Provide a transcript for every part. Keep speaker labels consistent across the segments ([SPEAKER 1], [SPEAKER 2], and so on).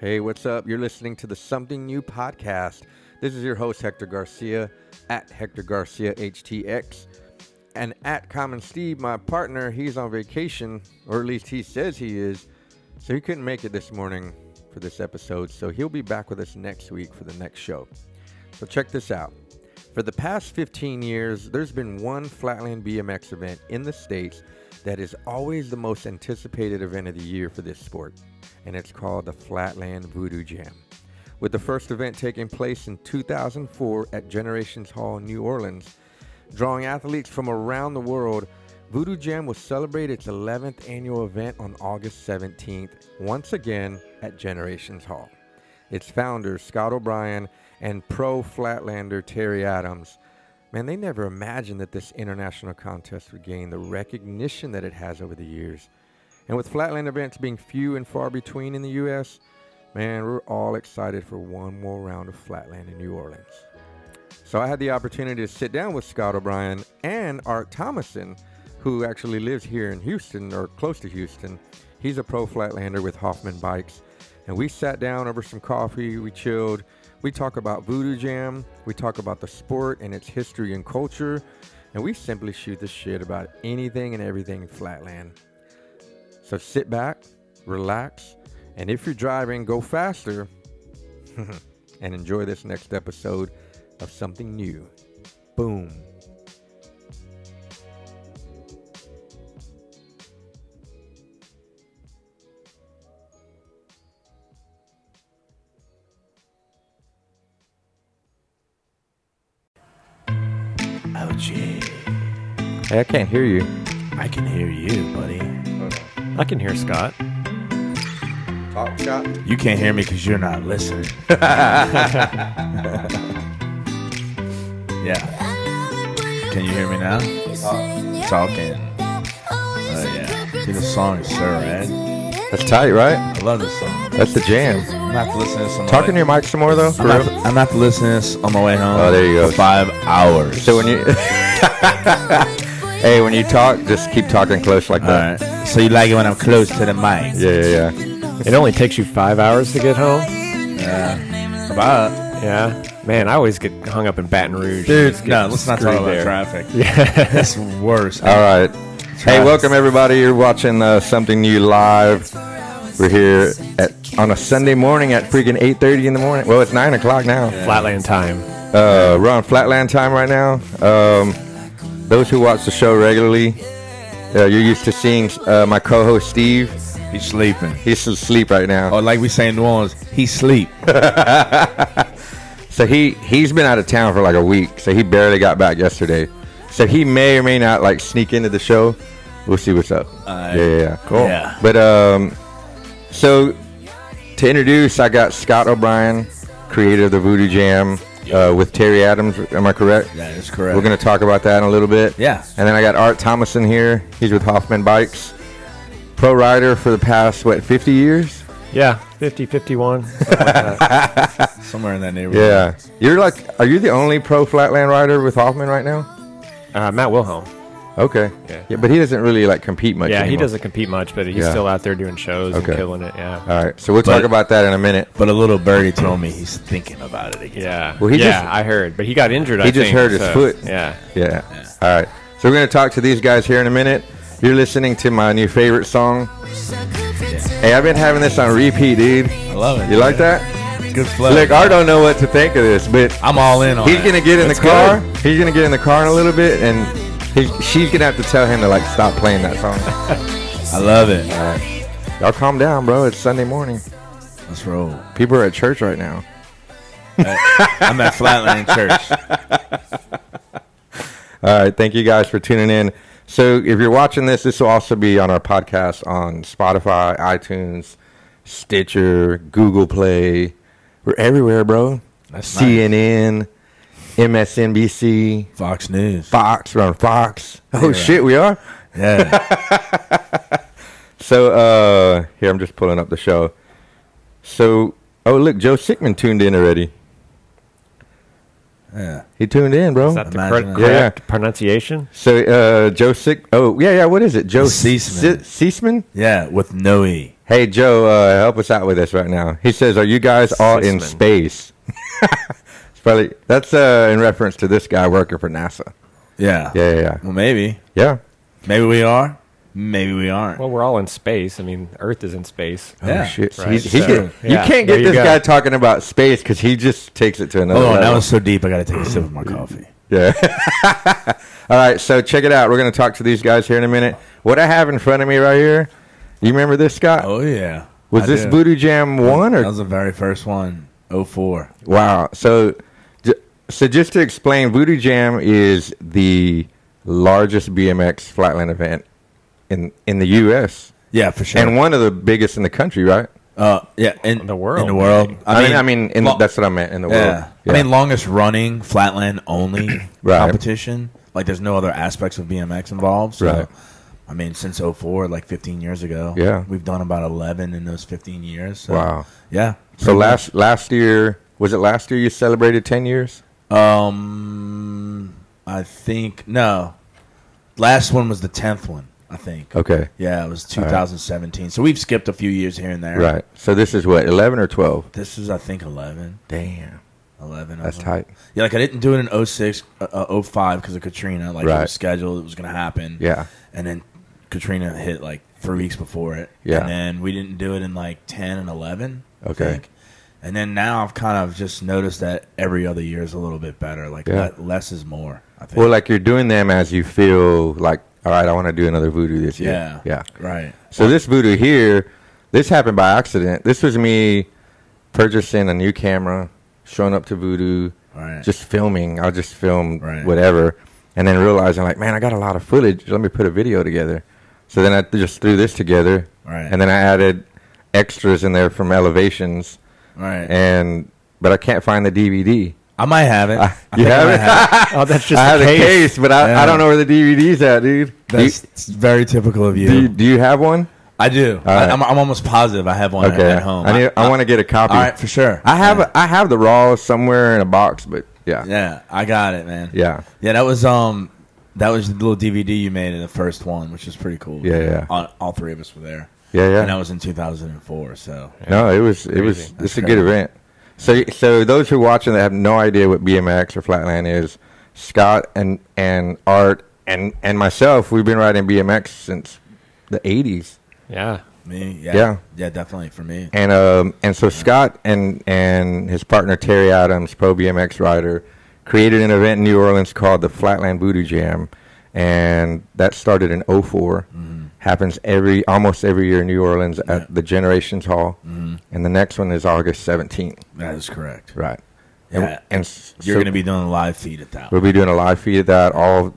[SPEAKER 1] Hey, what's up? You're listening to the Something New podcast. This is your host, Hector Garcia, at Hector Garcia HTX. And at Common Steve, my partner, he's on vacation, or at least he says he is. So he couldn't make it this morning for this episode. So he'll be back with us next week for the next show. So check this out. For the past 15 years, there's been one Flatland BMX event in the States that is always the most anticipated event of the year for this sport, and it's called the Flatland Voodoo Jam. With the first event taking place in 2004 at Generations Hall in New Orleans, drawing athletes from around the world, Voodoo Jam will celebrate its 11th annual event on August 17th, once again at Generations Hall. Its founders, Scott O'Brien and pro Flatlander Terry Adams, man, they never imagined that this international contest would gain the recognition that it has over the years. And with Flatland events being few and far between in the U.S., man, we're all excited for one more round of Flatland in New Orleans. So I had the opportunity to sit down with Scott O'Brien and Art Thomason, who actually lives here in Houston or close to Houston. He's a pro Flatlander with Hoffman Bikes. And we sat down over some coffee, we chilled, we talk about Voodoo Jam. We talk about the sport and its history and culture. And we simply shoot the shit about anything and everything flatland. So sit back, relax, and if you're driving, go faster and enjoy this next episode of something new. Boom.
[SPEAKER 2] Oh, gee.
[SPEAKER 1] Hey, I can't hear you.
[SPEAKER 2] I can hear you, buddy.
[SPEAKER 3] I can hear Scott.
[SPEAKER 1] Talk shot.
[SPEAKER 2] You can't hear me because you're not listening. yeah.
[SPEAKER 4] Can you hear me now?
[SPEAKER 2] Talking.
[SPEAKER 4] Oh yeah.
[SPEAKER 2] Dude, the song is so rad.
[SPEAKER 1] That's tight, right?
[SPEAKER 2] I love this song.
[SPEAKER 1] That's the jam.
[SPEAKER 2] I'm not listening to this on the
[SPEAKER 1] Talking to
[SPEAKER 2] way.
[SPEAKER 1] your mic some more though.
[SPEAKER 2] I'm
[SPEAKER 1] For
[SPEAKER 2] not,
[SPEAKER 1] real.
[SPEAKER 2] I'm not listening to this on my way home.
[SPEAKER 1] Oh, there you go.
[SPEAKER 2] for Five hours.
[SPEAKER 1] So when you, hey, when you talk, just keep talking close like
[SPEAKER 2] All
[SPEAKER 1] that.
[SPEAKER 2] right. So you like it when I'm close to the mic?
[SPEAKER 1] Yeah, yeah, yeah.
[SPEAKER 3] It only takes you five hours to get home.
[SPEAKER 2] About.
[SPEAKER 3] Yeah, man, I always get hung up in Baton Rouge.
[SPEAKER 2] Dude, no, let's not talk
[SPEAKER 3] screwed
[SPEAKER 2] about
[SPEAKER 3] there.
[SPEAKER 2] traffic. Yeah. That's worse.
[SPEAKER 1] All right. Hey, welcome everybody. You're watching uh, something new live. We're here at on a Sunday morning at freaking 8:30 in the morning. Well, it's nine o'clock now.
[SPEAKER 3] Flatland time.
[SPEAKER 1] Uh, we're on Flatland time right now. Um, those who watch the show regularly, uh, you're used to seeing uh, my co-host Steve.
[SPEAKER 2] He's sleeping.
[SPEAKER 1] He's asleep right now.
[SPEAKER 2] Or like we say in New Orleans, he sleep.
[SPEAKER 1] So he he's been out of town for like a week, so he barely got back yesterday. So he may or may not like sneak into the show. We'll see what's up.
[SPEAKER 2] Alright.
[SPEAKER 1] yeah, yeah, yeah, cool.
[SPEAKER 2] Yeah.
[SPEAKER 1] But um, so to introduce, I got Scott O'Brien, creator of the Voodoo Jam, uh, with Terry Adams. Am I correct?
[SPEAKER 2] That is correct.
[SPEAKER 1] We're gonna talk about that in a little bit.
[SPEAKER 2] Yeah.
[SPEAKER 1] And then I got Art Thomason here. He's with Hoffman Bikes, pro rider for the past what 50 years.
[SPEAKER 3] Yeah, 50, 51.
[SPEAKER 2] somewhere in that neighborhood.
[SPEAKER 1] Yeah. You're like, are you the only pro flatland rider with Hoffman right now?
[SPEAKER 3] Uh, Matt Wilhelm.
[SPEAKER 1] Okay.
[SPEAKER 3] Yeah.
[SPEAKER 1] but he doesn't really like compete much.
[SPEAKER 3] Yeah, he
[SPEAKER 1] anymore.
[SPEAKER 3] doesn't compete much, but he's
[SPEAKER 1] Yeah.
[SPEAKER 3] still out there doing shows
[SPEAKER 1] Okay.
[SPEAKER 3] and killing it. Yeah.
[SPEAKER 1] All right. So we'll talk
[SPEAKER 2] But-
[SPEAKER 1] about that in a minute.
[SPEAKER 2] But a little birdie told me he's thinking about it again.
[SPEAKER 3] yeah.
[SPEAKER 1] Well, he
[SPEAKER 3] yeah,
[SPEAKER 1] just-
[SPEAKER 3] I heard, but he got injured.
[SPEAKER 1] He
[SPEAKER 3] I
[SPEAKER 1] just
[SPEAKER 3] think,
[SPEAKER 1] hurt his
[SPEAKER 3] so-
[SPEAKER 1] foot.
[SPEAKER 3] Yeah.
[SPEAKER 1] Yeah. All right. So we're going to talk to these guys here in a minute. You're listening to my new favorite song. Hey, I've been having this on repeat, dude.
[SPEAKER 2] I love it.
[SPEAKER 1] You like that?
[SPEAKER 2] Good flow.
[SPEAKER 1] Look, I don't know what to think of this, but
[SPEAKER 2] I'm all in on
[SPEAKER 1] he's
[SPEAKER 2] it.
[SPEAKER 1] going to get in
[SPEAKER 2] That's
[SPEAKER 1] the car. He's going to get in the car in a little bit, and he, she's going to have to tell him to like stop playing that song.
[SPEAKER 2] good. I love it.
[SPEAKER 1] Y'all calm down, bro. It's Sunday morning.
[SPEAKER 2] Let's roll.
[SPEAKER 1] People are at church right now.
[SPEAKER 2] I'm at Flatland Church.
[SPEAKER 1] All right. Thank you guys for tuning in. So, if you're watching this, this will also be on our podcast on Spotify, iTunes, Stitcher, Google Play. We're everywhere, bro.
[SPEAKER 2] That's
[SPEAKER 1] CNN, MSNBC,
[SPEAKER 2] Fox News.
[SPEAKER 1] Fox. We're on Fox. Oh, shit, we are?
[SPEAKER 2] Yeah.
[SPEAKER 1] So, uh, here, I'm just pulling up the show. So, oh, look, Joe Sickman tuned in already.
[SPEAKER 2] Yeah.
[SPEAKER 1] He tuned in, bro.
[SPEAKER 3] Is that the cor-
[SPEAKER 2] Oh, Imagine that.
[SPEAKER 3] correct pronunciation?
[SPEAKER 1] so, uh, Joe Sick. Oh, yeah, yeah. What is it? Joe
[SPEAKER 2] Ceaseman.
[SPEAKER 1] Ceaseman?
[SPEAKER 2] Yeah. With no E.
[SPEAKER 1] Hey Joe, uh, help us out with this right now. He says, "Are you guys all in
[SPEAKER 3] Sisman.
[SPEAKER 1] space?" it's probably that's uh, in reference to this guy working for NASA.
[SPEAKER 2] Yeah.
[SPEAKER 1] Yeah, yeah, yeah.
[SPEAKER 2] Well, maybe.
[SPEAKER 1] yeah.
[SPEAKER 2] Maybe we are. Maybe we aren't.
[SPEAKER 3] Well, we're all in space. I mean, Earth is in space.
[SPEAKER 2] yeah.
[SPEAKER 1] Oh, shit.
[SPEAKER 3] right,
[SPEAKER 1] He- he
[SPEAKER 3] so-
[SPEAKER 1] get-
[SPEAKER 3] yeah,
[SPEAKER 1] you can't
[SPEAKER 3] there
[SPEAKER 1] get
[SPEAKER 3] you
[SPEAKER 1] this
[SPEAKER 3] go. Oh,
[SPEAKER 1] guy talking about space because he just takes it to another
[SPEAKER 2] Hold on, that
[SPEAKER 1] level.
[SPEAKER 2] was so deep. I gotta take a sip of my coffee.
[SPEAKER 1] yeah. all right, so check it out. We're going to talk to these guys here in a minute. What I have in front of me right here, you remember this, Scott?
[SPEAKER 2] Oh yeah.
[SPEAKER 1] was
[SPEAKER 2] I
[SPEAKER 1] this
[SPEAKER 2] do.
[SPEAKER 1] Voodoo Jam 1 or
[SPEAKER 2] That was the very first one. Oh four.
[SPEAKER 1] Wow. So, j- so just to explain, Voodoo Jam is the largest BMX flatland event in in the U.S.
[SPEAKER 2] Yeah, for sure.
[SPEAKER 1] and one of the biggest in the country, right?
[SPEAKER 2] uh, yeah, in
[SPEAKER 3] In the world.
[SPEAKER 2] In the world.
[SPEAKER 1] I mean, I mean, in
[SPEAKER 2] lo-
[SPEAKER 1] that's what I meant in the
[SPEAKER 2] yeah.
[SPEAKER 1] world.
[SPEAKER 2] I mean, longest running flatland only
[SPEAKER 1] Right.
[SPEAKER 2] competition. Like, there's no other aspects of BMX involved. So,
[SPEAKER 1] Right.
[SPEAKER 2] I mean, since 04, like 15 years ago.
[SPEAKER 1] Yeah.
[SPEAKER 2] We've done about 11 in those 15 years. So,
[SPEAKER 1] Wow.
[SPEAKER 2] Yeah.
[SPEAKER 1] so last last year was it last year you celebrated ten years?
[SPEAKER 2] Um, I think no. Last one was the tenth one, I think.
[SPEAKER 1] Okay.
[SPEAKER 2] Yeah, it was 2017. So we've skipped a few years here and there.
[SPEAKER 1] Right. So this is what eleven or twelve?
[SPEAKER 2] This is, I think, 11.
[SPEAKER 1] Damn,
[SPEAKER 2] 11. of
[SPEAKER 1] that's
[SPEAKER 2] them.
[SPEAKER 1] tight.
[SPEAKER 2] Yeah, like I didn't do it in 06, uh, uh, 05 because of Katrina. Like it
[SPEAKER 1] Right.
[SPEAKER 2] was scheduled, it was gonna happen.
[SPEAKER 1] Yeah.
[SPEAKER 2] and then Katrina hit like three weeks before it.
[SPEAKER 1] Yeah.
[SPEAKER 2] and then we didn't do it in like 10 and 11. I
[SPEAKER 1] Okay.
[SPEAKER 2] think. and then now I've kind of just noticed that every other year is a little bit better. Like
[SPEAKER 1] Yeah.
[SPEAKER 2] le- less is more. I think.
[SPEAKER 1] Well, like you're doing them as you feel like. All right, I want to do another voodoo this year.
[SPEAKER 2] yeah,
[SPEAKER 1] Yeah.
[SPEAKER 2] right.
[SPEAKER 1] So this voodoo here, this happened by accident. This was me purchasing a new camera, showing up to voodoo,
[SPEAKER 2] Right.
[SPEAKER 1] just filming. I'll just film
[SPEAKER 2] Right.
[SPEAKER 1] whatever, and then realizing like, man, I got a lot of footage. Let me put a video together. So then I th- just threw this together,
[SPEAKER 2] Right.
[SPEAKER 1] and then I added extras in there from elevations,
[SPEAKER 2] Right.
[SPEAKER 1] and but I can't find the DVD.
[SPEAKER 2] I might have it. I
[SPEAKER 1] you
[SPEAKER 2] think I
[SPEAKER 1] have
[SPEAKER 2] might
[SPEAKER 1] it?
[SPEAKER 3] Oh, that's just
[SPEAKER 1] I have
[SPEAKER 3] the
[SPEAKER 1] the
[SPEAKER 3] case.
[SPEAKER 1] case, but I,
[SPEAKER 2] Yeah.
[SPEAKER 1] I don't know where the DVD's at, dude. Do you,
[SPEAKER 2] That's it's very typical of you.
[SPEAKER 1] do you do you have one?
[SPEAKER 2] I do.
[SPEAKER 1] right.
[SPEAKER 2] I, I'm, I'm almost positive I have one at-
[SPEAKER 1] Okay,
[SPEAKER 2] at home.
[SPEAKER 1] I need, I, want to get a copy.
[SPEAKER 2] All right, for sure.
[SPEAKER 1] I have a, I have the raw somewhere in a box, but yeah, yeah,
[SPEAKER 2] Yeah, I got it, man.
[SPEAKER 1] yeah,
[SPEAKER 2] Yeah, that was um, that was the little DVD you made in the first one, which is pretty cool.
[SPEAKER 1] Yeah, yeah.
[SPEAKER 2] All, all three of us were there,
[SPEAKER 1] yeah.
[SPEAKER 2] and that was in 2004. So
[SPEAKER 1] no, it was it was
[SPEAKER 3] Crazy.
[SPEAKER 1] it's a
[SPEAKER 2] crazy.
[SPEAKER 1] good event. So so those who are watching that have no idea what BMX or flatland is, Scott and and Art and and myself, we've been riding BMX since the '80s,
[SPEAKER 3] Yeah.
[SPEAKER 2] me, yeah,
[SPEAKER 1] Yeah.
[SPEAKER 2] definitely for me.
[SPEAKER 1] and um and so Scott and and his partner Terry Adams, pro BMX rider, created an event in New Orleans called the Flatland Voodoo Jam. And that started in 4 happens every almost every year in New Orleans at
[SPEAKER 2] Mm-hmm. Yeah. Mm-hmm.
[SPEAKER 1] the Generations Hall, and the next one is August seventeenth.
[SPEAKER 2] That is correct.
[SPEAKER 1] Right.
[SPEAKER 2] Yeah.
[SPEAKER 1] And, and s-
[SPEAKER 2] You're
[SPEAKER 1] so
[SPEAKER 2] going to be doing a live feed at that.
[SPEAKER 1] we'll
[SPEAKER 2] one.
[SPEAKER 1] be doing a live feed of that all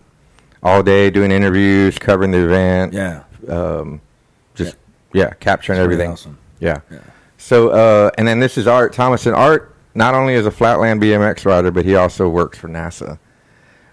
[SPEAKER 1] all day, doing interviews, covering the event,
[SPEAKER 2] Yeah,
[SPEAKER 1] just yeah, capturing
[SPEAKER 2] It's pretty
[SPEAKER 1] everything.
[SPEAKER 2] awesome.
[SPEAKER 1] Yeah.
[SPEAKER 2] Yeah.
[SPEAKER 1] So uh, and then this is Art Thomason. Art not only is a flatland BMX rider, but he also works for NASA.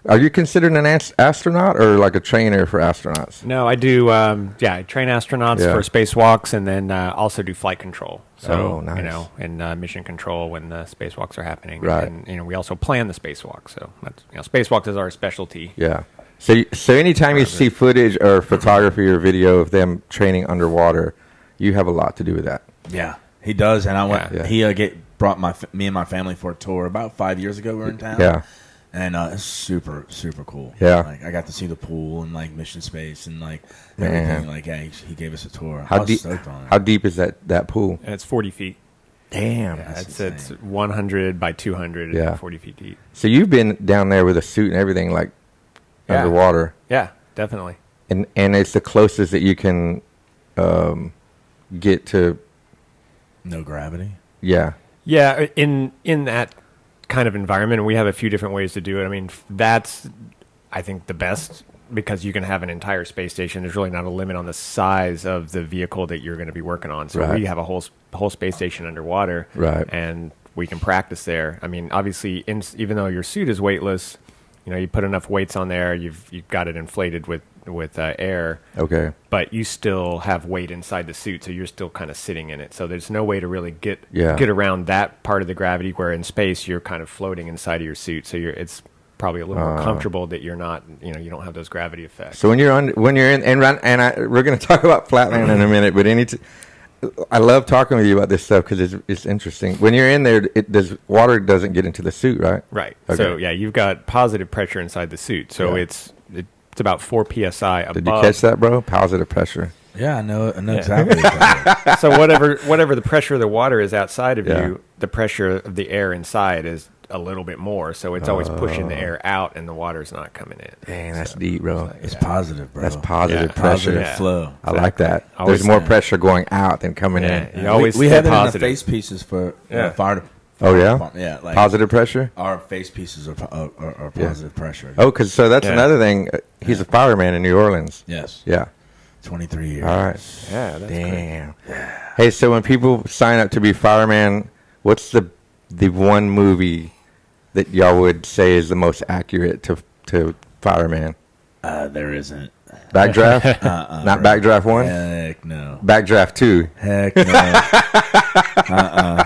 [SPEAKER 1] Are you considered an ast- astronaut or like a trainer for astronauts?
[SPEAKER 3] No, I do. Um, yeah, I train astronauts
[SPEAKER 1] Yeah.
[SPEAKER 3] for spacewalks, and then uh, also do flight control. So
[SPEAKER 1] Oh, nice.
[SPEAKER 3] you know, and uh, mission control when the spacewalks are happening.
[SPEAKER 1] Right.
[SPEAKER 3] And you know, we also plan the spacewalk. So that's you know, spacewalks is our specialty.
[SPEAKER 1] Yeah. So you- so anytime you see footage or photography or video of them training underwater, you have a lot to do with that.
[SPEAKER 2] Yeah, he does. And I went.
[SPEAKER 1] Yeah. Yeah.
[SPEAKER 2] He uh, get brought my f- me and my family for a tour about five years ago. We were in town.
[SPEAKER 1] Yeah.
[SPEAKER 2] and uh, it's super super cool.
[SPEAKER 1] Yeah.
[SPEAKER 2] like I got to see the pool and like Mission Space and like
[SPEAKER 1] Man.
[SPEAKER 2] everything. Like yeah, he, he gave us a tour. I
[SPEAKER 1] How
[SPEAKER 2] was
[SPEAKER 1] deep?
[SPEAKER 2] stoked on it.
[SPEAKER 1] How deep is that that pool?
[SPEAKER 3] And it's forty feet.
[SPEAKER 1] Damn.
[SPEAKER 2] That's
[SPEAKER 3] It's
[SPEAKER 2] insane.
[SPEAKER 3] it's one hundred by two hundred.
[SPEAKER 1] Yeah.
[SPEAKER 3] Yeah. Forty feet deep.
[SPEAKER 1] So you've been down there with a suit and everything, like
[SPEAKER 3] Yeah.
[SPEAKER 1] underwater,
[SPEAKER 3] Yeah, definitely.
[SPEAKER 1] and and it's the closest that you can um, get to.
[SPEAKER 2] no gravity.
[SPEAKER 1] Yeah.
[SPEAKER 3] Yeah, uh, in in that kind of environment, we have a few different ways to do it. I mean, f- that's I think the best because you can have an entire space station. There's really not a limit on the size of the vehicle that you're going to be working on. So
[SPEAKER 1] Right.
[SPEAKER 3] we have a whole s- whole space station underwater,
[SPEAKER 1] Right.
[SPEAKER 3] And we can practice there. I mean, obviously, in, even though your suit is weightless, you know, you put enough weights on there, you've you've got it inflated with with uh, air
[SPEAKER 1] Okay.
[SPEAKER 3] but you still have weight inside the suit, so you're still kind of sitting in it. So there's no way to really get
[SPEAKER 1] Yeah.
[SPEAKER 3] get around that part of the gravity. Where in space, you're kind of floating inside of your suit, so you're it's probably a little
[SPEAKER 1] Ah.
[SPEAKER 3] more comfortable that you're not you know you don't have those gravity effects.
[SPEAKER 1] So when you're on, when you're in, and run, and I, we're going to talk about flatland in a minute, but any, t- I love talking with you about this stuff because it's it's interesting. When you're in there, it does water doesn't get into the suit, right?
[SPEAKER 3] Right.
[SPEAKER 1] Okay.
[SPEAKER 3] So yeah, you've got positive pressure inside the suit. So
[SPEAKER 1] Yeah.
[SPEAKER 3] it's it's about four psi above.
[SPEAKER 1] Did you catch that, bro? Positive pressure.
[SPEAKER 2] Yeah, I know. I know exactly. what you're talking about.
[SPEAKER 3] so whatever whatever the pressure of the water is outside of
[SPEAKER 1] Yeah.
[SPEAKER 3] you, the pressure of the air inside is a little bit more. So it's always pushing
[SPEAKER 1] Ah.
[SPEAKER 3] the air out, and the water's not coming in.
[SPEAKER 1] Dang, that's deep, bro.
[SPEAKER 2] It's positive, bro.
[SPEAKER 1] That's positive
[SPEAKER 3] Yeah.
[SPEAKER 1] pressure.
[SPEAKER 2] Positive
[SPEAKER 3] Yeah.
[SPEAKER 2] flow.
[SPEAKER 1] I like that.
[SPEAKER 3] I always
[SPEAKER 1] There's more
[SPEAKER 3] say-
[SPEAKER 1] pressure going out than coming
[SPEAKER 3] Yeah,
[SPEAKER 1] in.
[SPEAKER 3] you always
[SPEAKER 2] we, we
[SPEAKER 3] stay
[SPEAKER 2] have it in the
[SPEAKER 3] positive.
[SPEAKER 2] face pieces for
[SPEAKER 3] Yeah.
[SPEAKER 2] yeah. fire.
[SPEAKER 1] Oh yeah,
[SPEAKER 2] department. Yeah, like-
[SPEAKER 1] positive pressure.
[SPEAKER 2] Our face pieces are po- are, are, are positive pressure.
[SPEAKER 1] Oh, cause so that's
[SPEAKER 3] Yeah.
[SPEAKER 1] another thing. Uh, He's a fireman in New Orleans.
[SPEAKER 2] Yes,
[SPEAKER 1] Yeah.
[SPEAKER 2] twenty three years.
[SPEAKER 1] All right.
[SPEAKER 3] Yeah, that's
[SPEAKER 1] Damn. Hey, so when people sign up to be fireman, what's the the one movie that y'all would say is the most accurate to to fireman?
[SPEAKER 2] Uh, there isn't.
[SPEAKER 1] Backdraft?
[SPEAKER 2] Uh-uh,
[SPEAKER 1] Not
[SPEAKER 2] bro.
[SPEAKER 1] backdraft one.
[SPEAKER 2] Heck no.
[SPEAKER 1] Backdraft two.
[SPEAKER 2] Heck no. uh uh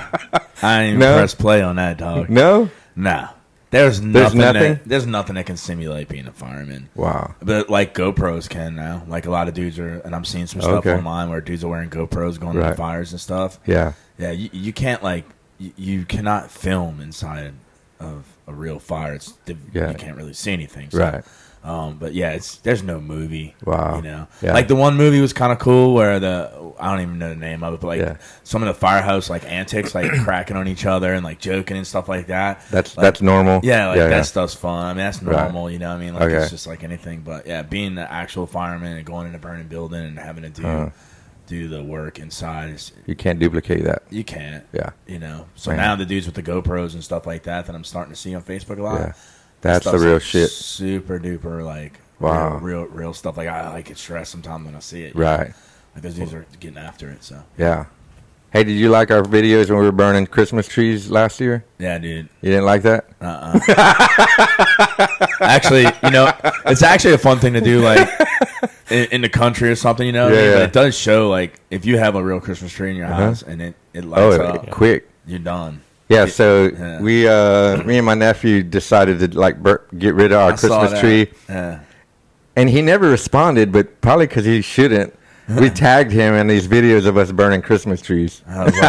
[SPEAKER 2] I ain't even
[SPEAKER 1] No?
[SPEAKER 2] press play on that dog.
[SPEAKER 1] No.
[SPEAKER 2] Nah. There's nothing.
[SPEAKER 1] There's nothing?
[SPEAKER 2] That, there's nothing that can simulate being a fireman.
[SPEAKER 1] Wow.
[SPEAKER 2] But like GoPros can now. Like a lot of dudes are, and I'm seeing some stuff
[SPEAKER 1] Okay.
[SPEAKER 2] online where dudes are wearing GoPros going to
[SPEAKER 1] Right.
[SPEAKER 2] the fires and stuff.
[SPEAKER 1] Yeah.
[SPEAKER 2] Yeah, you, you can't like you, you cannot film inside of a real fire. It's the,
[SPEAKER 1] Yeah.
[SPEAKER 2] you can't really see anything. so-
[SPEAKER 1] Right.
[SPEAKER 2] Um, but yeah, it's there's no movie.
[SPEAKER 1] Wow.
[SPEAKER 2] You know,
[SPEAKER 1] Yeah.
[SPEAKER 2] like the one movie was kind of cool where the I don't even know the name of it, but like
[SPEAKER 1] Yeah.
[SPEAKER 2] some of the firehouse like antics, like cracking on each other and like joking and stuff like that.
[SPEAKER 1] That's
[SPEAKER 2] Like,
[SPEAKER 1] that's normal.
[SPEAKER 2] yeah, like that stuff's fun. I mean, that's
[SPEAKER 1] Right.
[SPEAKER 2] normal. You know, what I mean, like
[SPEAKER 1] Okay.
[SPEAKER 2] it's just like anything. But yeah, being the actual fireman and going in a burning building and having to do
[SPEAKER 1] Uh-huh.
[SPEAKER 2] do the work inside is
[SPEAKER 1] You can't duplicate that.
[SPEAKER 2] you can't.
[SPEAKER 1] Yeah.
[SPEAKER 2] You know, so
[SPEAKER 1] Man.
[SPEAKER 2] now the dudes with the GoPros and stuff like that that I'm starting to see on Facebook a lot.
[SPEAKER 1] Yeah. That's the
[SPEAKER 2] stuff's,
[SPEAKER 1] real
[SPEAKER 2] like,
[SPEAKER 1] shit.
[SPEAKER 2] Super duper like
[SPEAKER 1] Wow.
[SPEAKER 2] real, real real stuff. Like I, I get stressed sometimes when I see it. you know?
[SPEAKER 1] Right.
[SPEAKER 2] Like those dudes are getting after it. So
[SPEAKER 1] Yeah. Hey, did you like our videos when we were burning Christmas trees last year?
[SPEAKER 2] yeah, dude.
[SPEAKER 1] You didn't like that?
[SPEAKER 2] Uh. uh Uh-uh. actually, you know, it's actually a fun thing to do. Like. In, in the country or something, you know, what
[SPEAKER 1] Yeah,
[SPEAKER 2] I mean? but
[SPEAKER 1] yeah. Uh-huh.
[SPEAKER 2] it does show like if you have a real Christmas tree in your house and it it
[SPEAKER 1] Oh,
[SPEAKER 2] lights up,
[SPEAKER 1] it- quick.
[SPEAKER 2] you're done.
[SPEAKER 1] Yeah, so
[SPEAKER 2] Yeah.
[SPEAKER 1] we, uh, me and my nephew decided to like bur- get rid of our
[SPEAKER 2] I saw
[SPEAKER 1] Christmas
[SPEAKER 2] that.
[SPEAKER 1] tree,
[SPEAKER 2] Yeah.
[SPEAKER 1] and he never responded, but probably because he shouldn't. We tagged him in these videos of us burning Christmas trees.
[SPEAKER 2] I was like,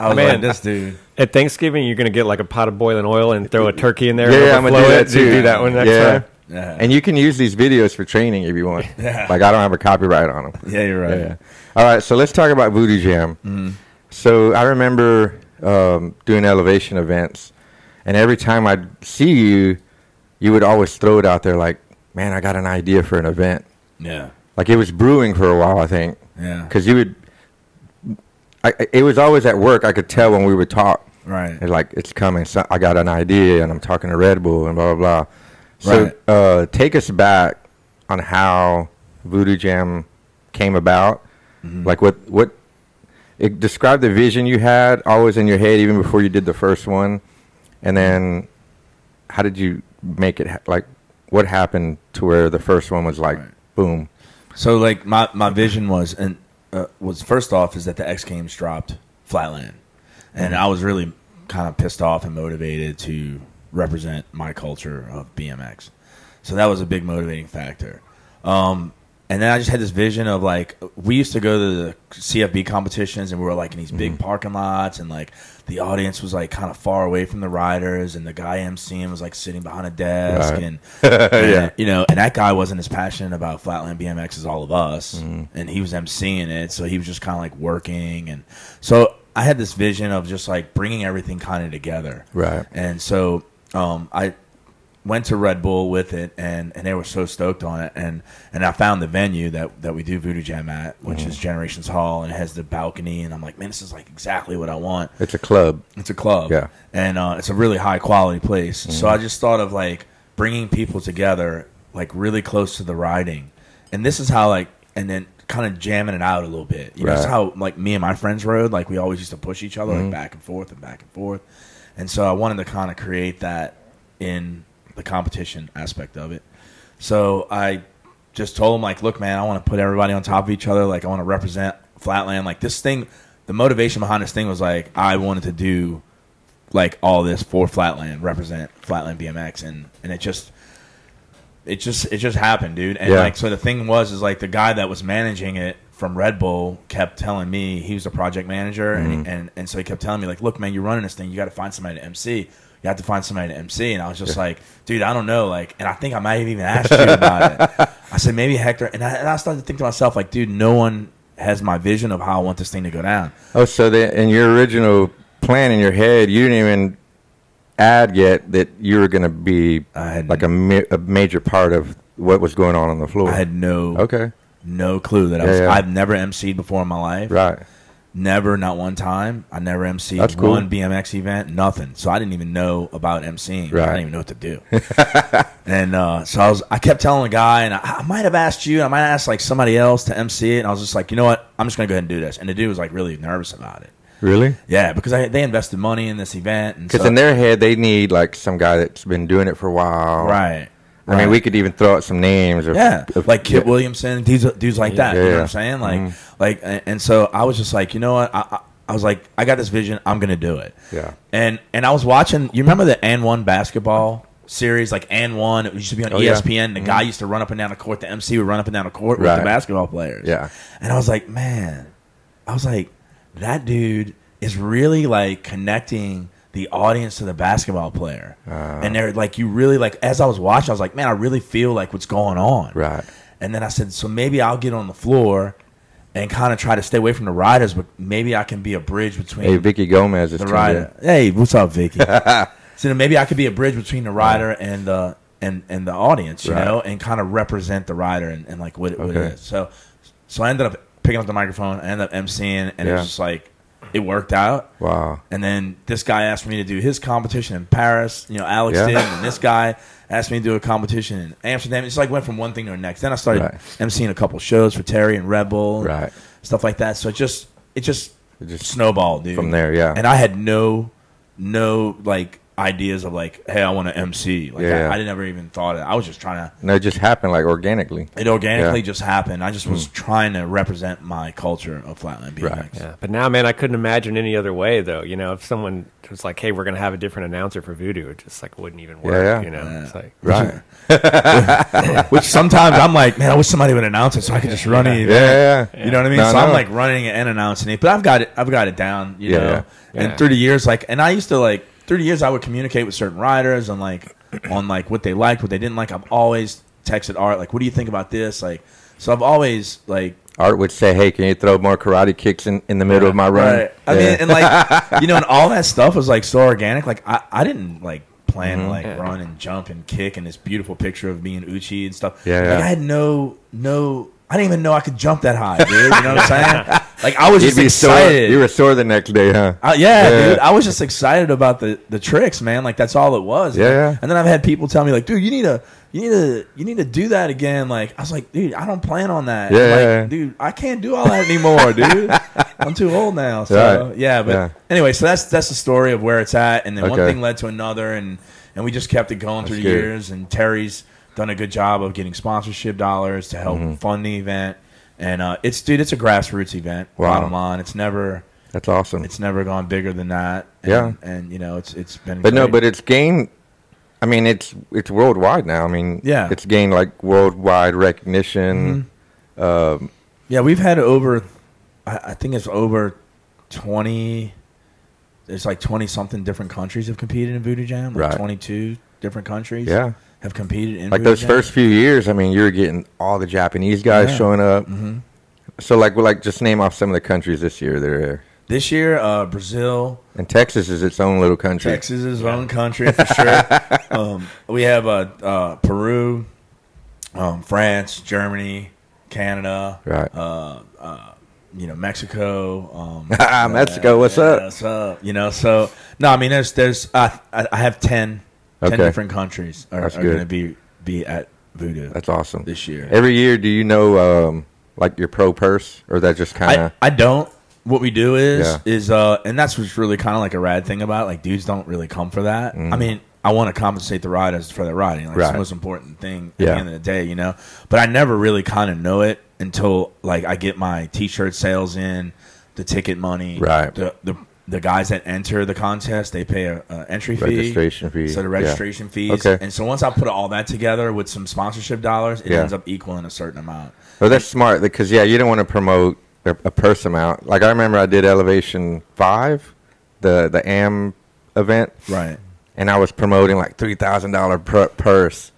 [SPEAKER 2] I was
[SPEAKER 3] Man.
[SPEAKER 2] like this dude.
[SPEAKER 3] At Thanksgiving, you're gonna get like a pot of boiling oil and throw a turkey in there.
[SPEAKER 1] Yeah,
[SPEAKER 3] and
[SPEAKER 1] yeah, I'm gonna do
[SPEAKER 3] overflow
[SPEAKER 1] that
[SPEAKER 3] it. You
[SPEAKER 1] too.
[SPEAKER 3] Do that one next
[SPEAKER 1] yeah.
[SPEAKER 3] time.
[SPEAKER 2] Yeah.
[SPEAKER 1] And you can use these videos for training if you want. Like I don't have a copyright on them.
[SPEAKER 2] yeah, you're right.
[SPEAKER 1] Yeah. All right. So let's talk about Voodoo Jam. So I remember um, doing elevation events, and every time I'd see you, you would always throw it out there like, "Man, I got an idea for an event."
[SPEAKER 2] Yeah.
[SPEAKER 1] Like it was brewing for a while, I think,
[SPEAKER 2] Yeah.
[SPEAKER 1] because you would. I, I- it was always at work. I could tell when we would talk.
[SPEAKER 2] Right.
[SPEAKER 1] It's like it's coming. So I got an idea, and I'm talking to Red Bull, and blah blah blah. So
[SPEAKER 2] Right.
[SPEAKER 1] uh, take us back on how Voodoo Jam came about.
[SPEAKER 2] Mm-hmm.
[SPEAKER 1] Like what what it, describe the vision you had always in your head, even before you did the first one, and then how did you make it? Ha- like what happened to where the first one was like
[SPEAKER 2] Right.
[SPEAKER 1] boom?
[SPEAKER 2] So like my, my vision was and uh, was first off is that the X Games dropped Flatland, and I was really kind of pissed off and motivated to represent my culture of BMX. So that was a big motivating factor. Um, and then I just had this vision of like we used to go to the CFB competitions and we were like in these
[SPEAKER 1] Mm-hmm.
[SPEAKER 2] big parking lots and like the audience was like kind of far away from the riders and the guy emceeing was like sitting behind a desk
[SPEAKER 1] Right.
[SPEAKER 2] and
[SPEAKER 1] Yeah.
[SPEAKER 2] and, you know, and that guy wasn't as passionate about Flatland BMX as all of us,
[SPEAKER 1] Mm-hmm.
[SPEAKER 2] and he was emceeing it, so he was just kind of like working, and so I had this vision of just like bringing everything kind of together,
[SPEAKER 1] Right.
[SPEAKER 2] And so um, I went to Red Bull with it, and, and they were so stoked on it, and, and I found the venue that, that we do Voodoo Jam at, which is Generations Hall, and it has the balcony, and I'm like, man, this is like exactly what I want.
[SPEAKER 1] It's a club.
[SPEAKER 2] It's a club.
[SPEAKER 1] Yeah.
[SPEAKER 2] And uh, it's a really high quality place. So I just thought of like bringing people together, like really close to the riding. And this is how like, and then kind of jamming it out a little bit. You know, this is
[SPEAKER 1] Right.
[SPEAKER 2] how like me and my friends rode. Like we always used to push each other like back and forth and back and forth. And so I wanted to kind of create that in the competition aspect of it. So I just told him like, look, man, I want to put everybody on top of each other. Like I want to represent Flatland. Like this thing, the motivation behind this thing was like I wanted to do like all this for Flatland, represent Flatland BMX, and and it just. It just it just happened, dude. And
[SPEAKER 1] Yeah.
[SPEAKER 2] like so the thing was is like the guy that was managing it from Red Bull kept telling me he was a project manager, and,
[SPEAKER 1] Mm-hmm.
[SPEAKER 2] and and so he kept telling me like, "Look, man, you're running this thing. You got to find somebody to MC. You have to find somebody to MC." And I was just like, "Dude, I don't know." Like, and I think I might have even asked you about it. I said maybe Hector, and I, and I started to think to myself like, "Dude, no one has my vision of how I want this thing to go down."
[SPEAKER 1] Oh, so the, in your original plan in your head, you didn't even add yet that you were going to be
[SPEAKER 2] I had-
[SPEAKER 1] like a, ma- a major part of what was going on on the floor.
[SPEAKER 2] I had no
[SPEAKER 1] okay,
[SPEAKER 2] no clue that I
[SPEAKER 1] Yeah,
[SPEAKER 2] was.
[SPEAKER 1] yeah.
[SPEAKER 2] I've never MC'd before in my life.
[SPEAKER 1] right.
[SPEAKER 2] Never, not one time. I never MC'd
[SPEAKER 1] That's cool.
[SPEAKER 2] one BMX event, nothing. So I didn't even know about MCing. I
[SPEAKER 1] Right.
[SPEAKER 2] didn't even know what to do. and uh, so I was, I kept telling the guy, and I, I might have asked you, I might have asked like somebody else to MC it. And I was just like, you know what? I'm just gonna go ahead and do this. And the dude was like really nervous about it.
[SPEAKER 1] Really?
[SPEAKER 2] Yeah, because I, they invested money in this event, and
[SPEAKER 1] Because
[SPEAKER 2] so,
[SPEAKER 1] in their head, they need like some guy that's been doing it for a while.
[SPEAKER 2] right.
[SPEAKER 1] I mean,
[SPEAKER 2] right.
[SPEAKER 1] we could even throw out some names. Of,
[SPEAKER 2] Yeah,
[SPEAKER 1] of-
[SPEAKER 2] like Kit
[SPEAKER 1] yeah.
[SPEAKER 2] Williamson, dudes, dudes like that.
[SPEAKER 1] Yeah,
[SPEAKER 2] you know
[SPEAKER 1] yeah. Mm-hmm.
[SPEAKER 2] what I'm saying? Like, like, and and so I was just like, you know what? I, I, I was like, I got this vision. I'm gonna do it.
[SPEAKER 1] Yeah.
[SPEAKER 2] And and I was watching. You remember the and one basketball series? Like and one, it used to be on E
[SPEAKER 1] Oh, yeah.
[SPEAKER 2] ESPN. The guy used to run up and down the court. The MC would run up and down the court with
[SPEAKER 1] Right.
[SPEAKER 2] the basketball players.
[SPEAKER 1] Yeah.
[SPEAKER 2] And I was like, man, I was like, that dude is really like connecting the audience to the basketball player. and they're like, you really like, as I was watching, I was like, man, I really feel like what's going on.
[SPEAKER 1] Right.
[SPEAKER 2] And then I said, so maybe I'll get on the floor and kind of try to stay away from the riders, but maybe I can be a bridge between
[SPEAKER 1] Hey, Vicky Gomez is
[SPEAKER 2] the
[SPEAKER 1] tuned
[SPEAKER 2] rider. Hey, what's up, Vicky? so then maybe I could be a bridge between the rider and the and and the audience, you
[SPEAKER 1] Right.
[SPEAKER 2] know, and kind of represent the rider and, and like what it, what
[SPEAKER 1] Okay.
[SPEAKER 2] it is. So so I ended up picking up the microphone, I ended up emceeing, and it
[SPEAKER 1] Yeah.
[SPEAKER 2] was just like it worked out.
[SPEAKER 1] in. Wow.
[SPEAKER 2] And then this guy asked me to do his competition in Paris. You know, Alex
[SPEAKER 1] Yeah.
[SPEAKER 2] did, and this guy asked me to do a competition in Amsterdam. It's like went from one thing to the next. Then I started
[SPEAKER 1] Right.
[SPEAKER 2] emceeing a couple shows for Terry and Red Bull, and
[SPEAKER 1] Right.
[SPEAKER 2] Stuff like that. So it just it just
[SPEAKER 1] It just-
[SPEAKER 2] snowballed, dude.
[SPEAKER 1] from there, yeah.
[SPEAKER 2] And I had no no like ideas of like, hey, I want to MC. Like
[SPEAKER 1] Yeah.
[SPEAKER 2] I, I never even thought of it. I was just trying to
[SPEAKER 1] No, it just happened like organically.
[SPEAKER 2] it organically
[SPEAKER 1] Yeah. Mm.
[SPEAKER 2] just happened. I just was trying to represent my culture of flatland BMX.
[SPEAKER 1] Right.
[SPEAKER 3] Yeah, but now, man, I couldn't imagine any other way, though. You know, if someone was like, "Hey, we're gonna have a different announcer for Voodoo," it just like wouldn't even work.
[SPEAKER 1] yeah.
[SPEAKER 3] You know,
[SPEAKER 2] Yeah.
[SPEAKER 3] it's like
[SPEAKER 1] Right.
[SPEAKER 2] Which sometimes I'm like, man, I wish somebody would announce it so I could just run it.
[SPEAKER 1] Yeah, yeah, yeah.
[SPEAKER 2] You know what I mean?
[SPEAKER 1] No,
[SPEAKER 2] so I'm
[SPEAKER 1] no.
[SPEAKER 2] like running it and announcing it, but I've got it. I've got it down. You
[SPEAKER 1] Yeah,
[SPEAKER 2] know.
[SPEAKER 1] yeah.
[SPEAKER 3] Yeah.
[SPEAKER 2] And through the years, like, and I used to like through the years, I would communicate with certain riders and like on like what they liked, what they didn't like. I've always texted Art like, what do you think about this? Like, so I've always like.
[SPEAKER 1] Art would say, "Hey, can you throw more karate kicks in, in the middle of my run?"
[SPEAKER 2] Right. I
[SPEAKER 1] Yeah.
[SPEAKER 2] mean, and like you know, and all that stuff was like so organic. Like I, I didn't like plan
[SPEAKER 1] Mm-hmm.
[SPEAKER 2] to like
[SPEAKER 3] Yeah.
[SPEAKER 2] run and jump and kick and this beautiful picture of me and Uchi and stuff.
[SPEAKER 1] Yeah,
[SPEAKER 2] like
[SPEAKER 1] yeah.
[SPEAKER 2] I had no no. I didn't even know I could jump that high, dude. You know what I'm saying? Like I was
[SPEAKER 1] You'd
[SPEAKER 2] just
[SPEAKER 1] be
[SPEAKER 2] excited.
[SPEAKER 1] sore. You were sore the next day, huh?
[SPEAKER 2] I- Uh, yeah,
[SPEAKER 1] Yeah.
[SPEAKER 2] dude. I was just excited about the the tricks, man. Like that's all it was.
[SPEAKER 1] Yeah, yeah.
[SPEAKER 2] And then I've had people tell me like, dude, you need to you need to you need to do that again. Like I was like, dude, I don't plan on that.
[SPEAKER 1] Yeah,
[SPEAKER 2] Like,
[SPEAKER 1] yeah, yeah.
[SPEAKER 2] dude, I can't do all that anymore, dude. I'm too old now. So
[SPEAKER 1] Right.
[SPEAKER 2] yeah, but
[SPEAKER 1] Yeah.
[SPEAKER 2] anyway, so that's that's the story of where it's at. And then one
[SPEAKER 1] Okay.
[SPEAKER 2] thing led to another and and we just kept it going through the
[SPEAKER 1] good.
[SPEAKER 2] years and Terry's done a good job of getting sponsorship dollars to
[SPEAKER 1] Mm-hmm.
[SPEAKER 2] help fund the event. And uh, it's dude, it's a grassroots event,
[SPEAKER 1] Wow.
[SPEAKER 2] bottom line. It's never
[SPEAKER 1] That's awesome.
[SPEAKER 2] it's never gone bigger than that. And,
[SPEAKER 1] Yeah.
[SPEAKER 2] and you know it's it's been.
[SPEAKER 1] But no,
[SPEAKER 2] great.
[SPEAKER 1] but it's gained. I mean, it's it's worldwide now. I mean,
[SPEAKER 2] Yeah. Mm-hmm.
[SPEAKER 1] it's gained like worldwide recognition.
[SPEAKER 2] yeah, we've had over, I, I think it's over twenty. It's like twenty something different countries have competed in Voodoo Jam. Like
[SPEAKER 1] Right.
[SPEAKER 2] Twenty two different countries.
[SPEAKER 1] Yeah.
[SPEAKER 2] Have competed in
[SPEAKER 1] Like
[SPEAKER 2] Voodoo
[SPEAKER 1] those
[SPEAKER 2] Jam.
[SPEAKER 1] first few years, I mean, you're getting all the Japanese guys
[SPEAKER 2] Yeah. Mm-hmm.
[SPEAKER 1] showing up. So like, well, like just name off some of the countries this year. They're here.
[SPEAKER 2] This year, uh, Brazil,
[SPEAKER 1] and Texas is its own little country.
[SPEAKER 2] Texas is our own country for sure. um, we have uh, uh, Peru, um, France, Germany, Canada,
[SPEAKER 1] Right.
[SPEAKER 2] Uh, uh, you know Mexico. Um,
[SPEAKER 1] Ah, Mexico, what's up?
[SPEAKER 2] What's up? You know, so no, I mean, there's there's uh, I I have 10, 10
[SPEAKER 1] Okay.
[SPEAKER 2] different countries are,
[SPEAKER 1] That's
[SPEAKER 2] are
[SPEAKER 1] good.
[SPEAKER 2] going to be be at Voodoo.
[SPEAKER 1] That's awesome.
[SPEAKER 2] This year.
[SPEAKER 1] every year, do you know um, like your pro purse, or that just kind
[SPEAKER 2] I,
[SPEAKER 1] of
[SPEAKER 2] I don't. What we do is
[SPEAKER 1] Yeah.
[SPEAKER 2] is uh, and that's what's really kind of like a rad thing about it. like dudes don't really come for that. I mean, I want to compensate the riders for their riding. Like it's
[SPEAKER 1] Mm. Right.
[SPEAKER 2] the most important thing at
[SPEAKER 1] Yeah.
[SPEAKER 2] the end of the day, you know. But I never really kind of know it until like I get my t-shirt sales in, the ticket money,
[SPEAKER 1] Right.
[SPEAKER 2] The the the guys that enter the contest they pay a, a entry fee,
[SPEAKER 1] Registration fee,
[SPEAKER 2] so the
[SPEAKER 1] yeah.
[SPEAKER 2] registration fees.
[SPEAKER 1] Okay.
[SPEAKER 2] And so once I put all that together with some sponsorship dollars, it
[SPEAKER 1] Yeah.
[SPEAKER 2] ends up equaling a certain amount.
[SPEAKER 1] Oh, that's smart because yeah, you don't want to promote a, a purse amount. Like I remember I did Elevation Five, the the AM event,
[SPEAKER 2] Right.
[SPEAKER 1] and I was promoting like three thousand dollar purse,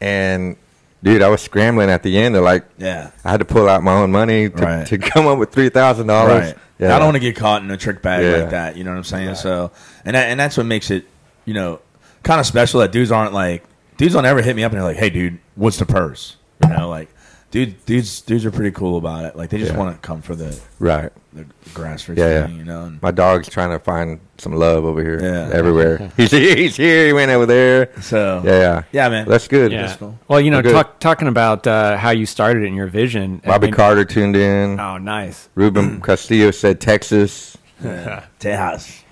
[SPEAKER 1] and dude, I was scrambling at the end to like
[SPEAKER 2] Yeah.
[SPEAKER 1] I had to pull out my own money to,
[SPEAKER 2] Right.
[SPEAKER 1] to come up with three thousand dollars.
[SPEAKER 2] Right. I don't want to get caught in a trick bag
[SPEAKER 1] Yeah.
[SPEAKER 2] like that. You know what I'm saying? So, and that, and that's what makes it, you know, kind of special that dudes aren't like dudes don't ever hit me up and they're like, "Hey, dude, what's the purse?" You know, like, dude, dudes, dudes are pretty cool about it. Like, they just
[SPEAKER 1] Yeah.
[SPEAKER 2] want to come for the
[SPEAKER 1] Right.
[SPEAKER 2] the grassroots
[SPEAKER 1] Yeah, yeah.
[SPEAKER 2] thing, you know. And,
[SPEAKER 1] My dog's trying to find some love over here.
[SPEAKER 2] Yeah.
[SPEAKER 1] Everywhere. he's here, he's here, he went over there.
[SPEAKER 2] so,
[SPEAKER 1] Yeah, yeah.
[SPEAKER 2] yeah, man.
[SPEAKER 1] That's good.
[SPEAKER 3] Yeah.
[SPEAKER 2] cool.
[SPEAKER 3] Well, you know,
[SPEAKER 1] Good.
[SPEAKER 3] talk, talking about uh, how you started in your vision. I
[SPEAKER 1] Bobby
[SPEAKER 3] mean-
[SPEAKER 1] Carter tuned in.
[SPEAKER 3] Oh, nice.
[SPEAKER 1] Ruben Castillo said Texas.
[SPEAKER 2] Tejas.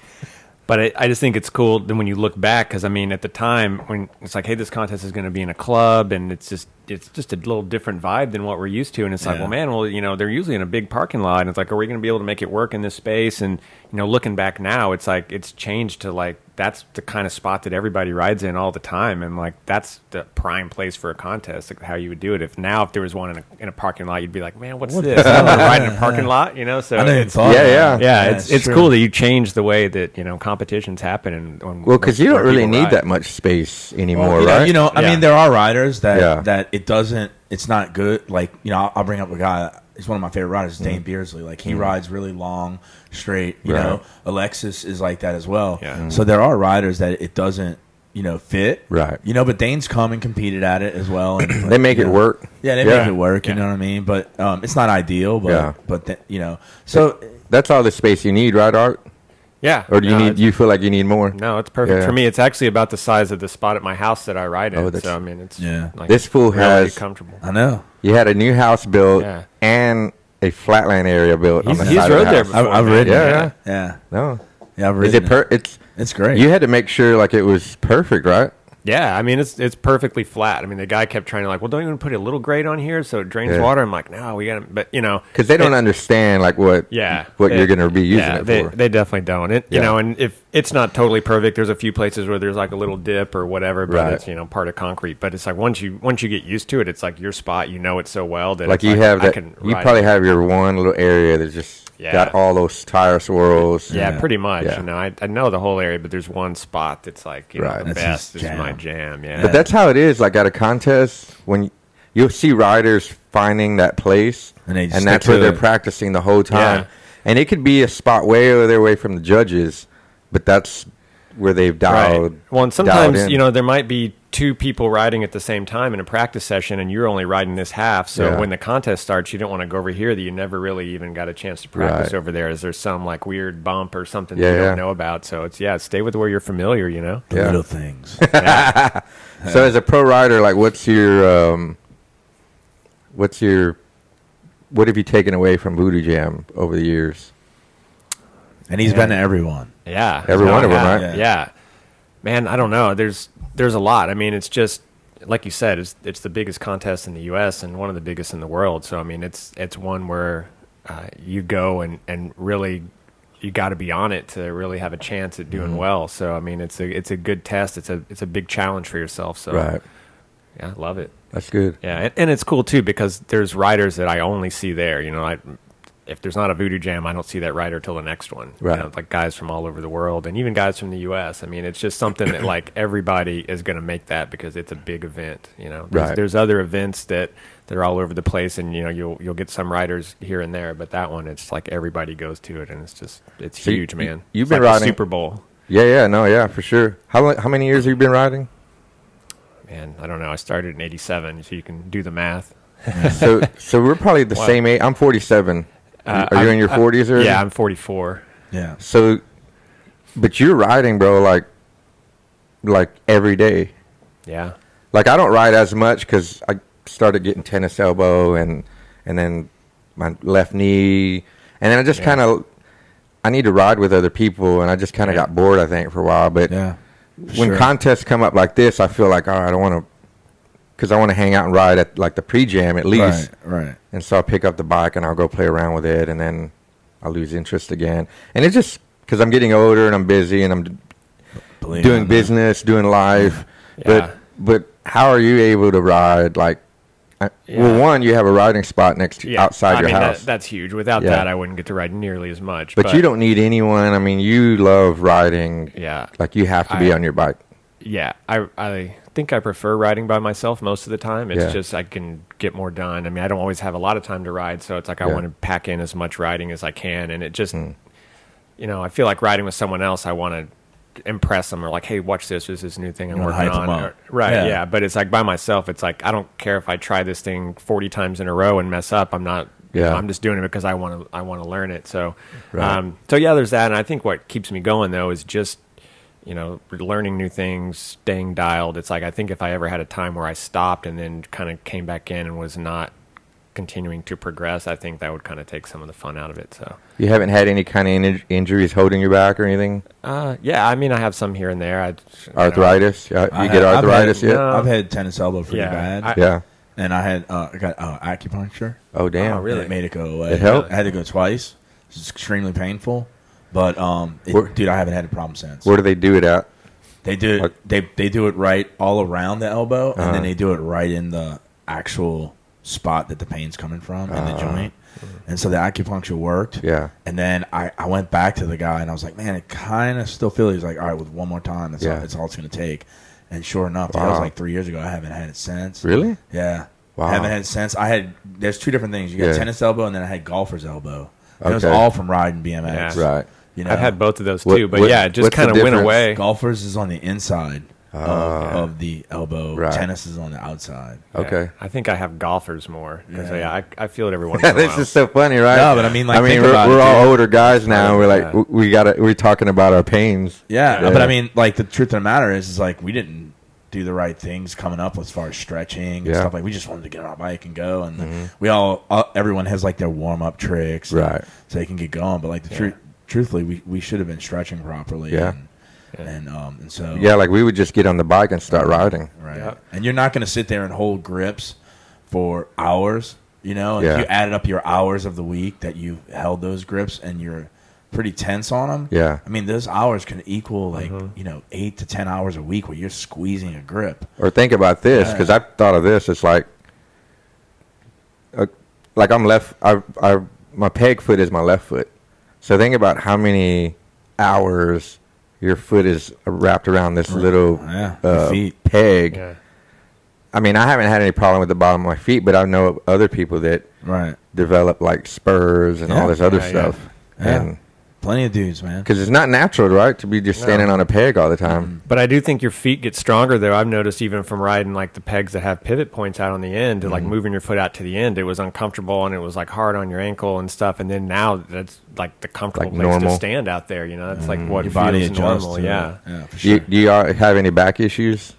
[SPEAKER 3] But I, I just think it's cool then when you look back because I mean at the time when it's like hey this contest is going to be in a club and it's just it's just a little different vibe than what we're used to and it's like
[SPEAKER 2] Yeah.
[SPEAKER 3] well man well you know they're usually in a big parking lot and it's like are we going to be able to make it work in this space and you know looking back now it's like it's changed to like that's the kind of spot that everybody rides in all the time and like that's the prime place for a contest like how you would do it if now if there was one in a, in a parking lot you'd be like man what's this I'm gonna ride in a parking lot you know so
[SPEAKER 2] I didn't
[SPEAKER 3] it's-
[SPEAKER 2] thought.
[SPEAKER 1] Yeah,
[SPEAKER 2] about
[SPEAKER 1] yeah.
[SPEAKER 2] it.
[SPEAKER 3] yeah, it's it's
[SPEAKER 2] true.
[SPEAKER 3] cool that you change the way that you know competitions happen and on,
[SPEAKER 1] Well, because you don't
[SPEAKER 3] where
[SPEAKER 1] really
[SPEAKER 3] people
[SPEAKER 1] need
[SPEAKER 3] ride.
[SPEAKER 1] that much space anymore,
[SPEAKER 2] you know,
[SPEAKER 1] right?
[SPEAKER 2] You know, I
[SPEAKER 3] Yeah.
[SPEAKER 2] mean, there are riders that
[SPEAKER 1] Yeah.
[SPEAKER 2] that it doesn't. It's not good. Like you know, I'll, I'll bring up a guy. He's one of my favorite riders, Dane Beardsley. Like he rides really long, straight. You
[SPEAKER 1] Mm-hmm. Right. Mm-hmm.
[SPEAKER 2] know, Alexis is like that as well.
[SPEAKER 3] Yeah. Mhm.
[SPEAKER 2] So there are riders that it doesn't, you know, fit.
[SPEAKER 1] Right.
[SPEAKER 2] You know, but Dane's come and competed at it as well. And,
[SPEAKER 1] they make
[SPEAKER 2] you
[SPEAKER 1] it
[SPEAKER 2] know,
[SPEAKER 1] work.
[SPEAKER 2] Yeah, they
[SPEAKER 1] Yeah.
[SPEAKER 2] make it work. You
[SPEAKER 3] Yeah.
[SPEAKER 2] know what I mean? But um, it's not ideal. But
[SPEAKER 1] Yeah.
[SPEAKER 2] but th- you know, so
[SPEAKER 1] That's all the space you need, right, Art?
[SPEAKER 3] Yeah,
[SPEAKER 1] Or do you
[SPEAKER 3] no,
[SPEAKER 1] need?
[SPEAKER 3] it's-
[SPEAKER 1] You feel like you need more?
[SPEAKER 3] No, it's perfect
[SPEAKER 1] Yeah.
[SPEAKER 3] for me. It's actually about the size of the spot at my house that I ride in.
[SPEAKER 1] Oh, that's-
[SPEAKER 3] so I mean, it's
[SPEAKER 2] Yeah.
[SPEAKER 3] like,
[SPEAKER 1] This fool
[SPEAKER 3] really
[SPEAKER 1] has-
[SPEAKER 3] comfortable.
[SPEAKER 2] I know.
[SPEAKER 1] You had a new house built
[SPEAKER 3] Yeah.
[SPEAKER 1] and a flatland area built
[SPEAKER 3] He's,
[SPEAKER 1] on the
[SPEAKER 3] he's
[SPEAKER 1] side of
[SPEAKER 3] rode
[SPEAKER 1] the
[SPEAKER 3] there.
[SPEAKER 1] house.
[SPEAKER 3] Before,
[SPEAKER 2] I've- I've
[SPEAKER 3] man.
[SPEAKER 2] ridden
[SPEAKER 1] it. Yeah,
[SPEAKER 3] yeah.
[SPEAKER 2] Yeah.
[SPEAKER 1] No,
[SPEAKER 2] Yeah. I've
[SPEAKER 1] is
[SPEAKER 2] ridden
[SPEAKER 1] it per? It's
[SPEAKER 2] It's great.
[SPEAKER 1] you had to make sure like it was perfect, right?
[SPEAKER 3] Yeah, I mean it's it's perfectly flat. I mean the guy kept trying to like, well, don't you want to put a little grate on here so it drains
[SPEAKER 1] Yeah.
[SPEAKER 3] water? I'm like, no, we got to, but you know,
[SPEAKER 1] Because they don't
[SPEAKER 3] it-
[SPEAKER 1] understand like what
[SPEAKER 3] yeah
[SPEAKER 1] what you're
[SPEAKER 3] It-
[SPEAKER 1] going to be using
[SPEAKER 3] yeah,
[SPEAKER 1] it
[SPEAKER 3] they,
[SPEAKER 1] for.
[SPEAKER 3] they definitely don't it
[SPEAKER 1] Yeah.
[SPEAKER 3] you know and if it's not totally perfect there's a few places where there's like a little dip or whatever but
[SPEAKER 1] Right.
[SPEAKER 3] it's you know part of concrete but it's like once you once you get used to it it's like your spot you know it so well that
[SPEAKER 1] like
[SPEAKER 3] it's
[SPEAKER 1] you have
[SPEAKER 3] I
[SPEAKER 1] that.
[SPEAKER 3] can
[SPEAKER 1] You
[SPEAKER 3] ride
[SPEAKER 1] probably
[SPEAKER 3] it.
[SPEAKER 1] have your one little area that's just
[SPEAKER 3] Yeah.
[SPEAKER 1] got all those tire swirls.
[SPEAKER 3] yeah, pretty much
[SPEAKER 1] Yeah.
[SPEAKER 3] you know I, I know the whole area but there's one spot that's like you
[SPEAKER 1] Right.
[SPEAKER 3] know the
[SPEAKER 2] That's his
[SPEAKER 3] best is my jam yeah
[SPEAKER 1] But that's how it is. Like at a contest, when you'll see riders finding that place,
[SPEAKER 2] And they stick
[SPEAKER 1] that's where
[SPEAKER 2] to
[SPEAKER 1] they're
[SPEAKER 2] it.
[SPEAKER 1] practicing the whole time.
[SPEAKER 3] Yeah.
[SPEAKER 1] And it could be a spot way over their way from the judges, but that's where they've dialed.
[SPEAKER 3] Well, and
[SPEAKER 1] dialed
[SPEAKER 3] sometimes
[SPEAKER 1] in.
[SPEAKER 3] you know there might be two people riding at the same time in a practice session, and you're only riding this half. So
[SPEAKER 1] Yeah.
[SPEAKER 3] when the contest starts, you don't want to go over here that you never really even got a chance to practice
[SPEAKER 1] Right.
[SPEAKER 3] over there. Is there some like weird bump or something
[SPEAKER 1] Yeah,
[SPEAKER 3] that you
[SPEAKER 1] yeah.
[SPEAKER 3] don't know about? So it's yeah, stay with where you're familiar. You know,
[SPEAKER 2] The
[SPEAKER 1] Yeah.
[SPEAKER 2] little things.
[SPEAKER 1] So as a pro rider, like what's your um, what's your what have you taken away from Voodoo Jam over the years?
[SPEAKER 2] and he's been to everyone.
[SPEAKER 3] Yeah,
[SPEAKER 1] Every one of 'em,
[SPEAKER 3] yeah,
[SPEAKER 1] right?
[SPEAKER 2] Yeah.
[SPEAKER 3] Yeah. man, I don't know. There's there's a lot. I mean, it's just like you said, it's it's the biggest contest in the U.S. and one of the biggest in the world. So I mean, it's it's one where uh, you go and and really you got to be on it to really have a chance at
[SPEAKER 1] Mm-hmm.
[SPEAKER 3] doing well. So I mean, it's a it's a good test. It's a it's a big challenge for yourself. So
[SPEAKER 1] Right,
[SPEAKER 3] yeah, I love it.
[SPEAKER 1] that's good.
[SPEAKER 3] Yeah, and, and it's cool too because there's riders that I only see there. You know, I if there's not a Voodoo Jam, I don't see that rider till the next one. You
[SPEAKER 1] Right.
[SPEAKER 3] know, like guys from all over the world and even guys from the U.S. I mean, it's just something that like everybody is going to make that because it's a big event. You know, there's,
[SPEAKER 1] Right.
[SPEAKER 3] there's other events that they're all over the place, and you know you'll you'll get some riders here and there, but that one it's like everybody goes to it, and it's just it's
[SPEAKER 1] So you-
[SPEAKER 3] huge, man.
[SPEAKER 1] you- you've
[SPEAKER 3] It's
[SPEAKER 1] been
[SPEAKER 3] like the
[SPEAKER 1] riding-
[SPEAKER 3] Super Bowl.
[SPEAKER 1] Yeah, yeah, no, yeah, for sure. How lo- how many years have you been riding?
[SPEAKER 3] Man, I don't know. I started in '87, so you can do the math.
[SPEAKER 1] so so we're probably the same age. I'm 47.
[SPEAKER 3] Uh,
[SPEAKER 1] Are you
[SPEAKER 3] I'm-
[SPEAKER 1] in your
[SPEAKER 3] I-
[SPEAKER 1] 40s or
[SPEAKER 3] Yeah, I'm 44.
[SPEAKER 2] Yeah.
[SPEAKER 1] So, but you're riding, bro. Like, like every day.
[SPEAKER 3] Yeah.
[SPEAKER 1] Like I don't ride as much because I started getting tennis elbow and and then my left knee, and then I just
[SPEAKER 3] Yeah.
[SPEAKER 1] kind of I need to ride with other people, and I just kind of got bored. I think for a while, but
[SPEAKER 2] Yeah.
[SPEAKER 1] when
[SPEAKER 2] Sure.
[SPEAKER 1] contests come up like this, I feel like all right, I want to because I want to hang out and ride at like the pre jam at least.
[SPEAKER 2] Right, right.
[SPEAKER 1] And so I pick up the bike and I'll go play around with it, and then I lose interest again. And it just because I'm getting older and I'm busy and I'm d-
[SPEAKER 2] Believe me
[SPEAKER 1] doing
[SPEAKER 2] on that.
[SPEAKER 1] business, doing life.
[SPEAKER 3] Yeah.
[SPEAKER 1] But but how are you able to ride? Like, I, well,
[SPEAKER 3] Yeah.
[SPEAKER 1] one, you have a riding spot next to, outside
[SPEAKER 3] I
[SPEAKER 1] your
[SPEAKER 3] mean,
[SPEAKER 1] house,
[SPEAKER 3] That, that's huge. Without
[SPEAKER 1] Yeah.
[SPEAKER 3] that, I wouldn't get to ride nearly as much.
[SPEAKER 1] but, you don't need anyone. I mean, you love riding.
[SPEAKER 3] Yeah.
[SPEAKER 1] like you have to be
[SPEAKER 3] I-
[SPEAKER 1] on your bike.
[SPEAKER 3] yeah i i think i prefer riding by myself most of the time it's
[SPEAKER 1] Yeah.
[SPEAKER 3] just i can get more done i mean i don't always have a lot of time to ride so it's like i
[SPEAKER 1] Yeah. Hmm.
[SPEAKER 3] want to pack in as much riding as i can and it just you know i feel like riding with someone else i want to impress them or like hey watch this this is a new thing i'm
[SPEAKER 2] wanna
[SPEAKER 3] working
[SPEAKER 2] hype 'em
[SPEAKER 3] on
[SPEAKER 2] up.
[SPEAKER 3] or- right
[SPEAKER 2] Yeah.
[SPEAKER 3] yeah. but it's like by myself it's like i don't care if i try this thing 40 times in a row and mess up i'm not
[SPEAKER 1] Yeah.
[SPEAKER 3] i'm just doing it because i want to i want to learn it so
[SPEAKER 1] Right.
[SPEAKER 3] um so yeah there's that and i think what keeps me going though is just you know, learning new things, staying dialed. It's like I think if I ever had a time where I stopped and then kind of came back in and was not continuing to progress, I think that would kind of take some of the fun out of it. So,
[SPEAKER 1] You haven't had any kind of in- injuries holding you back or anything?
[SPEAKER 3] uh, yeah, I mean, I have some here and there. I, you know,
[SPEAKER 1] Arthritis? Yeah,
[SPEAKER 2] I
[SPEAKER 1] you
[SPEAKER 2] had-
[SPEAKER 1] get
[SPEAKER 2] I've had-
[SPEAKER 1] arthritis yet?
[SPEAKER 3] No.
[SPEAKER 2] I've had tennis elbow pretty
[SPEAKER 3] Yeah,
[SPEAKER 2] bad.
[SPEAKER 3] I-
[SPEAKER 1] Yeah.
[SPEAKER 2] and I had uh, I got uh, acupuncture.
[SPEAKER 1] Oh damn.
[SPEAKER 3] Oh, really?
[SPEAKER 2] And it made it go away.
[SPEAKER 1] It helped?
[SPEAKER 2] I had to go twice. It's extremely painful, but um, it-
[SPEAKER 1] Where-
[SPEAKER 2] dude, I haven't had a problem since.
[SPEAKER 1] Where do they do it at?
[SPEAKER 2] They do
[SPEAKER 1] Like-
[SPEAKER 2] it, they they do it right all around the elbow, and
[SPEAKER 1] Uh-huh.
[SPEAKER 2] then they do it right in the actual spot that the pain's coming from in the joint. And so the acupuncture worked.
[SPEAKER 1] Uh-huh. Yeah.
[SPEAKER 2] And then I, I went back to the guy and I was like, man, it kind of still feels. He's like, all right, with one more time, that's
[SPEAKER 1] Yeah.
[SPEAKER 2] all, that's all it's going to take. And sure enough, dude, that was
[SPEAKER 1] Wow.
[SPEAKER 2] like three years ago. I haven't had it since.
[SPEAKER 1] Really?
[SPEAKER 2] Yeah.
[SPEAKER 1] Wow.
[SPEAKER 2] Haven't had it since. I had there's two different things. You got
[SPEAKER 1] Yeah.
[SPEAKER 2] tennis elbow, and then I had golfer's elbow. And It was
[SPEAKER 1] Okay.
[SPEAKER 2] all from riding BMX.
[SPEAKER 3] Yeah.
[SPEAKER 1] Right.
[SPEAKER 2] You know,
[SPEAKER 3] I've had both of those
[SPEAKER 1] uh, What-
[SPEAKER 3] too, but
[SPEAKER 1] what-
[SPEAKER 3] yeah, it just
[SPEAKER 1] what's the
[SPEAKER 3] kind of went
[SPEAKER 1] difference?
[SPEAKER 3] away.
[SPEAKER 2] Golfers is on the inside of, of the elbow.
[SPEAKER 1] Ah. Right.
[SPEAKER 2] Tennis is on the outside.
[SPEAKER 3] Yeah.
[SPEAKER 1] Okay.
[SPEAKER 3] I think I have golfers more because
[SPEAKER 2] Yeah.
[SPEAKER 3] yeah. I, I feel it every once in a while.
[SPEAKER 1] this is so funny, right?
[SPEAKER 2] No, but I mean, like,
[SPEAKER 1] I mean,
[SPEAKER 2] think
[SPEAKER 1] we're,
[SPEAKER 2] about it,
[SPEAKER 1] we're all
[SPEAKER 2] dude.
[SPEAKER 1] older guys now. and we're like,
[SPEAKER 3] Yeah.
[SPEAKER 1] w we got, we're talking about our pains.
[SPEAKER 2] Yeah,
[SPEAKER 1] Yeah.
[SPEAKER 2] but I mean, like the truth of the matter is, is like we didn't do the right things coming up as far as stretching
[SPEAKER 1] Yeah. Mm-hmm.
[SPEAKER 2] and stuff. Like we just wanted to get on our bike and go, and we all, all everyone has like their warm up tricks, and-
[SPEAKER 1] Right.
[SPEAKER 2] So they can get going. But like the truth, truthfully, we, we should have been stretching properly.
[SPEAKER 1] Yeah.
[SPEAKER 2] And, and um and so
[SPEAKER 1] Yeah, like we would just get on the bike and start riding.
[SPEAKER 2] Right.
[SPEAKER 3] Yeah.
[SPEAKER 2] And you're not going to sit there and hold grips for hours, you know? And
[SPEAKER 1] Yeah.
[SPEAKER 2] If you added up your hours of the week that you held those grips and you're pretty tense on them.
[SPEAKER 1] Yeah.
[SPEAKER 2] I mean, those hours can equal like,
[SPEAKER 3] Uh-huh.
[SPEAKER 2] you know, 8 to 10 hours a week where you're squeezing a grip.
[SPEAKER 1] Or think about this because I thought of this. It's like, uh, like I'm left. I, I, my peg foot is my left foot. So think about how many hours your foot is wrapped around this little
[SPEAKER 2] Yeah, your
[SPEAKER 1] uh,
[SPEAKER 2] feet.
[SPEAKER 1] peg.
[SPEAKER 3] yeah.
[SPEAKER 1] I mean, I haven't had any problem with the bottom of my feet, but I know of other people that
[SPEAKER 2] Right.
[SPEAKER 1] develop like spurs and all
[SPEAKER 2] Yeah.
[SPEAKER 1] this other
[SPEAKER 3] Yeah, yeah.
[SPEAKER 1] stuff.
[SPEAKER 2] Yeah.
[SPEAKER 1] And
[SPEAKER 2] Plenty of dudes, man.
[SPEAKER 1] because it's not natural, right, to be just standing on a peg all the
[SPEAKER 2] Mm-hmm.
[SPEAKER 1] time.
[SPEAKER 3] But I do think your feet get stronger though. I've noticed even from riding like the pegs that have pivot points out on the end, to like moving your foot out to the end, it was uncomfortable and it was like hard on your ankle and stuff. And then now that's like the comfortable
[SPEAKER 1] Like
[SPEAKER 3] place
[SPEAKER 1] normal.
[SPEAKER 3] to stand out there. You know, that's like what
[SPEAKER 2] Your body
[SPEAKER 3] feels
[SPEAKER 2] adjusts.
[SPEAKER 3] normal.
[SPEAKER 2] to it.
[SPEAKER 3] Yeah.
[SPEAKER 2] Yeah, for
[SPEAKER 1] Do you,
[SPEAKER 2] sure.
[SPEAKER 1] do you all have any back issues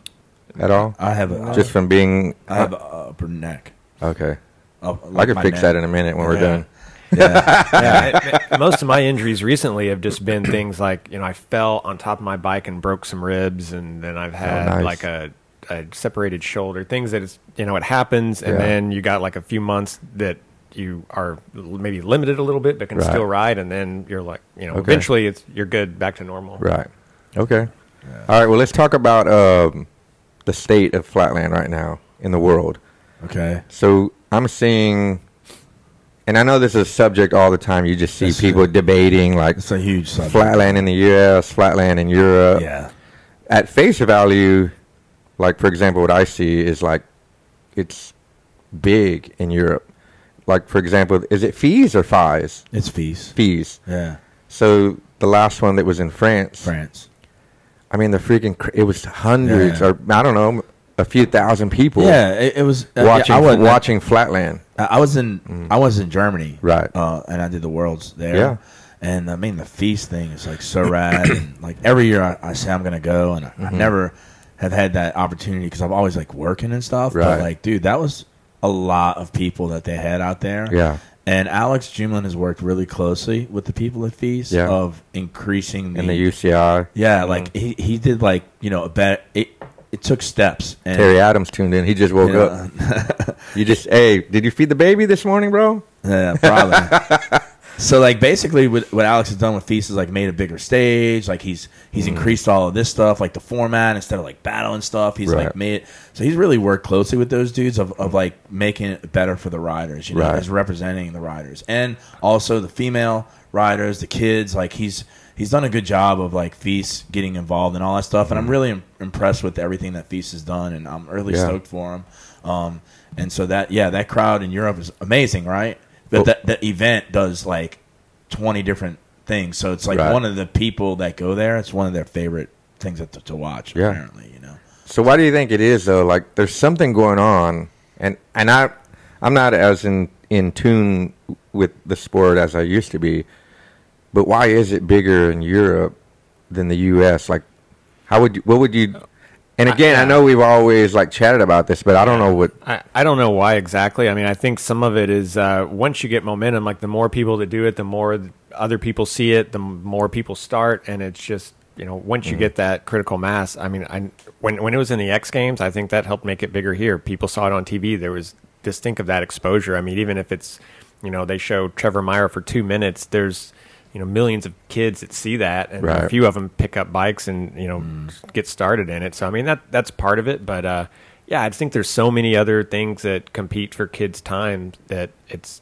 [SPEAKER 1] at all?
[SPEAKER 2] I have a,
[SPEAKER 1] just from being
[SPEAKER 2] I have a upper neck.
[SPEAKER 1] okay.
[SPEAKER 2] Up,
[SPEAKER 1] I can fix that in a minute when we're
[SPEAKER 2] Yeah.
[SPEAKER 1] done.
[SPEAKER 2] Yeah.
[SPEAKER 3] Yeah, it- it- most of my injuries recently have just been things like you know I fell on top of my bike and broke some ribs, and then I've had
[SPEAKER 1] Oh, nice.
[SPEAKER 3] like a, a separated shoulder. Things that it's you know it happens, and
[SPEAKER 1] Yeah.
[SPEAKER 3] then you got like a few months that you are l- maybe limited a little bit, but can
[SPEAKER 1] Right.
[SPEAKER 3] still ride, and then you're like you know
[SPEAKER 1] Okay.
[SPEAKER 3] eventually it's you're good back to normal.
[SPEAKER 1] Right. Okay. All right. Well, let's talk about um, the state of Flatland right now in the world.
[SPEAKER 2] okay.
[SPEAKER 1] So I'm seeing, and I know this is a subject all the time. You just see
[SPEAKER 2] That's
[SPEAKER 1] people
[SPEAKER 2] it.
[SPEAKER 1] debating like
[SPEAKER 2] It's a huge subject.
[SPEAKER 1] flatland in the U.S., flatland in Europe.
[SPEAKER 2] Yeah.
[SPEAKER 1] At face value, like for example, what I see is like it's big in Europe. Like for example, is it fees or fies?
[SPEAKER 2] It's fees.
[SPEAKER 1] Fees.
[SPEAKER 2] Yeah.
[SPEAKER 1] So the last one that was in France,
[SPEAKER 2] France.
[SPEAKER 1] I mean, the freaking cr- it was hundreds
[SPEAKER 2] Yeah.
[SPEAKER 1] or I don't know, a few thousand people.
[SPEAKER 2] Yeah, it, it was uh, yeah,
[SPEAKER 1] watching
[SPEAKER 2] I wasn't-
[SPEAKER 1] watching Flatland.
[SPEAKER 2] I I was in I was in Germany,
[SPEAKER 1] Right.
[SPEAKER 2] Uh, and I did the worlds there.
[SPEAKER 1] Yeah.
[SPEAKER 2] And I mean the feast thing is like so rad. and like every year I, I say I'm gonna go, and I, I
[SPEAKER 1] Mm-hmm.
[SPEAKER 2] never have had that opportunity because I'm always like working and stuff.
[SPEAKER 1] Right.
[SPEAKER 2] But like, dude, that was a lot of people that they had out there.
[SPEAKER 1] Yeah.
[SPEAKER 2] And Alex Jumlin has worked really closely with the people at Feast
[SPEAKER 1] Yeah.
[SPEAKER 2] of increasing the,
[SPEAKER 1] in the Mm-hmm. UCI.
[SPEAKER 2] yeah, like he, he did like you know a bet it it took steps and
[SPEAKER 1] Terry Adams tuned in. He just woke
[SPEAKER 2] you know,
[SPEAKER 1] up. You just, hey, did you feed the baby this morning, bro?
[SPEAKER 2] Yeah, probably. So like basically what, what Alex has done with Feast is like made a bigger stage, like he's he's
[SPEAKER 1] Hmm.
[SPEAKER 2] increased all of this stuff, like the format instead of like battle and stuff, he's
[SPEAKER 1] Right. Hmm.
[SPEAKER 2] like made it so he's really worked closely with those dudes of, of like making it better for the riders, you know,
[SPEAKER 1] Right.
[SPEAKER 2] he's representing the riders. And also the female riders, the kids, like he's he's done a good job of like Feast getting involved and all that stuff. And I'm really im- impressed with everything that Feast has done and I'm really
[SPEAKER 1] Mm-hmm. Yeah.
[SPEAKER 2] stoked for him. Um and so that yeah, that crowd in Europe is amazing, right? But
[SPEAKER 1] Well-
[SPEAKER 2] that, that event does like 20 different things. So it's like
[SPEAKER 1] Right.
[SPEAKER 2] one of the people that go there, it's one of their favorite things to, to watch,
[SPEAKER 1] Yeah.
[SPEAKER 2] apparently, you know?
[SPEAKER 1] So why do you think it is though? Like there's something going on, and and I I'm not as in in tune with the sport as I used to be, but why is it bigger in Europe than the U.S.? Like, how would you? What would you? And again, I, know we've always like chatted about this, but I don't know what.
[SPEAKER 3] I, I don't know why exactly. I mean, I think some of it is uh, once you get momentum, like the more people that do it, the more th- other people see it, the m- more people start, and it's just you know once you get that critical mass. I mean, I when when it was in the X Games, I think that helped make it bigger here. People saw it on TV. There was just think of that exposure. I mean, even if it's you know they show Trevor Meyer for two minutes, there's you know millions of kids that see that, and a
[SPEAKER 1] Right.
[SPEAKER 3] few of them pick up bikes and you know get started in it. So I mean that that's part of it, but uh, yeah, I just think there's so many other things that compete for kids' time that it's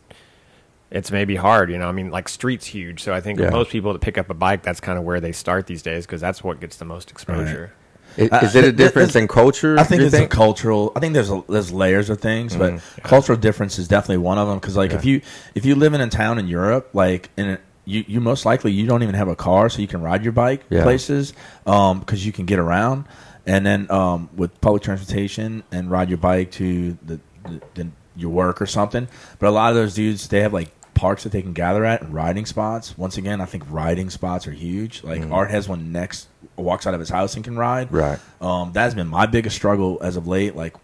[SPEAKER 3] it's maybe hard. You know, I mean like streets huge, so I think
[SPEAKER 1] Yeah.
[SPEAKER 3] most people that pick up a bike, that's kind of where they start these days because that's what gets the most exposure.
[SPEAKER 1] Is,
[SPEAKER 2] I-
[SPEAKER 1] is it a
[SPEAKER 2] th- th-
[SPEAKER 1] difference
[SPEAKER 2] there's-
[SPEAKER 1] in culture?
[SPEAKER 2] I think
[SPEAKER 1] you
[SPEAKER 2] it's a cultural. I think there's a, there's layers of things, but
[SPEAKER 1] Mm-hmm.
[SPEAKER 2] cultural difference is definitely one of them. Because like if you if you live in a town in Europe, like in a, you you most likely you don't even have a car, so you can ride your bike
[SPEAKER 1] Yeah.
[SPEAKER 2] places because you can get around. And then um, with public transportation and ride your bike to the, the, the your work or something. But a lot of those dudes they have like parks that they can gather at and riding spots. Once again, I think riding spots are huge. Like Art has one next walks out of his house and can ride.
[SPEAKER 1] Mm. Right.
[SPEAKER 2] Um, that's been my biggest struggle as of late. Like,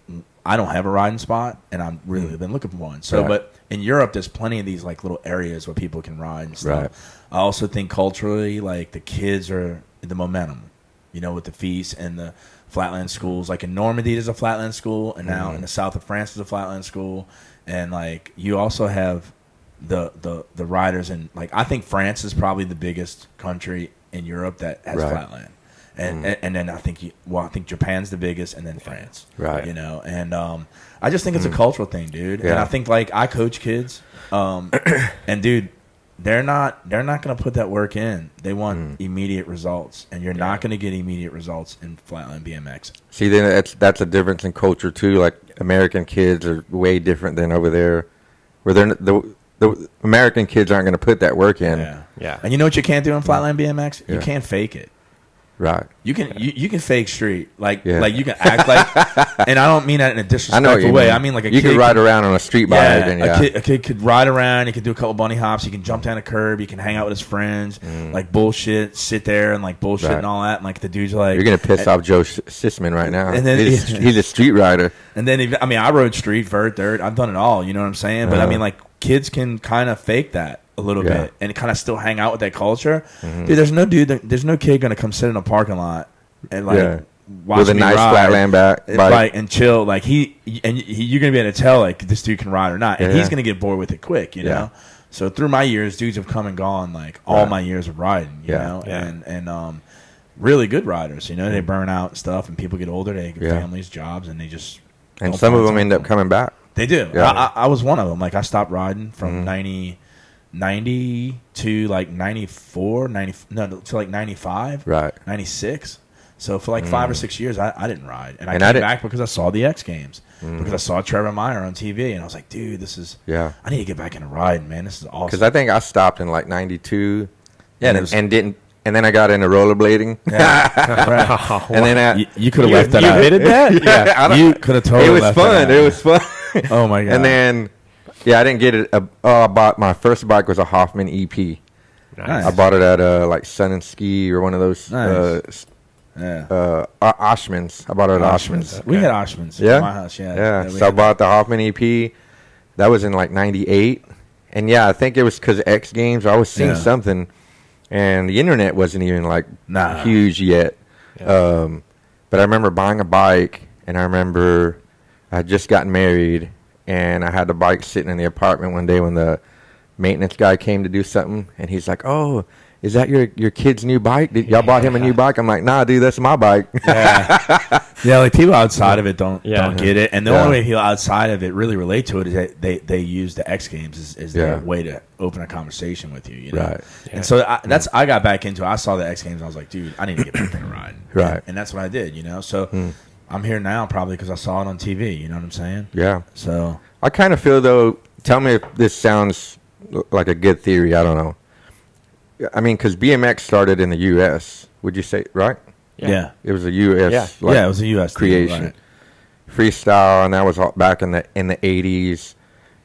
[SPEAKER 2] I don't have a riding spot, and I'm really been looking for one. So,
[SPEAKER 1] Mm. Right.
[SPEAKER 2] but in Europe, there's plenty of these like little areas where people can ride and stuff.
[SPEAKER 1] Right.
[SPEAKER 2] I also think culturally, like the kids are the momentum, you know, with the feasts and the flatland schools. Like in Normandy, there's a flatland school, and
[SPEAKER 1] Mm.
[SPEAKER 2] now in the south of France, there's a flatland school, and like you also have the the the riders and like I think France is probably the biggest country in Europe that has
[SPEAKER 1] Right. Mm-hmm.
[SPEAKER 2] flatland. And, and and then I think you, well I think Japan's the biggest and then France
[SPEAKER 1] Right. Mm.
[SPEAKER 2] you know and um I just think it's a cultural thing dude and
[SPEAKER 1] Yeah.
[SPEAKER 2] I think like I coach kids um and dude they're not they're not going to put that work in they want
[SPEAKER 1] Mm.
[SPEAKER 2] immediate results and you're not going to get immediate results in flatland BMX
[SPEAKER 1] See, then that's that's a difference in culture too. Like American kids are way different than over there, where they're n- the the American kids aren't going to put that work in.
[SPEAKER 2] yeah
[SPEAKER 3] Yeah.
[SPEAKER 2] and you know what you can't do in flatland BMX you
[SPEAKER 1] Mm. Yeah.
[SPEAKER 2] can't fake it
[SPEAKER 1] Right.
[SPEAKER 2] You can you, you can fake street like
[SPEAKER 1] Yeah.
[SPEAKER 2] like you can act like, and I don't mean that in a
[SPEAKER 1] I know
[SPEAKER 2] disrespectful
[SPEAKER 1] what you
[SPEAKER 2] way.
[SPEAKER 1] mean.
[SPEAKER 2] I mean like a
[SPEAKER 1] you
[SPEAKER 2] kid
[SPEAKER 1] could ride around on a street bike
[SPEAKER 2] yeah,
[SPEAKER 1] and uh,
[SPEAKER 2] a
[SPEAKER 1] yeah,
[SPEAKER 2] kid, a kid could ride around. He could do a couple bunny hops. He can jump down a curb. He can hang out with his friends, like bullshit, sit there and like bullshit
[SPEAKER 1] Mm. Right.
[SPEAKER 2] and all that. And like the dudes are like,
[SPEAKER 1] you're gonna piss
[SPEAKER 2] and,
[SPEAKER 1] off Joe S- Sisman right now.
[SPEAKER 2] and then-
[SPEAKER 1] he's, he's a street rider.
[SPEAKER 2] And then even, I mean, I rode street, vert, dirt. I've done it all. You know what I'm saying? But I
[SPEAKER 1] Yeah.
[SPEAKER 2] mean, like kids can kind of fake that a little
[SPEAKER 1] Yeah. Mm-hmm.
[SPEAKER 2] bit and kind of still hang out with that culture. Dude, there's no dude. that- There's no kid gonna come sit in a parking lot and like.
[SPEAKER 1] Yeah.
[SPEAKER 2] Watch
[SPEAKER 1] With a
[SPEAKER 2] me
[SPEAKER 1] nice
[SPEAKER 2] ride.
[SPEAKER 1] flatland back
[SPEAKER 2] Right
[SPEAKER 1] bike.
[SPEAKER 2] and chill. Like he and he, you're gonna be able to tell like this dude can ride or not, and
[SPEAKER 1] Yeah.
[SPEAKER 2] he's gonna get bored with it quick, you
[SPEAKER 1] Yeah.
[SPEAKER 2] know. So through my years, dudes have come and gone. Like all
[SPEAKER 1] Right.
[SPEAKER 2] my years of riding, you
[SPEAKER 1] Yeah. Mm.
[SPEAKER 2] know,
[SPEAKER 3] Yeah.
[SPEAKER 2] and and um, really good riders. You know, they burn out and stuff, and people get older, they get
[SPEAKER 1] Yeah.
[SPEAKER 2] families, jobs, and they just
[SPEAKER 1] And
[SPEAKER 2] don't
[SPEAKER 1] some of
[SPEAKER 2] find
[SPEAKER 1] them end up
[SPEAKER 2] something.
[SPEAKER 1] coming back.
[SPEAKER 2] They do.
[SPEAKER 1] Yeah. Mm-hmm.
[SPEAKER 2] I, I, I was one of them. Like I stopped riding from ninety ninety 90, to like 94, 90, no, to like 95,
[SPEAKER 1] Right.
[SPEAKER 2] 96. So for like five or six years, I, I didn't ride. And I
[SPEAKER 1] Mm. And I
[SPEAKER 2] came
[SPEAKER 1] didn't-
[SPEAKER 2] back because I saw the X Games, because I saw Trevor Meyer on TV. And I was like, dude, this is,
[SPEAKER 1] Yeah.
[SPEAKER 2] I need to get back into riding, man. This is
[SPEAKER 1] Because
[SPEAKER 2] awesome.
[SPEAKER 1] I think I stopped in like '92.
[SPEAKER 2] Yeah,
[SPEAKER 1] and,
[SPEAKER 2] there was-
[SPEAKER 1] and didn't. And then I got into rollerblading.
[SPEAKER 3] Oh,
[SPEAKER 1] and then I,
[SPEAKER 2] you, could have
[SPEAKER 3] you,
[SPEAKER 2] left that
[SPEAKER 3] you
[SPEAKER 2] out.
[SPEAKER 3] admitted that?
[SPEAKER 1] I don't-
[SPEAKER 2] You could have totally
[SPEAKER 1] It was
[SPEAKER 2] left that
[SPEAKER 1] fun.
[SPEAKER 2] out.
[SPEAKER 1] It was fun.
[SPEAKER 2] Oh, my God.
[SPEAKER 1] And then, yeah, I didn't get it. Uh, oh, I bought my first bike was a Hoffman EP.
[SPEAKER 3] Nice.
[SPEAKER 1] I bought it at uh, like Sun and Ski or one of those
[SPEAKER 2] Nice.
[SPEAKER 1] uh, s-
[SPEAKER 2] Yeah.
[SPEAKER 1] uh, O- Oshman's. I bought it at Oshman's.
[SPEAKER 2] We had Oshman's
[SPEAKER 1] Yeah,
[SPEAKER 2] at my house. Yeah.
[SPEAKER 1] yeah.
[SPEAKER 2] we
[SPEAKER 1] So I
[SPEAKER 2] had-
[SPEAKER 1] bought the Hoffman EP. That was in like '98, and yeah, I think it was because X Games. I was seeing
[SPEAKER 2] Yeah.
[SPEAKER 1] something, and the internet wasn't even like
[SPEAKER 2] Nah.
[SPEAKER 1] huge yet. Um, but I remember buying a bike, and I remember I had just gotten married, and I had the bike sitting in the apartment one day when the maintenance guy came to do something, and he's like, "Oh, is that your your kid's new bike? Did, y'all bought him a new bike?" I'm like, "Nah, dude, that's my bike."
[SPEAKER 2] Yeah, like people outside of it don't
[SPEAKER 3] Yeah.
[SPEAKER 2] don't get it, and the
[SPEAKER 1] Yeah.
[SPEAKER 2] only way people outside of it really relate to it is that they they use the X Games as, as their
[SPEAKER 1] Yeah.
[SPEAKER 2] way to open a conversation with you, you know.
[SPEAKER 1] Right. Mm.
[SPEAKER 2] And so I, that's I got back into. it. I saw the X Games, and I was like, dude, I need to get back there and ride.
[SPEAKER 1] Right. Hmm.
[SPEAKER 2] and that's what I did, you know. So I'm here now probably because I saw it on TV. You know what I'm saying?
[SPEAKER 1] yeah.
[SPEAKER 2] So
[SPEAKER 1] I kind of feel though. Tell me if this sounds l- like a good theory. I don't know. I mean, because BMX started in the U.S. Would you say right?
[SPEAKER 2] yeah,
[SPEAKER 3] Yeah.
[SPEAKER 2] yeah,
[SPEAKER 1] It was a U.S.
[SPEAKER 3] Yeah.
[SPEAKER 1] like,
[SPEAKER 2] it was a U.S. thing,
[SPEAKER 1] creation,
[SPEAKER 2] right.
[SPEAKER 1] freestyle, and that was all back in the in the eighties,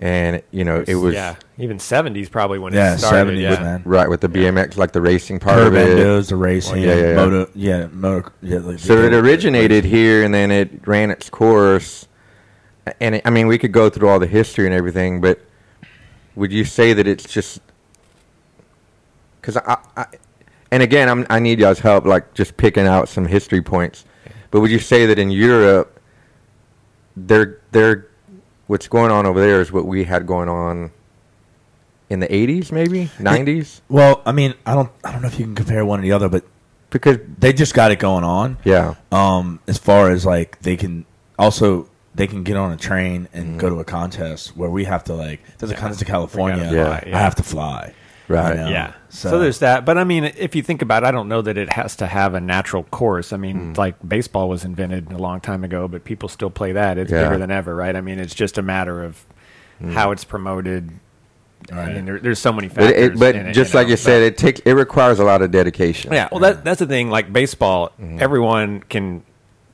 [SPEAKER 1] and you know it was
[SPEAKER 3] yeah, even seventies probably when
[SPEAKER 2] Yeah,
[SPEAKER 3] it started.
[SPEAKER 2] 70s,
[SPEAKER 3] yeah,
[SPEAKER 2] man.
[SPEAKER 1] right with the BMX, like the racing part
[SPEAKER 2] Curb
[SPEAKER 1] of it.
[SPEAKER 2] endos, the racing,
[SPEAKER 1] yeah, yeah, yeah.
[SPEAKER 2] moto, yeah, motor, yeah. like-
[SPEAKER 1] So it originated here, and then it ran its course. And it, I mean, we could go through all the history and everything, but would you say that it's just because I, I? And again, I'm, I need y'all's help, like just picking out some history points. But would you say that in Europe, they're they're what's going on over there is what we had going on in the 80s, maybe 90s,
[SPEAKER 2] Well, I mean, I don't, I don't know if you can compare one to the other, but
[SPEAKER 1] because
[SPEAKER 2] they just got it going on.
[SPEAKER 1] yeah,
[SPEAKER 2] um as far as like they can also they can get on a train
[SPEAKER 1] Mm-hmm.
[SPEAKER 2] and go to a contest where we have to like there's a contest in California
[SPEAKER 3] We gotta
[SPEAKER 1] fly,
[SPEAKER 2] I
[SPEAKER 3] yeah.
[SPEAKER 2] have to fly
[SPEAKER 1] Right.
[SPEAKER 2] know?
[SPEAKER 3] yeah.
[SPEAKER 2] so,
[SPEAKER 3] So. there's that. But I mean, if you think about it, I don't know that it has to have a natural course. I mean,
[SPEAKER 1] Mm.
[SPEAKER 3] like baseball was invented a long time ago, but people still play that. It's
[SPEAKER 1] Yeah. Mm.
[SPEAKER 3] bigger than ever, right? I mean, it's just a matter of how it's promoted. I mean, there, there's so many
[SPEAKER 1] But,
[SPEAKER 3] factors.
[SPEAKER 1] it, but
[SPEAKER 3] in it,
[SPEAKER 1] just like
[SPEAKER 3] know,
[SPEAKER 1] you
[SPEAKER 3] but-
[SPEAKER 1] said, it takes it requires a lot of dedication.
[SPEAKER 3] Yeah, well, that, that's the thing. Like baseball,
[SPEAKER 1] Mm-hmm.
[SPEAKER 3] everyone can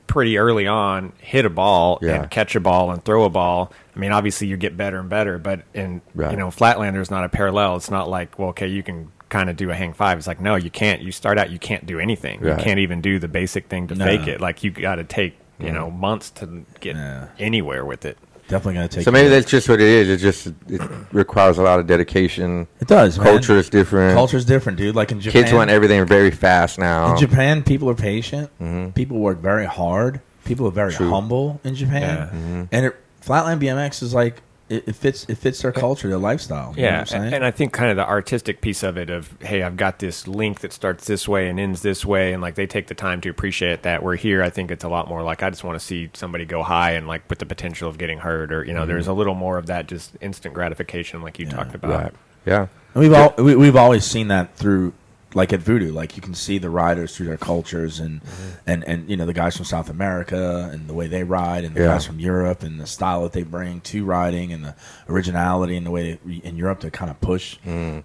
[SPEAKER 3] pretty early on hit a ball
[SPEAKER 1] Yeah.
[SPEAKER 3] and catch a ball and throw a ball. I mean, obviously you get better and better, but in
[SPEAKER 1] Right.
[SPEAKER 3] you know, Flatlander is not a parallel. It's not like well, okay, you can kind of do a hang five. It's like no, you can't. You start out, you can't do anything.
[SPEAKER 1] Right.
[SPEAKER 3] You can't even do the basic thing to
[SPEAKER 2] No.
[SPEAKER 3] fake it. Like you got to take
[SPEAKER 1] Mm-hmm.
[SPEAKER 3] you know months to get
[SPEAKER 2] Yeah.
[SPEAKER 3] anywhere with it.
[SPEAKER 2] definitely gonna take
[SPEAKER 1] So maybe
[SPEAKER 2] you-
[SPEAKER 1] that's just what it is. It just it requires a lot of dedication.
[SPEAKER 2] it does man.
[SPEAKER 1] Culture is different.
[SPEAKER 2] culture's different dude like in Japan
[SPEAKER 1] Kids want everything very fast now.
[SPEAKER 2] in Japan people are patient
[SPEAKER 1] Mm-hmm.
[SPEAKER 2] people work very hard people are very humble in Japan
[SPEAKER 3] Yeah. Mm-hmm.
[SPEAKER 2] and it, flatland BMX is like it, it fits it fits their culture their lifestyle you know
[SPEAKER 3] Yeah,
[SPEAKER 2] what I'm saying?
[SPEAKER 3] and I think kind of the artistic piece of it of hey, I've got this link that starts this way and ends this way, and like they take the time to appreciate that. Where here, I think it's a lot more like I just want to see somebody go high and like with the potential of getting hurt, or you know, there's a little more of that just instant gratification, like you talked about.
[SPEAKER 1] right. Yeah.
[SPEAKER 2] And we've all we, we've always seen that through like at voodoo like you can see the riders through their cultures and
[SPEAKER 1] Mm-hmm.
[SPEAKER 2] and and you know the guys from south america and the way they ride and the
[SPEAKER 1] Yeah.
[SPEAKER 2] guys from europe and the style that they bring to riding and the originality and the way they, in europe to kind of push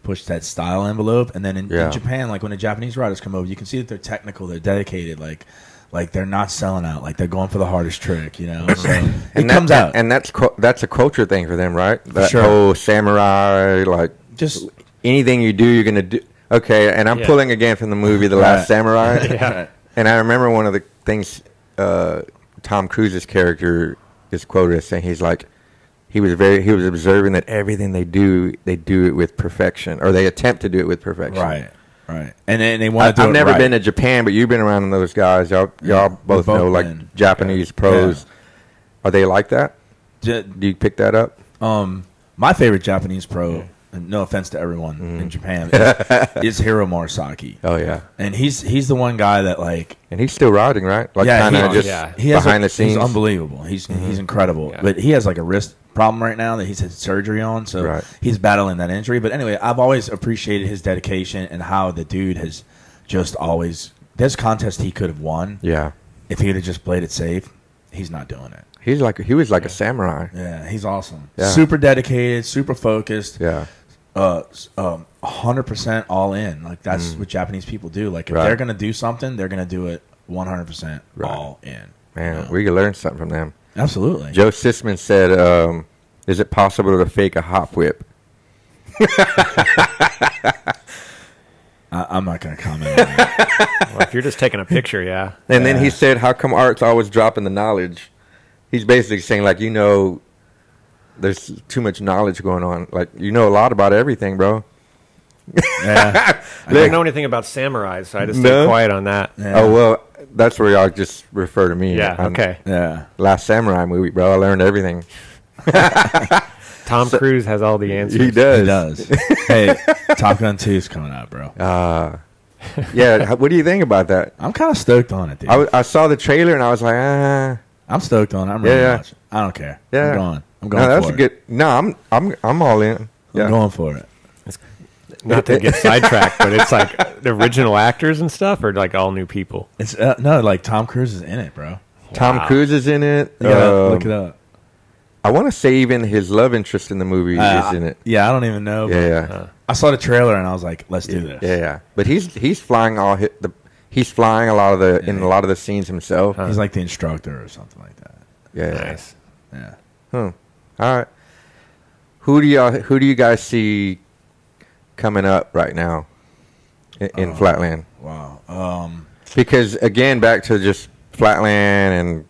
[SPEAKER 2] push that style envelope and then in,
[SPEAKER 1] Mm. Yeah.
[SPEAKER 2] in japan like when the japanese riders come over you can see that they're technical they're dedicated like like they're not selling out like they're going for the hardest trick you know so it
[SPEAKER 1] that-
[SPEAKER 2] comes out
[SPEAKER 1] and that's cu- that's a culture thing for them, right? That
[SPEAKER 2] sure.
[SPEAKER 1] whole samurai, like
[SPEAKER 2] just
[SPEAKER 1] anything you do, you're gonna do. Okay, and I'm
[SPEAKER 3] Yeah.
[SPEAKER 1] pulling again from the movie The Last
[SPEAKER 2] Right.
[SPEAKER 1] Samurai.
[SPEAKER 3] Yeah.
[SPEAKER 1] And I remember one of the things uh, Tom Cruise's character is quoted as saying he's like he was very he was observing that everything they do they do it with perfection or they attempt to do it with perfection.
[SPEAKER 2] right right and then they want
[SPEAKER 1] I,
[SPEAKER 2] to do
[SPEAKER 1] I've
[SPEAKER 2] it
[SPEAKER 1] never
[SPEAKER 2] right.
[SPEAKER 1] been to Japan, but you've been around those guys. Y'all y'all
[SPEAKER 2] we've
[SPEAKER 1] both,
[SPEAKER 2] both
[SPEAKER 1] know like
[SPEAKER 2] been.
[SPEAKER 1] Japanese pros. Are they like that?
[SPEAKER 2] Ju-
[SPEAKER 1] Do you pick that up?
[SPEAKER 2] Um, my favorite Japanese pro, and no offense to everyone
[SPEAKER 1] Mm-hmm.
[SPEAKER 2] in Japan, is, is Hiro Murasaki.
[SPEAKER 1] Oh yeah.
[SPEAKER 2] And he's he's the one guy that like
[SPEAKER 1] And he's still riding, right? Like
[SPEAKER 2] yeah,
[SPEAKER 1] kinda
[SPEAKER 2] he,
[SPEAKER 1] just
[SPEAKER 3] yeah.
[SPEAKER 2] he has
[SPEAKER 1] behind
[SPEAKER 2] a-
[SPEAKER 1] the scenes. Mm-hmm.
[SPEAKER 2] he's unbelievable. He's he's incredible.
[SPEAKER 3] Yeah.
[SPEAKER 2] But he has like a wrist problem right now that he's had surgery on, so
[SPEAKER 1] Right.
[SPEAKER 2] he's battling that injury. But anyway, I've always appreciated his dedication and how the dude has just always this contest he could have won
[SPEAKER 1] Yeah.
[SPEAKER 2] if he would have just played it safe. He's not doing it.
[SPEAKER 1] He's like he was like a samurai.
[SPEAKER 2] Yeah, he's awesome.
[SPEAKER 1] Yeah.
[SPEAKER 2] Super dedicated, super focused.
[SPEAKER 1] Yeah.
[SPEAKER 2] uh, s- um, 100% all in. Like that's what Japanese people do. Like if
[SPEAKER 1] Mm. Right.
[SPEAKER 2] they're gonna do something, they're gonna do it 100%
[SPEAKER 1] Right.
[SPEAKER 2] all in.
[SPEAKER 1] Man,
[SPEAKER 2] Yeah.
[SPEAKER 1] we could learn something from them.
[SPEAKER 2] absolutely.
[SPEAKER 1] Joe Sisman said, um, "Is it possible to fake a hop whip?"
[SPEAKER 2] I, I'm not gonna comment. on that.
[SPEAKER 3] Well, if you're just taking a picture, yeah,
[SPEAKER 1] And then he
[SPEAKER 2] Yeah.
[SPEAKER 1] said, "How come Art's always dropping the knowledge?" He's basically saying, like, you know, there's too much knowledge going on. Like, you know a lot about everything, bro.
[SPEAKER 2] yeah.
[SPEAKER 3] I don't know anything about samurai, so I just stay
[SPEAKER 1] No.
[SPEAKER 3] quiet on that. Yeah,
[SPEAKER 2] Yeah.
[SPEAKER 1] Oh well, that's where y'all just refer to me. I'm-
[SPEAKER 3] okay.
[SPEAKER 2] yeah.
[SPEAKER 1] Last Samurai movie, bro. I learned everything.
[SPEAKER 3] Tom Cruise has all the answers.
[SPEAKER 1] He does.
[SPEAKER 2] He does. hey, Top Gun 2 is coming out, bro.
[SPEAKER 1] Uh, yeah. h- What do you think about that?
[SPEAKER 2] I'm kind of stoked on it, dude.
[SPEAKER 1] I, w- I saw the trailer and I was like, ah,
[SPEAKER 2] I'm stoked on it. I'm ready
[SPEAKER 1] Yeah, yeah.
[SPEAKER 2] to watch it. I don't care.
[SPEAKER 1] yeah.
[SPEAKER 2] I'm going. I'm going
[SPEAKER 1] No, that's
[SPEAKER 2] for
[SPEAKER 1] a
[SPEAKER 2] it.
[SPEAKER 1] good. No, I'm I'm I'm all in. Yeah.
[SPEAKER 2] I'm going for it.
[SPEAKER 3] Not to get sidetracked, but it's like the original actors and stuff are like all new people.
[SPEAKER 2] It's uh, no, like Tom Cruise is in it, bro.
[SPEAKER 1] Tom
[SPEAKER 3] Wow.
[SPEAKER 1] Cruise is in it.
[SPEAKER 2] Yeah,
[SPEAKER 1] Um,
[SPEAKER 2] look it up.
[SPEAKER 1] I want to say even his love interest in the movie
[SPEAKER 2] Uh,
[SPEAKER 1] is in it.
[SPEAKER 2] Yeah, I don't even know.
[SPEAKER 1] Yeah,
[SPEAKER 2] but
[SPEAKER 1] yeah,
[SPEAKER 2] I saw the trailer and I was like, let's do this.
[SPEAKER 1] yeah, yeah. But he's he's flying all hit the. He's flying a lot of the in a lot of the scenes himself.
[SPEAKER 3] Uh,
[SPEAKER 2] He's like the instructor or something like that.
[SPEAKER 1] Yeah.
[SPEAKER 3] Nice.
[SPEAKER 2] Yeah.
[SPEAKER 1] All right. Who do y'all who do you guys see coming up right now in,
[SPEAKER 2] Oh.
[SPEAKER 1] in Flatland?
[SPEAKER 2] Wow. Um,
[SPEAKER 1] Because again, back to just Flatland and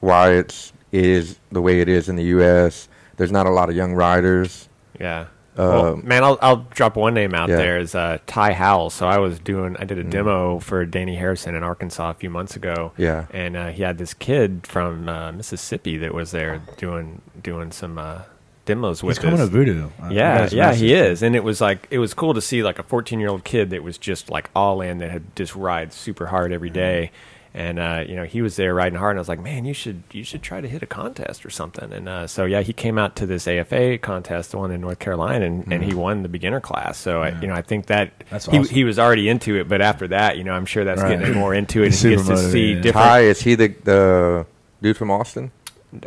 [SPEAKER 1] why it's it is the way it is in the U.S. There's not a lot of young riders.
[SPEAKER 3] Yeah. well, man, I'll, I'll drop one name out
[SPEAKER 1] yeah.
[SPEAKER 3] there is uh, Ty Howell. So I was doing, I did a demo for Danny Harrison in Arkansas a few months ago.
[SPEAKER 1] Yeah.
[SPEAKER 3] And uh, he had this kid from uh, Mississippi that was there doing doing some uh, demos with
[SPEAKER 2] he's coming
[SPEAKER 3] us.
[SPEAKER 2] to Voodoo. Uh, I- I got
[SPEAKER 3] Yeah,
[SPEAKER 2] his
[SPEAKER 3] yeah,
[SPEAKER 2] message.
[SPEAKER 3] he is, and it was like it was cool to see like a 14 year old kid that was just like all in that had just rides super hard
[SPEAKER 2] Mm-hmm.
[SPEAKER 3] every day, and uh, you know he was there riding hard, and I was like, man, you should you should try to hit a contest or something, and uh, so yeah, he came out to this AFA contest, the one in North Carolina, and, and he won the beginner class. So I, you know I think that
[SPEAKER 2] Mm-hmm. That's
[SPEAKER 3] he
[SPEAKER 2] awesome.
[SPEAKER 3] he was already into it, but after that, you know I'm sure that's
[SPEAKER 2] Right.
[SPEAKER 3] getting him more into it, and
[SPEAKER 2] He's
[SPEAKER 3] he gets
[SPEAKER 2] super
[SPEAKER 3] to see
[SPEAKER 1] Ty
[SPEAKER 2] motivated.
[SPEAKER 3] different.
[SPEAKER 1] is he the the dude from Austin?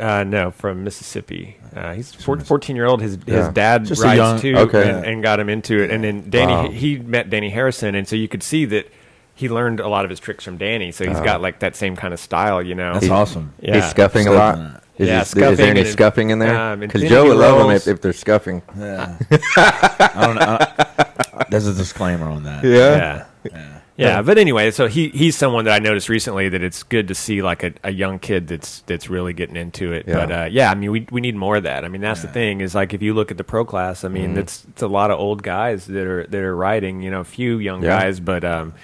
[SPEAKER 3] Uh, no, from Mississippi. Uh, he's four- 14 year old. His his
[SPEAKER 1] Yeah.
[SPEAKER 3] dad
[SPEAKER 2] Just a
[SPEAKER 3] rides
[SPEAKER 2] young-
[SPEAKER 3] too,
[SPEAKER 1] Okay.
[SPEAKER 3] and, and got him into it. And then Danny, he, he met Danny Harrison, and so you could see that he learned a lot of his tricks from Danny. So he's got like that same kind of style, you know.
[SPEAKER 2] Uh-huh. That's awesome.
[SPEAKER 3] Yeah.
[SPEAKER 1] He's scuffing a lot.
[SPEAKER 2] Scuffing.
[SPEAKER 1] Is,
[SPEAKER 3] Yeah,
[SPEAKER 1] this- is there
[SPEAKER 3] scuffing
[SPEAKER 1] any
[SPEAKER 3] and-
[SPEAKER 1] scuffing in there?
[SPEAKER 3] um,
[SPEAKER 1] Because
[SPEAKER 3] infinity
[SPEAKER 1] Joe would love them
[SPEAKER 3] rolls.
[SPEAKER 1] if, if they're scuffing.
[SPEAKER 2] Yeah. I don't know. I- There's a disclaimer on that.
[SPEAKER 3] yeah. Yeah. but anyway, so he he's someone that I noticed recently that it's good to see like a, a young kid that's that's really getting into it.
[SPEAKER 1] Yeah.
[SPEAKER 3] But uh, yeah, I mean we we need more of that. I mean that's the thing is like if you look at the pro class, I
[SPEAKER 2] Mm-hmm.
[SPEAKER 3] mean it's it's a lot of old guys that are that are riding. You know, a few young
[SPEAKER 1] Yeah.
[SPEAKER 3] guys, but um,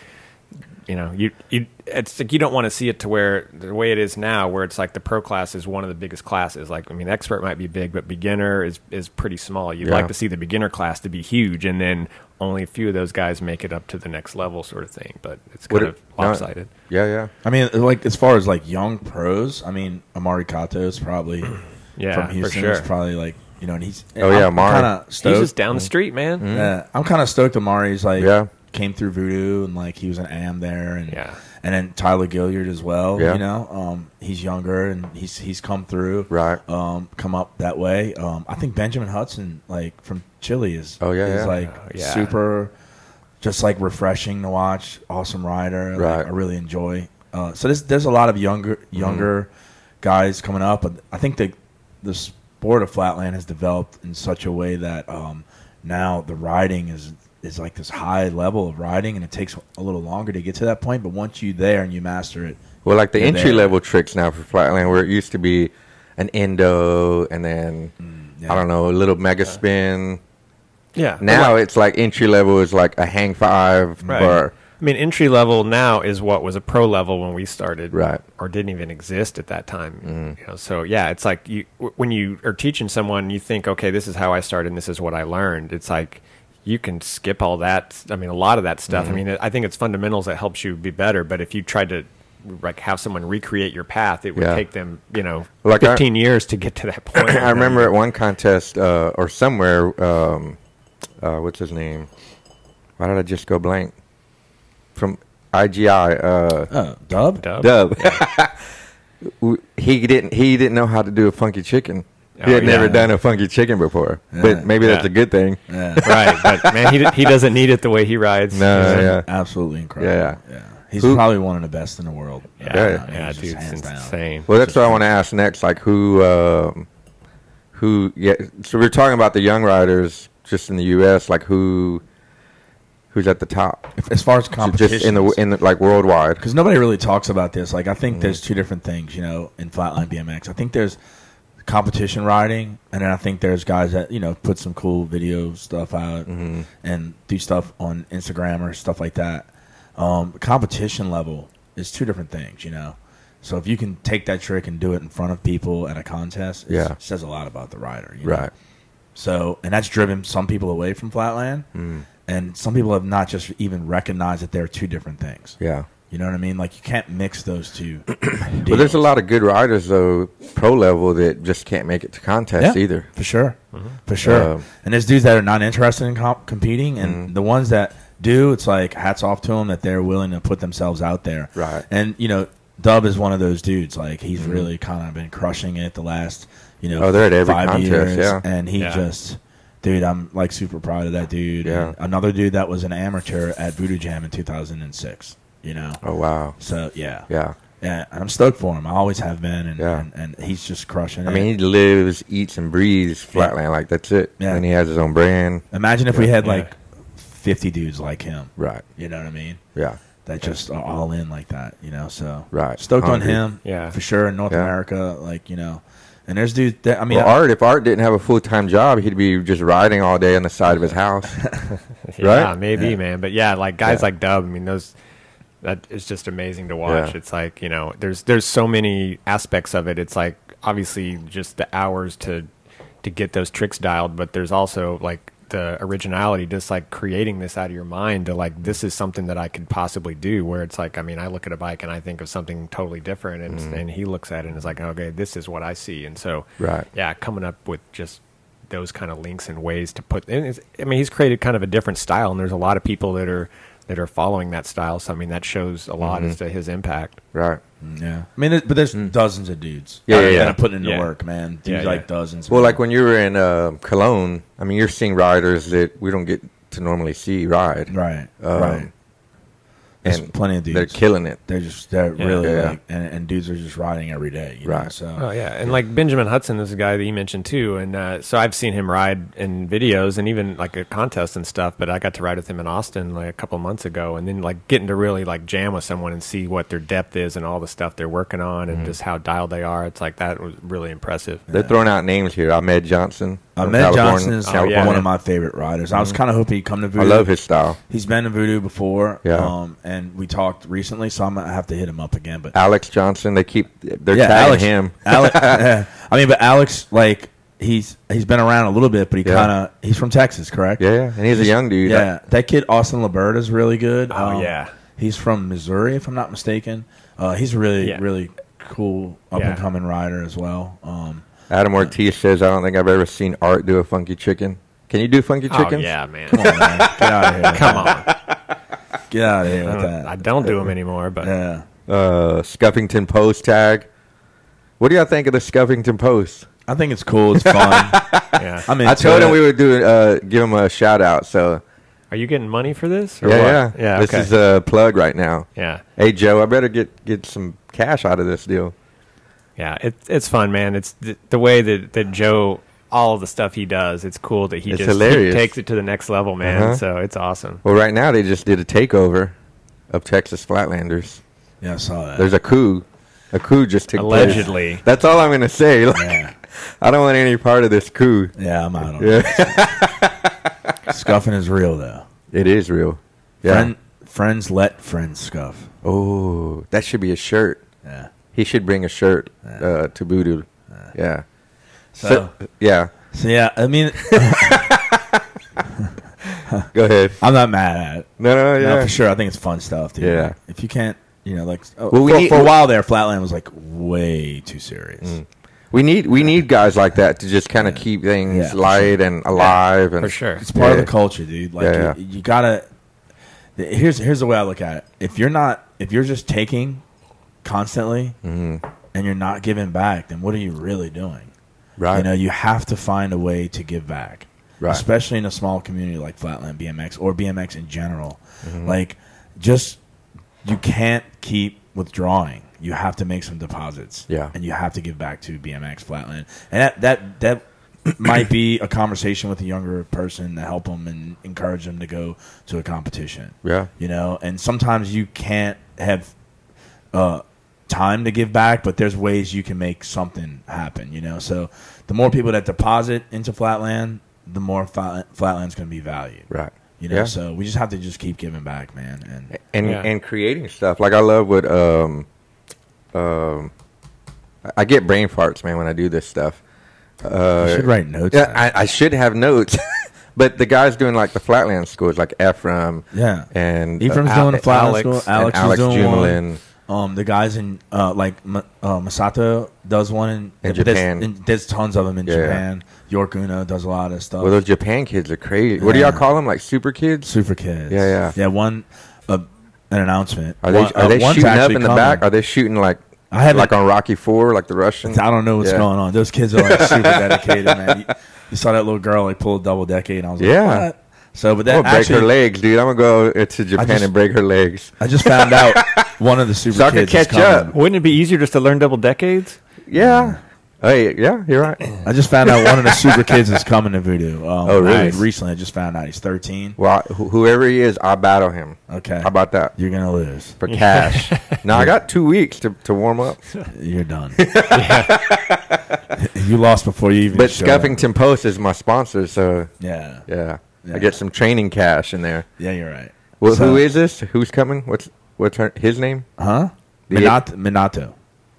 [SPEAKER 3] you know you you it's like you don't want to see it to where the way it is now where it's like the pro class is one of the biggest classes like i mean expert might be big but beginner is is pretty small you'd
[SPEAKER 1] Yeah.
[SPEAKER 3] like to see the beginner class to be huge and then only a few of those guys make it up to the next level sort of thing but it's
[SPEAKER 1] Would
[SPEAKER 3] kind
[SPEAKER 1] it-
[SPEAKER 3] of
[SPEAKER 1] no.
[SPEAKER 3] lopsided
[SPEAKER 1] Yeah, yeah.
[SPEAKER 2] I mean, like as far as like young pros, I mean, Amari Kato is probably
[SPEAKER 3] Yeah,
[SPEAKER 2] from
[SPEAKER 3] for
[SPEAKER 2] Houston.
[SPEAKER 3] sure.
[SPEAKER 2] Is probably like you know, and he's
[SPEAKER 1] Oh, yeah, Amari.
[SPEAKER 2] Kind of stoked.
[SPEAKER 3] he's just down the
[SPEAKER 1] Mm-hmm.
[SPEAKER 3] street man
[SPEAKER 2] Yeah, I'm kind of stoked. Amari's like
[SPEAKER 1] Yeah.
[SPEAKER 2] came through Voodoo and like he was an AM there, and
[SPEAKER 3] Yeah.
[SPEAKER 2] and then Tyler Gilliard as well.
[SPEAKER 1] Yeah.
[SPEAKER 2] You know, um, he's younger and he's he's come through
[SPEAKER 1] Right.
[SPEAKER 2] um, come up that way. Um, I think Benjamin Hudson, like from Chile, is
[SPEAKER 1] Oh, yeah,
[SPEAKER 2] is
[SPEAKER 1] yeah.
[SPEAKER 2] like
[SPEAKER 3] Oh, yeah.
[SPEAKER 2] super, just like refreshing to watch. Awesome rider, Like,
[SPEAKER 1] Right. Mm-hmm.
[SPEAKER 2] I really enjoy. Uh, so there's there's a lot of younger younger guys coming up, but I think the the sport of flatland has developed in such a way that um, now the riding is is like this high level of riding, and it takes a little longer to get to that point. But once you're there and you master it,
[SPEAKER 1] Well, like the
[SPEAKER 2] You're
[SPEAKER 1] entry
[SPEAKER 2] there.
[SPEAKER 1] level tricks now for Flatland, where it used to be an endo and then
[SPEAKER 3] Mm,
[SPEAKER 2] yeah.
[SPEAKER 1] I don't know a little
[SPEAKER 3] Uh,
[SPEAKER 1] mega spin.
[SPEAKER 3] yeah
[SPEAKER 1] Now it's like entry level is like a hang five
[SPEAKER 3] Right.
[SPEAKER 1] or
[SPEAKER 3] I mean, entry level now is what was a pro level when we started,
[SPEAKER 1] Right. Mm-hmm.
[SPEAKER 3] Or didn't even exist at that time. You know, so yeah, it's like you w- when you are teaching someone, you think, okay, this is how I started, and this is what I learned. It's like you can skip all that. I mean, a lot of that stuff.
[SPEAKER 1] Mm-hmm.
[SPEAKER 3] I mean, I think it's fundamentals that helps you be better. But if you tried to like have someone recreate your path, it would
[SPEAKER 1] Yeah.
[SPEAKER 3] take them, you know,
[SPEAKER 1] Like I-
[SPEAKER 3] fifteen years to get to that point.
[SPEAKER 1] I remember at one contest uh, or somewhere, um, uh, what's his name? Why did I just go blank? From IGI, uh,
[SPEAKER 2] Oh, dub,
[SPEAKER 3] Dub.
[SPEAKER 1] Dub. W- he didn't. He didn't know how to do a funky chicken.
[SPEAKER 3] Oh,
[SPEAKER 1] he had never
[SPEAKER 3] yeah.
[SPEAKER 1] done a funky chicken before,
[SPEAKER 2] Yeah.
[SPEAKER 1] but maybe that's
[SPEAKER 3] Yeah.
[SPEAKER 1] a good thing.
[SPEAKER 2] Yeah.
[SPEAKER 3] right? But man, he d- he doesn't need it the way he rides.
[SPEAKER 1] No,
[SPEAKER 3] You know?
[SPEAKER 1] yeah.
[SPEAKER 2] absolutely incredible.
[SPEAKER 1] Yeah.
[SPEAKER 2] He's
[SPEAKER 1] Who-
[SPEAKER 2] probably one of the best in the world.
[SPEAKER 3] yeah,
[SPEAKER 1] Yeah.
[SPEAKER 3] yeah,
[SPEAKER 2] I mean, he's
[SPEAKER 3] dude,
[SPEAKER 2] just
[SPEAKER 3] it's
[SPEAKER 2] hands down.
[SPEAKER 3] insane.
[SPEAKER 1] Well, that's what I want to ask next. Like who, um, who? Yeah. So we're talking about the young riders just in the U.S. Like who, who's at the top?
[SPEAKER 2] As far as
[SPEAKER 1] So
[SPEAKER 2] competition,
[SPEAKER 1] Just in the in the, like worldwide.
[SPEAKER 2] because nobody really talks about this. Like, I
[SPEAKER 1] Mm.
[SPEAKER 2] think there's two different things, you know, in flatline BMX. I think there's competition riding, and then I think there's guys that you know put some cool video stuff out
[SPEAKER 1] Mm-hmm.
[SPEAKER 2] and do stuff on Instagram or stuff like that. Um, competition level is two different things, you know. So if you can take that trick and do it in front of people at a contest, it
[SPEAKER 1] Yeah.
[SPEAKER 2] says a lot about the rider. You know?
[SPEAKER 1] Right.
[SPEAKER 2] So, and that's driven some people away from Flatland,
[SPEAKER 1] Mm.
[SPEAKER 2] and some people have not just even recognized that they're two different things.
[SPEAKER 1] Yeah.
[SPEAKER 2] You know what I mean? Like you can't mix those two.
[SPEAKER 1] But there's a
[SPEAKER 2] deals.
[SPEAKER 1] lot of good riders though, pro level that just can't make it to contests
[SPEAKER 2] Yeah,
[SPEAKER 1] either.
[SPEAKER 2] For sure. For sure.
[SPEAKER 1] Um, Mm-hmm.
[SPEAKER 2] and there's dudes that are not interested in comp- competing, and the ones that do, it's like hats off to them that they're willing to put themselves out there.
[SPEAKER 1] Right. Mm-hmm.
[SPEAKER 2] And, you know, Dub is one of those dudes. Like, he's really kind of been crushing it the last, you know,
[SPEAKER 1] Oh, they're at every
[SPEAKER 2] five
[SPEAKER 1] contest,
[SPEAKER 2] years.
[SPEAKER 1] yeah.
[SPEAKER 2] And he
[SPEAKER 3] Yeah.
[SPEAKER 2] just. Dude, I'm like super proud of that dude.
[SPEAKER 1] Yeah.
[SPEAKER 2] And Another dude that was an amateur at Voodoo Jam in 2006. You know,
[SPEAKER 1] Oh wow.
[SPEAKER 2] so yeah,
[SPEAKER 1] Yeah.
[SPEAKER 2] yeah. And I'm stoked for him. I always have been, and
[SPEAKER 1] Yeah.
[SPEAKER 2] and, and he's just crushing it.
[SPEAKER 1] I mean, he lives, eats, and breathes flatland. Like that's it.
[SPEAKER 2] Yeah.
[SPEAKER 1] And he has his own brand.
[SPEAKER 2] Imagine if we had
[SPEAKER 3] Yeah.
[SPEAKER 2] like 50 dudes like him.
[SPEAKER 1] Right.
[SPEAKER 2] You know what I mean?
[SPEAKER 1] Yeah.
[SPEAKER 2] That just are all in like that, you know? So,
[SPEAKER 1] Right.
[SPEAKER 2] Stoked on
[SPEAKER 1] Hungry.
[SPEAKER 2] him.
[SPEAKER 3] Yeah.
[SPEAKER 2] For sure. In North
[SPEAKER 1] Yeah.
[SPEAKER 2] America, like, you know. And there's dudes that, I mean,
[SPEAKER 1] Well,
[SPEAKER 2] I-
[SPEAKER 1] Art, if Art didn't have a full time job, he'd be just riding all day on the side of his house.
[SPEAKER 3] Yeah,
[SPEAKER 1] Right?
[SPEAKER 3] maybe,
[SPEAKER 2] Yeah.
[SPEAKER 3] man. But yeah, like guys
[SPEAKER 1] Yeah.
[SPEAKER 3] like Dub. I mean, those that is just amazing to watch.
[SPEAKER 1] Yeah.
[SPEAKER 3] It's like you know, there's there's so many aspects of it. It's like obviously just the hours to to get those tricks dialed, but there's also like the originality, just like creating this out of your mind to like this is something that I could possibly do. Where it's like, I mean, I look at a bike and I think of something totally different, and
[SPEAKER 1] Mm.
[SPEAKER 3] and he looks at it and is like, okay, this is what I see, and so
[SPEAKER 1] Right.
[SPEAKER 3] yeah, coming up with just those kind of links and ways to put. And it's, I mean, he's created kind of a different style, and there's a lot of people that are that are following that style. So I mean, that shows a lot
[SPEAKER 2] Mm-hmm.
[SPEAKER 3] as to his impact.
[SPEAKER 1] Right.
[SPEAKER 2] yeah. I mean, there- but there's dozens of dudes.
[SPEAKER 1] Mm. Yeah, yeah,
[SPEAKER 2] that
[SPEAKER 1] yeah.
[SPEAKER 2] are putting in the
[SPEAKER 3] Yeah.
[SPEAKER 2] work, man. Dudes
[SPEAKER 3] Yeah,
[SPEAKER 2] like
[SPEAKER 3] yeah.
[SPEAKER 2] dozens.
[SPEAKER 1] Well,
[SPEAKER 2] man.
[SPEAKER 1] like when you were in uh, Cologne, I mean, you're seeing riders that we don't get to normally see ride.
[SPEAKER 2] Right.
[SPEAKER 1] Um,
[SPEAKER 2] right. There's
[SPEAKER 1] and
[SPEAKER 2] plenty of dudes.
[SPEAKER 1] They're killing it.
[SPEAKER 2] They're just, they're really,
[SPEAKER 1] Yeah.
[SPEAKER 2] like, and, and dudes are just riding every day. You Know?
[SPEAKER 1] Right.
[SPEAKER 2] So,
[SPEAKER 3] Oh yeah, and like Benjamin Hudson is a guy that you mentioned too, and uh, so I've seen him ride in videos and even like a contest and stuff. But I got to ride with him in Austin like a couple months ago, and then like getting to really like jam with someone and see what their depth is and all the stuff they're working on
[SPEAKER 2] Mm-hmm.
[SPEAKER 3] and just how dialed they are. It's like that was really impressive.
[SPEAKER 1] They're throwing out names here. Ahmed Johnson. from
[SPEAKER 2] Ahmed
[SPEAKER 1] California- Mm-hmm.
[SPEAKER 2] Johnson is
[SPEAKER 3] Oh, yeah.
[SPEAKER 2] one of my favorite riders. I was kind of hoping he'd come to
[SPEAKER 1] I
[SPEAKER 2] Voodoo.
[SPEAKER 1] love his style.
[SPEAKER 2] He's been to Voodoo before,
[SPEAKER 1] Yeah.
[SPEAKER 2] um, and we talked recently, so I'm gonna have to hit him up again. But
[SPEAKER 1] Alex Johnson. They keep they're
[SPEAKER 2] yeah,
[SPEAKER 1] tagging
[SPEAKER 2] Alex,
[SPEAKER 1] him.
[SPEAKER 2] Alex, yeah. I mean, but Alex, like he's he's been around a little bit, but he
[SPEAKER 1] Yeah.
[SPEAKER 2] kind of he's from Texas, correct?
[SPEAKER 1] Yeah, yeah. and he's a young dude.
[SPEAKER 2] yeah. That kid Austin Liberta's really good. Um,
[SPEAKER 3] Oh, yeah.
[SPEAKER 2] he's from Missouri, if I'm not mistaken. Uh, he's really
[SPEAKER 3] Yeah.
[SPEAKER 2] really cool up
[SPEAKER 3] Yeah.
[SPEAKER 2] and coming rider as well. Um,
[SPEAKER 1] Adam Ortiz says, "I don't think I've ever seen Art do a funky chicken. Can you do funky
[SPEAKER 3] Oh
[SPEAKER 1] chickens?
[SPEAKER 3] yeah, man.
[SPEAKER 2] come on, man. get out of here! with
[SPEAKER 3] Come
[SPEAKER 2] that.
[SPEAKER 3] on.
[SPEAKER 2] get out of here with
[SPEAKER 3] Uh,
[SPEAKER 2] that.
[SPEAKER 3] I don't do them anymore, but
[SPEAKER 2] yeah.
[SPEAKER 1] Uh, Scuffington Post tag. What do y'all think of the Scuffington Post?
[SPEAKER 2] I think it's cool. It's fun.
[SPEAKER 3] yeah.
[SPEAKER 2] I'm
[SPEAKER 1] I
[SPEAKER 2] into
[SPEAKER 1] told
[SPEAKER 2] it.
[SPEAKER 1] him we would do uh, give him a shout out. So
[SPEAKER 3] Are you getting money for this?
[SPEAKER 1] yeah,
[SPEAKER 3] or
[SPEAKER 1] yeah,
[SPEAKER 3] what? yeah.
[SPEAKER 1] This
[SPEAKER 3] okay.
[SPEAKER 1] is a plug right now.
[SPEAKER 3] yeah,
[SPEAKER 1] Hey Joe, I better get get some cash out of this deal.
[SPEAKER 3] yeah. It, it's fun, man. It's the, the way that, that Joe, all the stuff he does, it's cool that he
[SPEAKER 1] It's
[SPEAKER 3] just
[SPEAKER 1] hilarious.
[SPEAKER 3] takes it to the next level, man.
[SPEAKER 1] Uh-huh.
[SPEAKER 3] So it's awesome.
[SPEAKER 1] Well, right now they just did a takeover of Texas Flatlanders.
[SPEAKER 2] Yeah, I saw that.
[SPEAKER 1] There's a coup. A coup just took place.
[SPEAKER 3] Allegedly.
[SPEAKER 1] That's all I'm gonna say. Like,
[SPEAKER 2] yeah.
[SPEAKER 1] I don't want any part of this coup.
[SPEAKER 2] yeah, I'm out on
[SPEAKER 1] Yeah.
[SPEAKER 2] it. Scuffing is real though.
[SPEAKER 1] It is real. Yeah.
[SPEAKER 2] Friend, friends let friends scuff.
[SPEAKER 1] Oh, that should be a shirt.
[SPEAKER 2] Yeah.
[SPEAKER 1] He should bring a shirt uh, to Voodoo. yeah.
[SPEAKER 2] So,
[SPEAKER 1] yeah.
[SPEAKER 2] so yeah, I mean,
[SPEAKER 1] Go ahead.
[SPEAKER 2] I'm not mad at it.
[SPEAKER 1] No, no, yeah.
[SPEAKER 2] No, for sure. I think it's fun stuff, dude.
[SPEAKER 1] Yeah.
[SPEAKER 2] If you can't, you know, like oh,
[SPEAKER 1] Well, we Mm.
[SPEAKER 2] for,
[SPEAKER 1] need-
[SPEAKER 2] for a while there, Flatland was like way too serious.
[SPEAKER 1] We need we need guys like that to just kind of keep things
[SPEAKER 2] Yeah, for
[SPEAKER 1] light and alive and
[SPEAKER 3] For sure.
[SPEAKER 2] It's part
[SPEAKER 1] Yeah.
[SPEAKER 2] of the culture, dude. Like
[SPEAKER 1] Yeah,
[SPEAKER 2] you, you gotta. th- Here's here's the way I look at it. If you're not, if you're just taking constantly,
[SPEAKER 1] Mm-hmm.
[SPEAKER 2] and you're not giving back, then what are you really doing?
[SPEAKER 1] Right.
[SPEAKER 2] You know, you have to find a way to give back.
[SPEAKER 1] Right.
[SPEAKER 2] Especially in a small community like Flatland BMX or BMX in general.
[SPEAKER 1] Mm-hmm.
[SPEAKER 2] Like just you can't keep withdrawing. You have to make some deposits.
[SPEAKER 1] Yeah.
[SPEAKER 2] And you have to give back to BMX Flatland. And that that that might be a conversation with a younger person to help them and encourage them to go to a competition.
[SPEAKER 1] Yeah.
[SPEAKER 2] You know, and sometimes you can't have uh, time to give back, but there's ways you can make something happen, you know? So the more people that deposit into Flatland, the more flat, Flatland's going to be valued.
[SPEAKER 1] right.
[SPEAKER 2] You know,
[SPEAKER 1] Yeah.
[SPEAKER 2] so we just have to just keep giving back, man. And
[SPEAKER 1] and
[SPEAKER 3] Yeah.
[SPEAKER 1] and creating stuff. Like I love what um um I- I get brain farts, man, when I do this stuff.
[SPEAKER 2] I should write notes.
[SPEAKER 1] Yeah, I, I should have notes. But the guys doing like the Flatland schools, like Ephraim,
[SPEAKER 2] Yeah.
[SPEAKER 1] and
[SPEAKER 2] Ephraim's
[SPEAKER 1] uh,
[SPEAKER 2] doing the flat
[SPEAKER 3] Alex-
[SPEAKER 2] school.
[SPEAKER 3] and
[SPEAKER 2] Alex, is
[SPEAKER 1] Alex
[SPEAKER 2] doing
[SPEAKER 1] Jumelin.
[SPEAKER 2] one. Um, the guys in uh, like Ma- uh, Masato does one in,
[SPEAKER 1] In
[SPEAKER 2] but there's-
[SPEAKER 1] Japan.
[SPEAKER 2] and there's tons of them in
[SPEAKER 1] Yeah.
[SPEAKER 2] Japan. York Uno does a lot of stuff.
[SPEAKER 1] Well, those Japan kids are crazy. What do
[SPEAKER 2] Yeah.
[SPEAKER 1] y'all call them? Like super kids?
[SPEAKER 2] Super kids.
[SPEAKER 1] Yeah, yeah.
[SPEAKER 2] yeah. One, uh, an announcement.
[SPEAKER 1] Are they
[SPEAKER 2] One-
[SPEAKER 1] are
[SPEAKER 2] uh,
[SPEAKER 1] they
[SPEAKER 2] one's
[SPEAKER 1] shooting up
[SPEAKER 2] actually
[SPEAKER 1] in the
[SPEAKER 2] coming.
[SPEAKER 1] back? Are they shooting like
[SPEAKER 2] I haven't-
[SPEAKER 1] like on Rocky Four, like the Russians?
[SPEAKER 2] I don't know what's
[SPEAKER 1] Yeah.
[SPEAKER 2] going on. Those kids are like super dedicated, man. You, you saw that little girl like pull a double decade, and I was like,
[SPEAKER 1] Yeah.
[SPEAKER 2] what? So, but
[SPEAKER 1] I'm
[SPEAKER 2] that
[SPEAKER 1] gonna break her
[SPEAKER 2] actually,
[SPEAKER 1] legs, dude. I'm gonna go uh, to Japan
[SPEAKER 2] just-
[SPEAKER 1] and break her legs.
[SPEAKER 2] I just found out one of the super
[SPEAKER 1] So I could
[SPEAKER 2] kids is
[SPEAKER 1] catch up.
[SPEAKER 2] coming.
[SPEAKER 3] Wouldn't it be easier just to learn double decades?
[SPEAKER 1] Yeah. Hey, yeah, you're right.
[SPEAKER 2] I just found out one of the super kids is coming to Voodoo. Um,
[SPEAKER 1] Oh, really?
[SPEAKER 2] I- recently, I just found out he's 13.
[SPEAKER 1] Well, I- wh- whoever he is, I battle him.
[SPEAKER 2] Okay.
[SPEAKER 1] How about that?
[SPEAKER 2] You're gonna lose.
[SPEAKER 1] For cash. now I got two weeks to, to warm up.
[SPEAKER 2] You're done. you lost before you even.
[SPEAKER 1] But
[SPEAKER 2] showed up.
[SPEAKER 1] Scuffington Post is my sponsor, so
[SPEAKER 2] Yeah. yeah.
[SPEAKER 1] yeah,
[SPEAKER 2] Yeah.
[SPEAKER 1] I get some training cash in there.
[SPEAKER 2] you're right.
[SPEAKER 1] Well,
[SPEAKER 2] So-
[SPEAKER 1] who is this? Who's coming? What's what's her, his name?
[SPEAKER 2] Huh?
[SPEAKER 1] The-
[SPEAKER 2] Minato. Minato.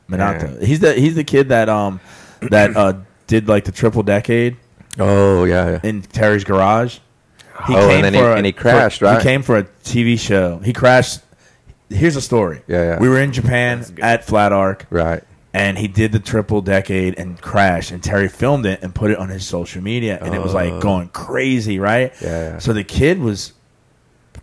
[SPEAKER 2] Minato. He's the he's the kid that um that uh did like the triple decade
[SPEAKER 1] Oh yeah, yeah.
[SPEAKER 2] in Terry's garage. He
[SPEAKER 1] Oh, and then he- and he crashed,
[SPEAKER 2] for-
[SPEAKER 1] right?
[SPEAKER 2] He came for a TV show. He crashed. Here's a story.
[SPEAKER 1] Yeah, yeah.
[SPEAKER 2] We were in Japan at Flat Arc.
[SPEAKER 1] right.
[SPEAKER 2] and he did the triple decade and crashed and terry filmed it and put it on his social media and it was like going crazy right
[SPEAKER 1] Oh. Yeah, yeah.
[SPEAKER 2] so the kid was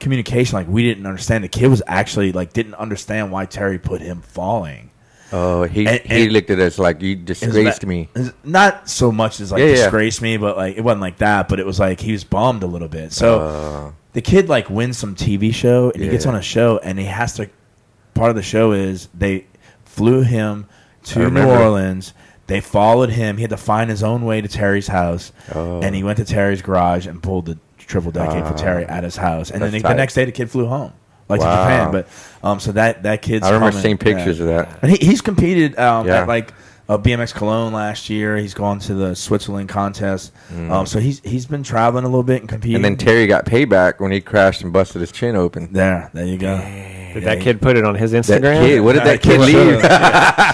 [SPEAKER 2] communication like we didn't understand the kid was actually like didn't understand why terry put him falling
[SPEAKER 1] Oh, he
[SPEAKER 2] And-
[SPEAKER 1] he
[SPEAKER 2] and-
[SPEAKER 1] looked at us like you
[SPEAKER 2] It's
[SPEAKER 1] disgraced
[SPEAKER 2] not-
[SPEAKER 1] me.
[SPEAKER 2] it's not so much as like
[SPEAKER 1] Yeah, yeah.
[SPEAKER 2] disgraced me but like it wasn't like that but it was like he was bummed a little bit
[SPEAKER 1] Oh.
[SPEAKER 2] so
[SPEAKER 1] Uh,
[SPEAKER 2] the kid like wins some tv show and he
[SPEAKER 1] Yeah,
[SPEAKER 2] gets
[SPEAKER 1] yeah.
[SPEAKER 2] on a show and he has to part of the show is they flew him
[SPEAKER 1] I
[SPEAKER 2] to New
[SPEAKER 1] remember.
[SPEAKER 2] Orleans. They followed him. He had to find his own way to Terry's house,
[SPEAKER 1] Oh. Ah.
[SPEAKER 2] and he went to Terry's garage and pulled the triple decade for Terry at his house. And then
[SPEAKER 1] That's
[SPEAKER 2] the- the
[SPEAKER 1] tight.
[SPEAKER 2] next day, the kid flew home, like
[SPEAKER 1] Wow.
[SPEAKER 2] to Japan. But um, so that that kid's
[SPEAKER 1] I remember
[SPEAKER 2] coming,
[SPEAKER 1] seeing pictures
[SPEAKER 2] yeah.
[SPEAKER 1] of that.
[SPEAKER 2] And he, he's competed um,
[SPEAKER 1] Yeah.
[SPEAKER 2] at like uh, BMX Cologne last year. He's gone to the Switzerland contest. Um, so he's he's been traveling a little bit and competing.
[SPEAKER 1] Mm. And then Terry got payback when he crashed and busted his chin open.
[SPEAKER 2] there, there you go.
[SPEAKER 3] Did that kid put it on his Instagram?
[SPEAKER 1] That kid, what did that kid
[SPEAKER 2] So-
[SPEAKER 1] leave?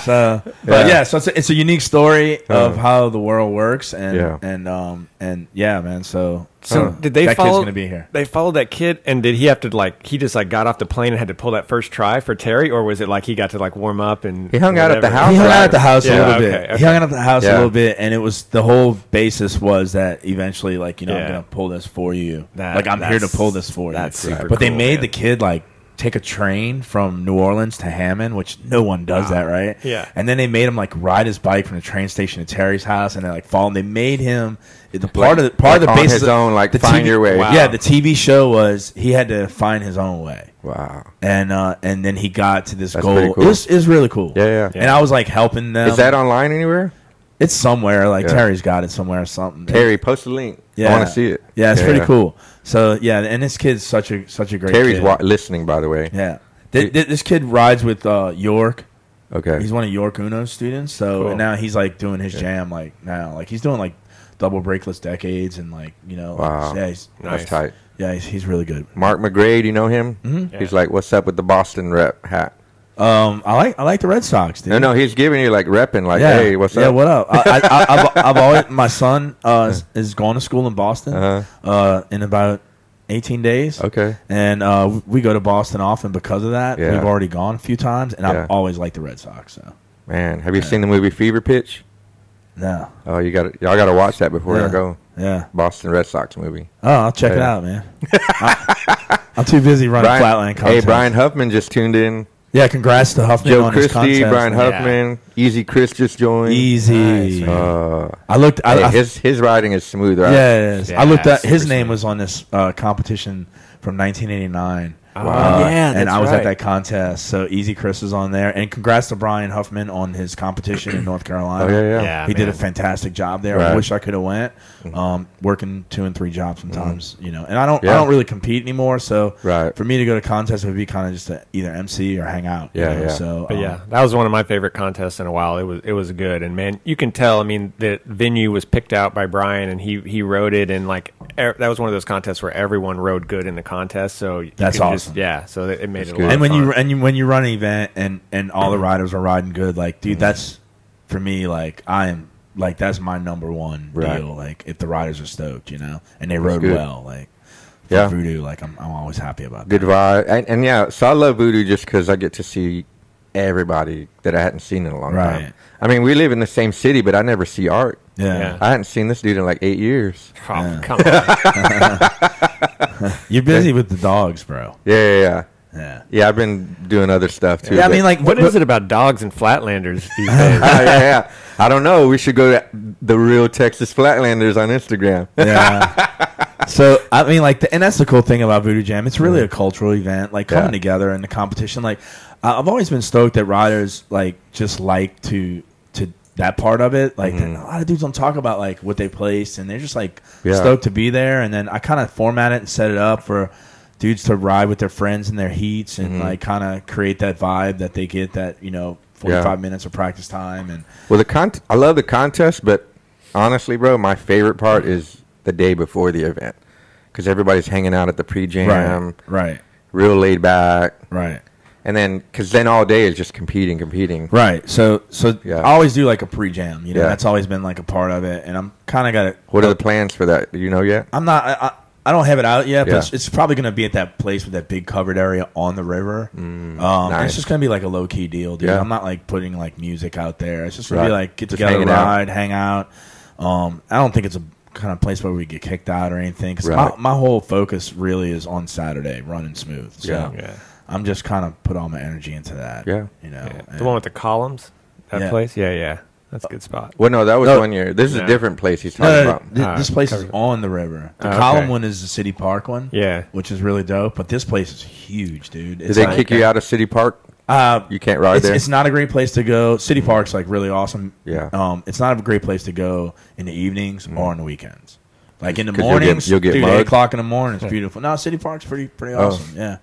[SPEAKER 2] so,
[SPEAKER 1] Yeah.
[SPEAKER 2] but yeah, so it's a, it's a unique story of how the world works, and
[SPEAKER 1] Yeah.
[SPEAKER 2] and um and yeah, man. So
[SPEAKER 3] So
[SPEAKER 2] uh,
[SPEAKER 3] did they
[SPEAKER 2] that
[SPEAKER 3] follow?
[SPEAKER 2] kid's gonna be here?
[SPEAKER 3] They followed that kid, and did he have to like? He just like got off the plane and had to pull that first try for Terry, or was it like he got to like warm up and
[SPEAKER 1] He hung out at the
[SPEAKER 3] whatever?
[SPEAKER 1] house.
[SPEAKER 2] He hung out at the
[SPEAKER 1] right.
[SPEAKER 2] house
[SPEAKER 3] Yeah,
[SPEAKER 2] a little
[SPEAKER 3] okay,
[SPEAKER 2] bit.
[SPEAKER 3] okay.
[SPEAKER 2] He hung out at the house
[SPEAKER 1] Yeah.
[SPEAKER 2] a little bit, and it was the whole basis was that eventually, like you know,
[SPEAKER 3] Yeah.
[SPEAKER 2] I'm gonna pull this for you.
[SPEAKER 3] That-
[SPEAKER 2] like I'm here to
[SPEAKER 3] that's-
[SPEAKER 2] pull this for you.
[SPEAKER 3] that's super
[SPEAKER 2] But they
[SPEAKER 3] cool,
[SPEAKER 2] made
[SPEAKER 3] man.
[SPEAKER 2] the kid like take a train from New Orleans to Hammond, which no one does that, right?
[SPEAKER 3] Yeah.
[SPEAKER 2] And then they made him like ride his bike from the train station to Terry's house, and they like follow him. They made him the part of the part of
[SPEAKER 1] like
[SPEAKER 2] the
[SPEAKER 1] on
[SPEAKER 2] basis
[SPEAKER 1] his
[SPEAKER 2] of-
[SPEAKER 1] own, like,
[SPEAKER 2] the
[SPEAKER 1] find
[SPEAKER 2] TV
[SPEAKER 1] your way. Wow.
[SPEAKER 2] Yeah, the TV show was he had to find his own way
[SPEAKER 1] Wow.
[SPEAKER 2] and uh, and then he got to this
[SPEAKER 1] That's pretty
[SPEAKER 2] goal.
[SPEAKER 1] cool.
[SPEAKER 2] It was, it was really cool.
[SPEAKER 1] Yeah, yeah.
[SPEAKER 2] And I was like helping them.
[SPEAKER 1] Is that online anywhere?
[SPEAKER 2] It's somewhere. Like
[SPEAKER 1] Yeah.
[SPEAKER 2] Terry's got it somewhere or something.
[SPEAKER 1] Terry, post the link.
[SPEAKER 2] Yeah.
[SPEAKER 1] I want to see it.
[SPEAKER 2] Yeah, it's
[SPEAKER 1] Yeah.
[SPEAKER 2] pretty cool. So yeah, and this kid's such a such a great.
[SPEAKER 1] Terry's
[SPEAKER 2] kid.
[SPEAKER 1] wa- listening, by the way.
[SPEAKER 2] Yeah. Th- th- this kid rides with uh, York.
[SPEAKER 1] Okay.
[SPEAKER 2] He's one of York Uno's students. So
[SPEAKER 3] Cool.
[SPEAKER 2] and now he's like doing his jam like now. Like he's doing like double breakless decades and like you know. like,
[SPEAKER 1] Wow.
[SPEAKER 2] yeah, he's,
[SPEAKER 1] That's
[SPEAKER 3] Nice.
[SPEAKER 1] tight.
[SPEAKER 2] yeah, he's, he's really good.
[SPEAKER 1] Mark McGrade, you know him? Mm-hmm. He's
[SPEAKER 3] Yeah.
[SPEAKER 1] like, what's up with the Boston rep hat?
[SPEAKER 2] Um, I like I like the Red Sox. Dude.
[SPEAKER 1] No, no, he's giving you like repping, like, hey, what's
[SPEAKER 2] yeah,
[SPEAKER 1] up?
[SPEAKER 2] what up? I, I, I, I've, I've always my son uh, is- is going to school in Boston uh
[SPEAKER 1] Uh-huh.
[SPEAKER 2] in about eighteen days.
[SPEAKER 1] Okay.
[SPEAKER 2] and uh, we go to Boston often because of that.
[SPEAKER 1] Yeah.
[SPEAKER 2] We've already gone a few times, and
[SPEAKER 1] Yeah.
[SPEAKER 2] I've always liked the Red Sox. So
[SPEAKER 1] Man, have you seen the movie Fever Pitch?
[SPEAKER 2] no,
[SPEAKER 1] Oh, you got to y'all got to watch that before
[SPEAKER 2] yeah.
[SPEAKER 1] y'all go.
[SPEAKER 2] Yeah.
[SPEAKER 1] Boston Red Sox movie.
[SPEAKER 2] Oh, I'll check it
[SPEAKER 1] Yeah.
[SPEAKER 2] out, man. I, am too busy running Flatland.
[SPEAKER 1] hey,
[SPEAKER 2] Contest.
[SPEAKER 1] Brian Huffman just tuned in.
[SPEAKER 2] Yeah, congrats to Huffman
[SPEAKER 1] Joe
[SPEAKER 2] on his
[SPEAKER 1] Christie,
[SPEAKER 2] contest.
[SPEAKER 1] Brian
[SPEAKER 2] man.
[SPEAKER 1] Huffman, Easy Chris just joined.
[SPEAKER 2] Easy.
[SPEAKER 1] Uh,
[SPEAKER 2] I looked. I,
[SPEAKER 1] hey,
[SPEAKER 2] I,
[SPEAKER 1] his his writing is smooth, right?
[SPEAKER 2] Yeah, it is. I looked
[SPEAKER 3] Yeah,
[SPEAKER 2] at his
[SPEAKER 3] super
[SPEAKER 2] name
[SPEAKER 3] smooth.
[SPEAKER 2] was on this uh, competition from 1989.
[SPEAKER 3] Oh,
[SPEAKER 2] Uh,
[SPEAKER 3] yeah,
[SPEAKER 2] and
[SPEAKER 3] that's
[SPEAKER 2] I was
[SPEAKER 3] right.
[SPEAKER 2] at that contest. So Easy Chris was on there, and congrats to Brian Huffman on his competition in North Carolina.
[SPEAKER 1] Oh, yeah, yeah.
[SPEAKER 3] Yeah,
[SPEAKER 2] he did a
[SPEAKER 3] man. Mm-hmm.
[SPEAKER 2] fantastic job there.
[SPEAKER 1] Right.
[SPEAKER 2] I wish I could have went. Um, working two and three jobs sometimes, you know. And I don't,
[SPEAKER 1] Mm-hmm. Yeah.
[SPEAKER 2] I don't really compete anymore. So
[SPEAKER 1] Right.
[SPEAKER 2] for me to go to contests would be kind of just to either MC or hang out. you
[SPEAKER 1] Yeah,
[SPEAKER 2] know,
[SPEAKER 1] yeah.
[SPEAKER 2] So
[SPEAKER 3] But
[SPEAKER 2] um,
[SPEAKER 3] yeah, that was one of my favorite contests in a while. It was it was good, and man, you can tell. I mean, the venue was picked out by Brian, and he he rode it, and like er, that was one of those contests where everyone rode good in the contest. So you
[SPEAKER 2] That's
[SPEAKER 3] could just-
[SPEAKER 2] awesome.
[SPEAKER 3] yeah, so it, it made it a
[SPEAKER 1] good.
[SPEAKER 3] lot.
[SPEAKER 2] and
[SPEAKER 3] of
[SPEAKER 2] when you
[SPEAKER 3] fun.
[SPEAKER 2] and you, when you
[SPEAKER 1] Mm-hmm.
[SPEAKER 2] run an event and and all the riders are riding good, like dude, that's for me. Like I am like that's my number one
[SPEAKER 1] Right.
[SPEAKER 2] deal. Like if the riders are stoked, you know, and they rode
[SPEAKER 1] good.
[SPEAKER 2] well, like for
[SPEAKER 1] Yeah.
[SPEAKER 2] voodoo, like I'm I'm always happy about
[SPEAKER 1] Good
[SPEAKER 2] that.
[SPEAKER 1] vibe. And, and yeah, so I love Voodoo just because I get to see everybody that I hadn't seen in a long
[SPEAKER 2] Right.
[SPEAKER 1] time. I mean, we live in the same city, but I never see art.
[SPEAKER 2] Yeah.
[SPEAKER 3] Yeah.
[SPEAKER 1] I hadn't seen this dude in like eight years.
[SPEAKER 3] Oh, come on.
[SPEAKER 2] you're busy with the dogs, bro.
[SPEAKER 1] Yeah, yeah, yeah.
[SPEAKER 2] Yeah,
[SPEAKER 1] Yeah, I've been doing other stuff too.
[SPEAKER 2] yeah. I
[SPEAKER 1] but-
[SPEAKER 2] mean, like
[SPEAKER 3] what is it about dogs and flatlanders these days?
[SPEAKER 1] Oh, yeah, yeah. I don't know. We should go to the real Texas Flatlanders on Instagram.
[SPEAKER 2] yeah. So I mean, like, the, and that's the cool thing about Voodoo Jam. It's really a cultural event, like coming
[SPEAKER 1] Mm-hmm. Yeah.
[SPEAKER 2] together in the competition. Like, I- I've always been stoked that riders like just like to to that part of it. Like, a lot of dudes don't talk about like what they placed, and they're just like
[SPEAKER 1] Mm-hmm. Yeah.
[SPEAKER 2] stoked to be there. And then I kind of format it and set it up for dudes to ride with their friends in their heats
[SPEAKER 1] Mm-hmm.
[SPEAKER 2] and like kind of create that vibe that they get that you know forty five minutes of practice time and
[SPEAKER 1] Well, the con- I love the contest, but honestly, bro, my favorite part is the day before the event because everybody's hanging out at the pre-jam,
[SPEAKER 2] right,
[SPEAKER 1] real laid back,
[SPEAKER 2] right.
[SPEAKER 1] and then because then all day is just competing, competing.
[SPEAKER 2] Right. So so
[SPEAKER 1] Yeah.
[SPEAKER 2] I always do like a pre jam. You know,
[SPEAKER 1] Yeah.
[SPEAKER 2] that's always been like a part of it, and I'm kind of got to.
[SPEAKER 1] What are the plans for that? Do you know yet?
[SPEAKER 2] I'm not. I, I, I don't have it out yet, but
[SPEAKER 1] Yeah.
[SPEAKER 2] it's, it's probably going to be at that place with that big covered area on the river. um, and
[SPEAKER 1] Mm, nice.
[SPEAKER 2] It's just going to be like a low key deal, dude.
[SPEAKER 1] Yeah.
[SPEAKER 2] I'm not like putting like music out there. It's just going to be
[SPEAKER 1] Right.
[SPEAKER 2] like get
[SPEAKER 1] Just
[SPEAKER 2] together,
[SPEAKER 1] hanging out.
[SPEAKER 2] ride, hang out. Um, I don't think it's a kind of place where we get kicked out or anything. 'cause
[SPEAKER 1] Right.
[SPEAKER 2] my, my whole focus really is on Saturday, running smooth. So
[SPEAKER 1] Yeah.
[SPEAKER 3] Yeah.
[SPEAKER 2] I'm just kind of put all my energy into that.
[SPEAKER 1] Yeah.
[SPEAKER 2] You know,
[SPEAKER 3] Yeah.
[SPEAKER 2] and-
[SPEAKER 3] The one with the columns? That
[SPEAKER 2] Yeah.
[SPEAKER 3] place? Yeah, yeah. That's a good spot.
[SPEAKER 1] Well, no, that was
[SPEAKER 2] No.
[SPEAKER 1] one year. This is
[SPEAKER 3] No.
[SPEAKER 1] a different place he's
[SPEAKER 2] No,
[SPEAKER 1] talking
[SPEAKER 2] no, no,
[SPEAKER 1] about.
[SPEAKER 2] th-
[SPEAKER 3] Ah,
[SPEAKER 2] this place
[SPEAKER 3] covered
[SPEAKER 2] is
[SPEAKER 3] it.
[SPEAKER 2] on the river. The
[SPEAKER 3] Ah, okay.
[SPEAKER 2] column one is the city park one.
[SPEAKER 3] Yeah.
[SPEAKER 2] Which is really dope, but this place is huge, dude.
[SPEAKER 1] Did
[SPEAKER 2] It's
[SPEAKER 1] they
[SPEAKER 2] like-
[SPEAKER 1] kick you out of City Park?
[SPEAKER 2] Uh,
[SPEAKER 1] You can't ride
[SPEAKER 2] it's,
[SPEAKER 1] there.
[SPEAKER 2] it's not a great place to go. City Park's like really awesome.
[SPEAKER 1] Yeah. Mm-hmm.
[SPEAKER 2] Um, it's not a great place to go in the evenings or on the weekends. Like in the
[SPEAKER 1] 'Cause you'll get-
[SPEAKER 2] mornings,
[SPEAKER 1] you'll get
[SPEAKER 2] dude,
[SPEAKER 1] mugged.
[SPEAKER 2] eight o'clock in the morning. It's beautiful. No, City Park's pretty pretty
[SPEAKER 1] Oh.
[SPEAKER 2] awesome. Yeah,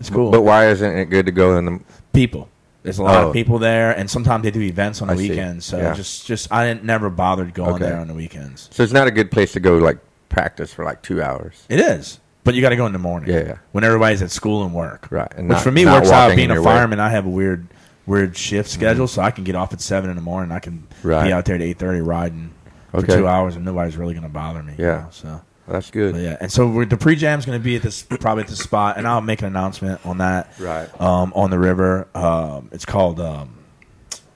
[SPEAKER 2] it's cool.
[SPEAKER 1] But why isn't it good to go in the?
[SPEAKER 2] people. There's a lot
[SPEAKER 1] Oh.
[SPEAKER 2] of people there, and sometimes they do events on the
[SPEAKER 1] I see.
[SPEAKER 2] weekends. So
[SPEAKER 1] Yeah.
[SPEAKER 2] just just I didn't, never bothered going
[SPEAKER 1] Okay.
[SPEAKER 2] there on the weekends.
[SPEAKER 1] So it's not a good place to go like practice for like two hours.
[SPEAKER 2] It is. But you got to go in the morning.
[SPEAKER 1] Yeah, yeah.
[SPEAKER 2] When everybody's at school and work.
[SPEAKER 1] Right, and
[SPEAKER 2] Which
[SPEAKER 1] not-
[SPEAKER 2] for me
[SPEAKER 1] not
[SPEAKER 2] works out
[SPEAKER 1] walking
[SPEAKER 2] being
[SPEAKER 1] in
[SPEAKER 2] a
[SPEAKER 1] your way. Mm-hmm.
[SPEAKER 2] fireman. I have a weird, weird shift schedule, so I can get off at seven in the morning. I can
[SPEAKER 1] Right.
[SPEAKER 2] be out there at eight thirty riding
[SPEAKER 1] Okay.
[SPEAKER 2] for two hours, and nobody's really going to bother me. you
[SPEAKER 1] Yeah.
[SPEAKER 2] know, so.
[SPEAKER 1] That's good.
[SPEAKER 2] But yeah, and so we're, the pre jam's going to be at this probably at this spot, and I'll make an announcement on that.
[SPEAKER 1] Right.
[SPEAKER 2] um, on the river. Um, it's called um,